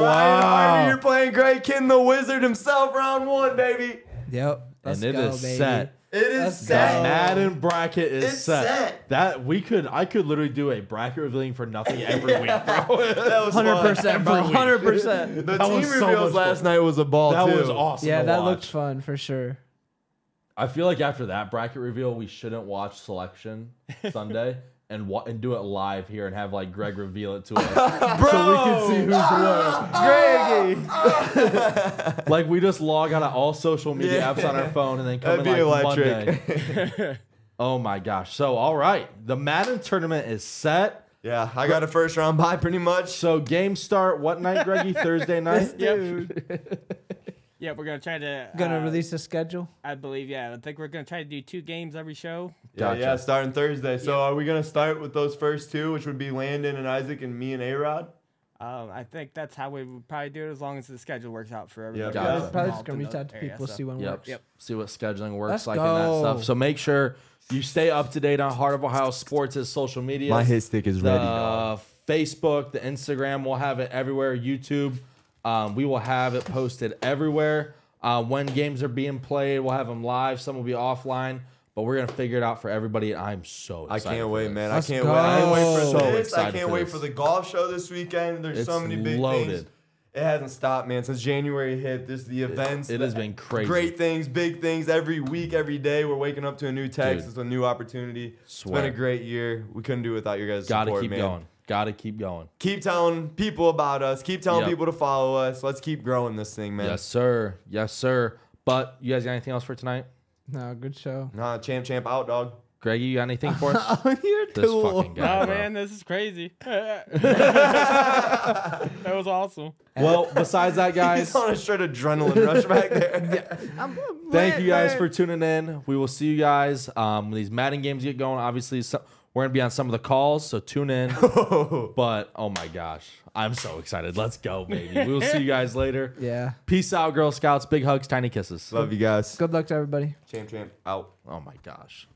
[SPEAKER 1] wow!
[SPEAKER 2] you're playing Greg Kin, the wizard himself, round one, baby.
[SPEAKER 3] Yep. Let's
[SPEAKER 1] and it is
[SPEAKER 3] go, baby.
[SPEAKER 1] set.
[SPEAKER 2] It is
[SPEAKER 3] Let's
[SPEAKER 1] The
[SPEAKER 3] Set.
[SPEAKER 1] Madden bracket is
[SPEAKER 2] It's
[SPEAKER 1] set.
[SPEAKER 2] set.
[SPEAKER 1] That we could, I could literally do a bracket revealing for nothing every week, bro.
[SPEAKER 2] That was fun.
[SPEAKER 3] Hundred percent, bro.
[SPEAKER 1] Every week.
[SPEAKER 3] Hundred percent.
[SPEAKER 2] The
[SPEAKER 1] That
[SPEAKER 2] team
[SPEAKER 1] was so
[SPEAKER 2] reveals
[SPEAKER 1] much
[SPEAKER 2] last
[SPEAKER 1] fun.
[SPEAKER 2] night was a ball
[SPEAKER 1] That
[SPEAKER 2] too.
[SPEAKER 1] was awesome.
[SPEAKER 3] Yeah,
[SPEAKER 1] to
[SPEAKER 3] that
[SPEAKER 1] watch.
[SPEAKER 3] looked fun for sure.
[SPEAKER 1] I feel like after that bracket reveal, we shouldn't watch selection Sunday and wa- and do it live here and have like Greg reveal it to us, so we can see who's what.
[SPEAKER 3] Greggy.
[SPEAKER 1] Ah! Like we just log out of all social media
[SPEAKER 2] Yeah.
[SPEAKER 1] apps on our phone and then come
[SPEAKER 2] That'd
[SPEAKER 1] in
[SPEAKER 2] be
[SPEAKER 1] like
[SPEAKER 2] electric.
[SPEAKER 1] Monday. oh my gosh! So all right, the Madden tournament is set.
[SPEAKER 2] Yeah, I got a first round bye pretty much.
[SPEAKER 1] So game start what night, Greggy? Thursday night.
[SPEAKER 3] Dude.
[SPEAKER 4] Yeah, we're gonna try to.
[SPEAKER 3] Gonna
[SPEAKER 4] uh,
[SPEAKER 3] release a schedule.
[SPEAKER 4] I believe. Yeah, I think we're gonna try to do two games every show.
[SPEAKER 2] Yeah,
[SPEAKER 1] Gotcha.
[SPEAKER 2] yeah, starting Thursday. So are we gonna start with those first two, which would be Landon and Isaac and me and A Rod?
[SPEAKER 4] Um, I think that's how we would probably do it as long as the schedule works out for everybody.
[SPEAKER 1] Gotcha.
[SPEAKER 4] that's
[SPEAKER 1] Yeah.
[SPEAKER 3] Probably just
[SPEAKER 4] involved
[SPEAKER 3] gonna
[SPEAKER 4] in
[SPEAKER 3] reach
[SPEAKER 4] the
[SPEAKER 3] out to
[SPEAKER 4] area,
[SPEAKER 3] people,
[SPEAKER 4] so.
[SPEAKER 3] see when
[SPEAKER 1] Yep.
[SPEAKER 3] works.
[SPEAKER 4] Yep.
[SPEAKER 1] See what scheduling works
[SPEAKER 3] Let's
[SPEAKER 1] like and that
[SPEAKER 3] go.
[SPEAKER 1] stuff. So make sure you stay up to date on Heart of Ohio Sports' social media.
[SPEAKER 2] stick is
[SPEAKER 1] the Facebook, the Instagram, we'll have it everywhere. YouTube, um, we will have it posted everywhere. Uh, when games are being played, we'll have them live. Some will be offline, but we're gonna figure it out for everybody. And I'm so
[SPEAKER 2] I
[SPEAKER 1] excited.
[SPEAKER 2] can't
[SPEAKER 1] for
[SPEAKER 2] wait,
[SPEAKER 1] this.
[SPEAKER 2] man.
[SPEAKER 3] Let's
[SPEAKER 2] I can't wait. I can't wait for
[SPEAKER 1] go. So
[SPEAKER 2] this. I
[SPEAKER 1] excited
[SPEAKER 2] can't
[SPEAKER 1] for
[SPEAKER 2] wait
[SPEAKER 1] this.
[SPEAKER 2] for the golf show this weekend. There's so
[SPEAKER 1] It's
[SPEAKER 2] many big things.
[SPEAKER 1] loaded.
[SPEAKER 2] It hasn't stopped, man. Since January hit, this the events.
[SPEAKER 1] It
[SPEAKER 2] the
[SPEAKER 1] has been crazy.
[SPEAKER 2] Great things, big things every week, every day. We're waking up to a new text.
[SPEAKER 1] Dude.
[SPEAKER 2] It's a new opportunity. It's
[SPEAKER 1] Swear.
[SPEAKER 2] been a great year. We couldn't do it without your guys'
[SPEAKER 1] Gotta
[SPEAKER 2] support,
[SPEAKER 1] keep
[SPEAKER 2] man.
[SPEAKER 1] going. Gotta keep going.
[SPEAKER 2] Keep telling people about us. Keep telling
[SPEAKER 1] Yep.
[SPEAKER 2] people to follow us. Let's keep growing this thing, man.
[SPEAKER 1] Yes, sir. Yes, sir. But you guys got anything else for tonight?
[SPEAKER 3] No, good show.
[SPEAKER 2] Nah, champ, champ, out, dog.
[SPEAKER 1] Greggy, you got anything for us?
[SPEAKER 3] Oh, you're
[SPEAKER 1] this
[SPEAKER 3] too old.
[SPEAKER 1] fucking guy.
[SPEAKER 4] Oh
[SPEAKER 1] bro.
[SPEAKER 4] man, this is crazy. that was awesome.
[SPEAKER 1] Well, besides that, guys,
[SPEAKER 2] He's on a straight adrenaline rush back there.
[SPEAKER 3] I'm- I'm
[SPEAKER 1] thank
[SPEAKER 3] lit,
[SPEAKER 1] you guys
[SPEAKER 3] man.
[SPEAKER 1] for tuning in. We will see you guys um, when these Madden games get going. Obviously, so, We're gonna be on some of the calls, so tune in. but oh my gosh, I'm so excited. Let's go, baby. We'll see you guys later.
[SPEAKER 3] Yeah.
[SPEAKER 1] Peace out, Girl Scouts. Big hugs, tiny kisses.
[SPEAKER 2] Love you guys.
[SPEAKER 3] Good luck to everybody.
[SPEAKER 2] Champ, champ, out.
[SPEAKER 1] Oh my gosh.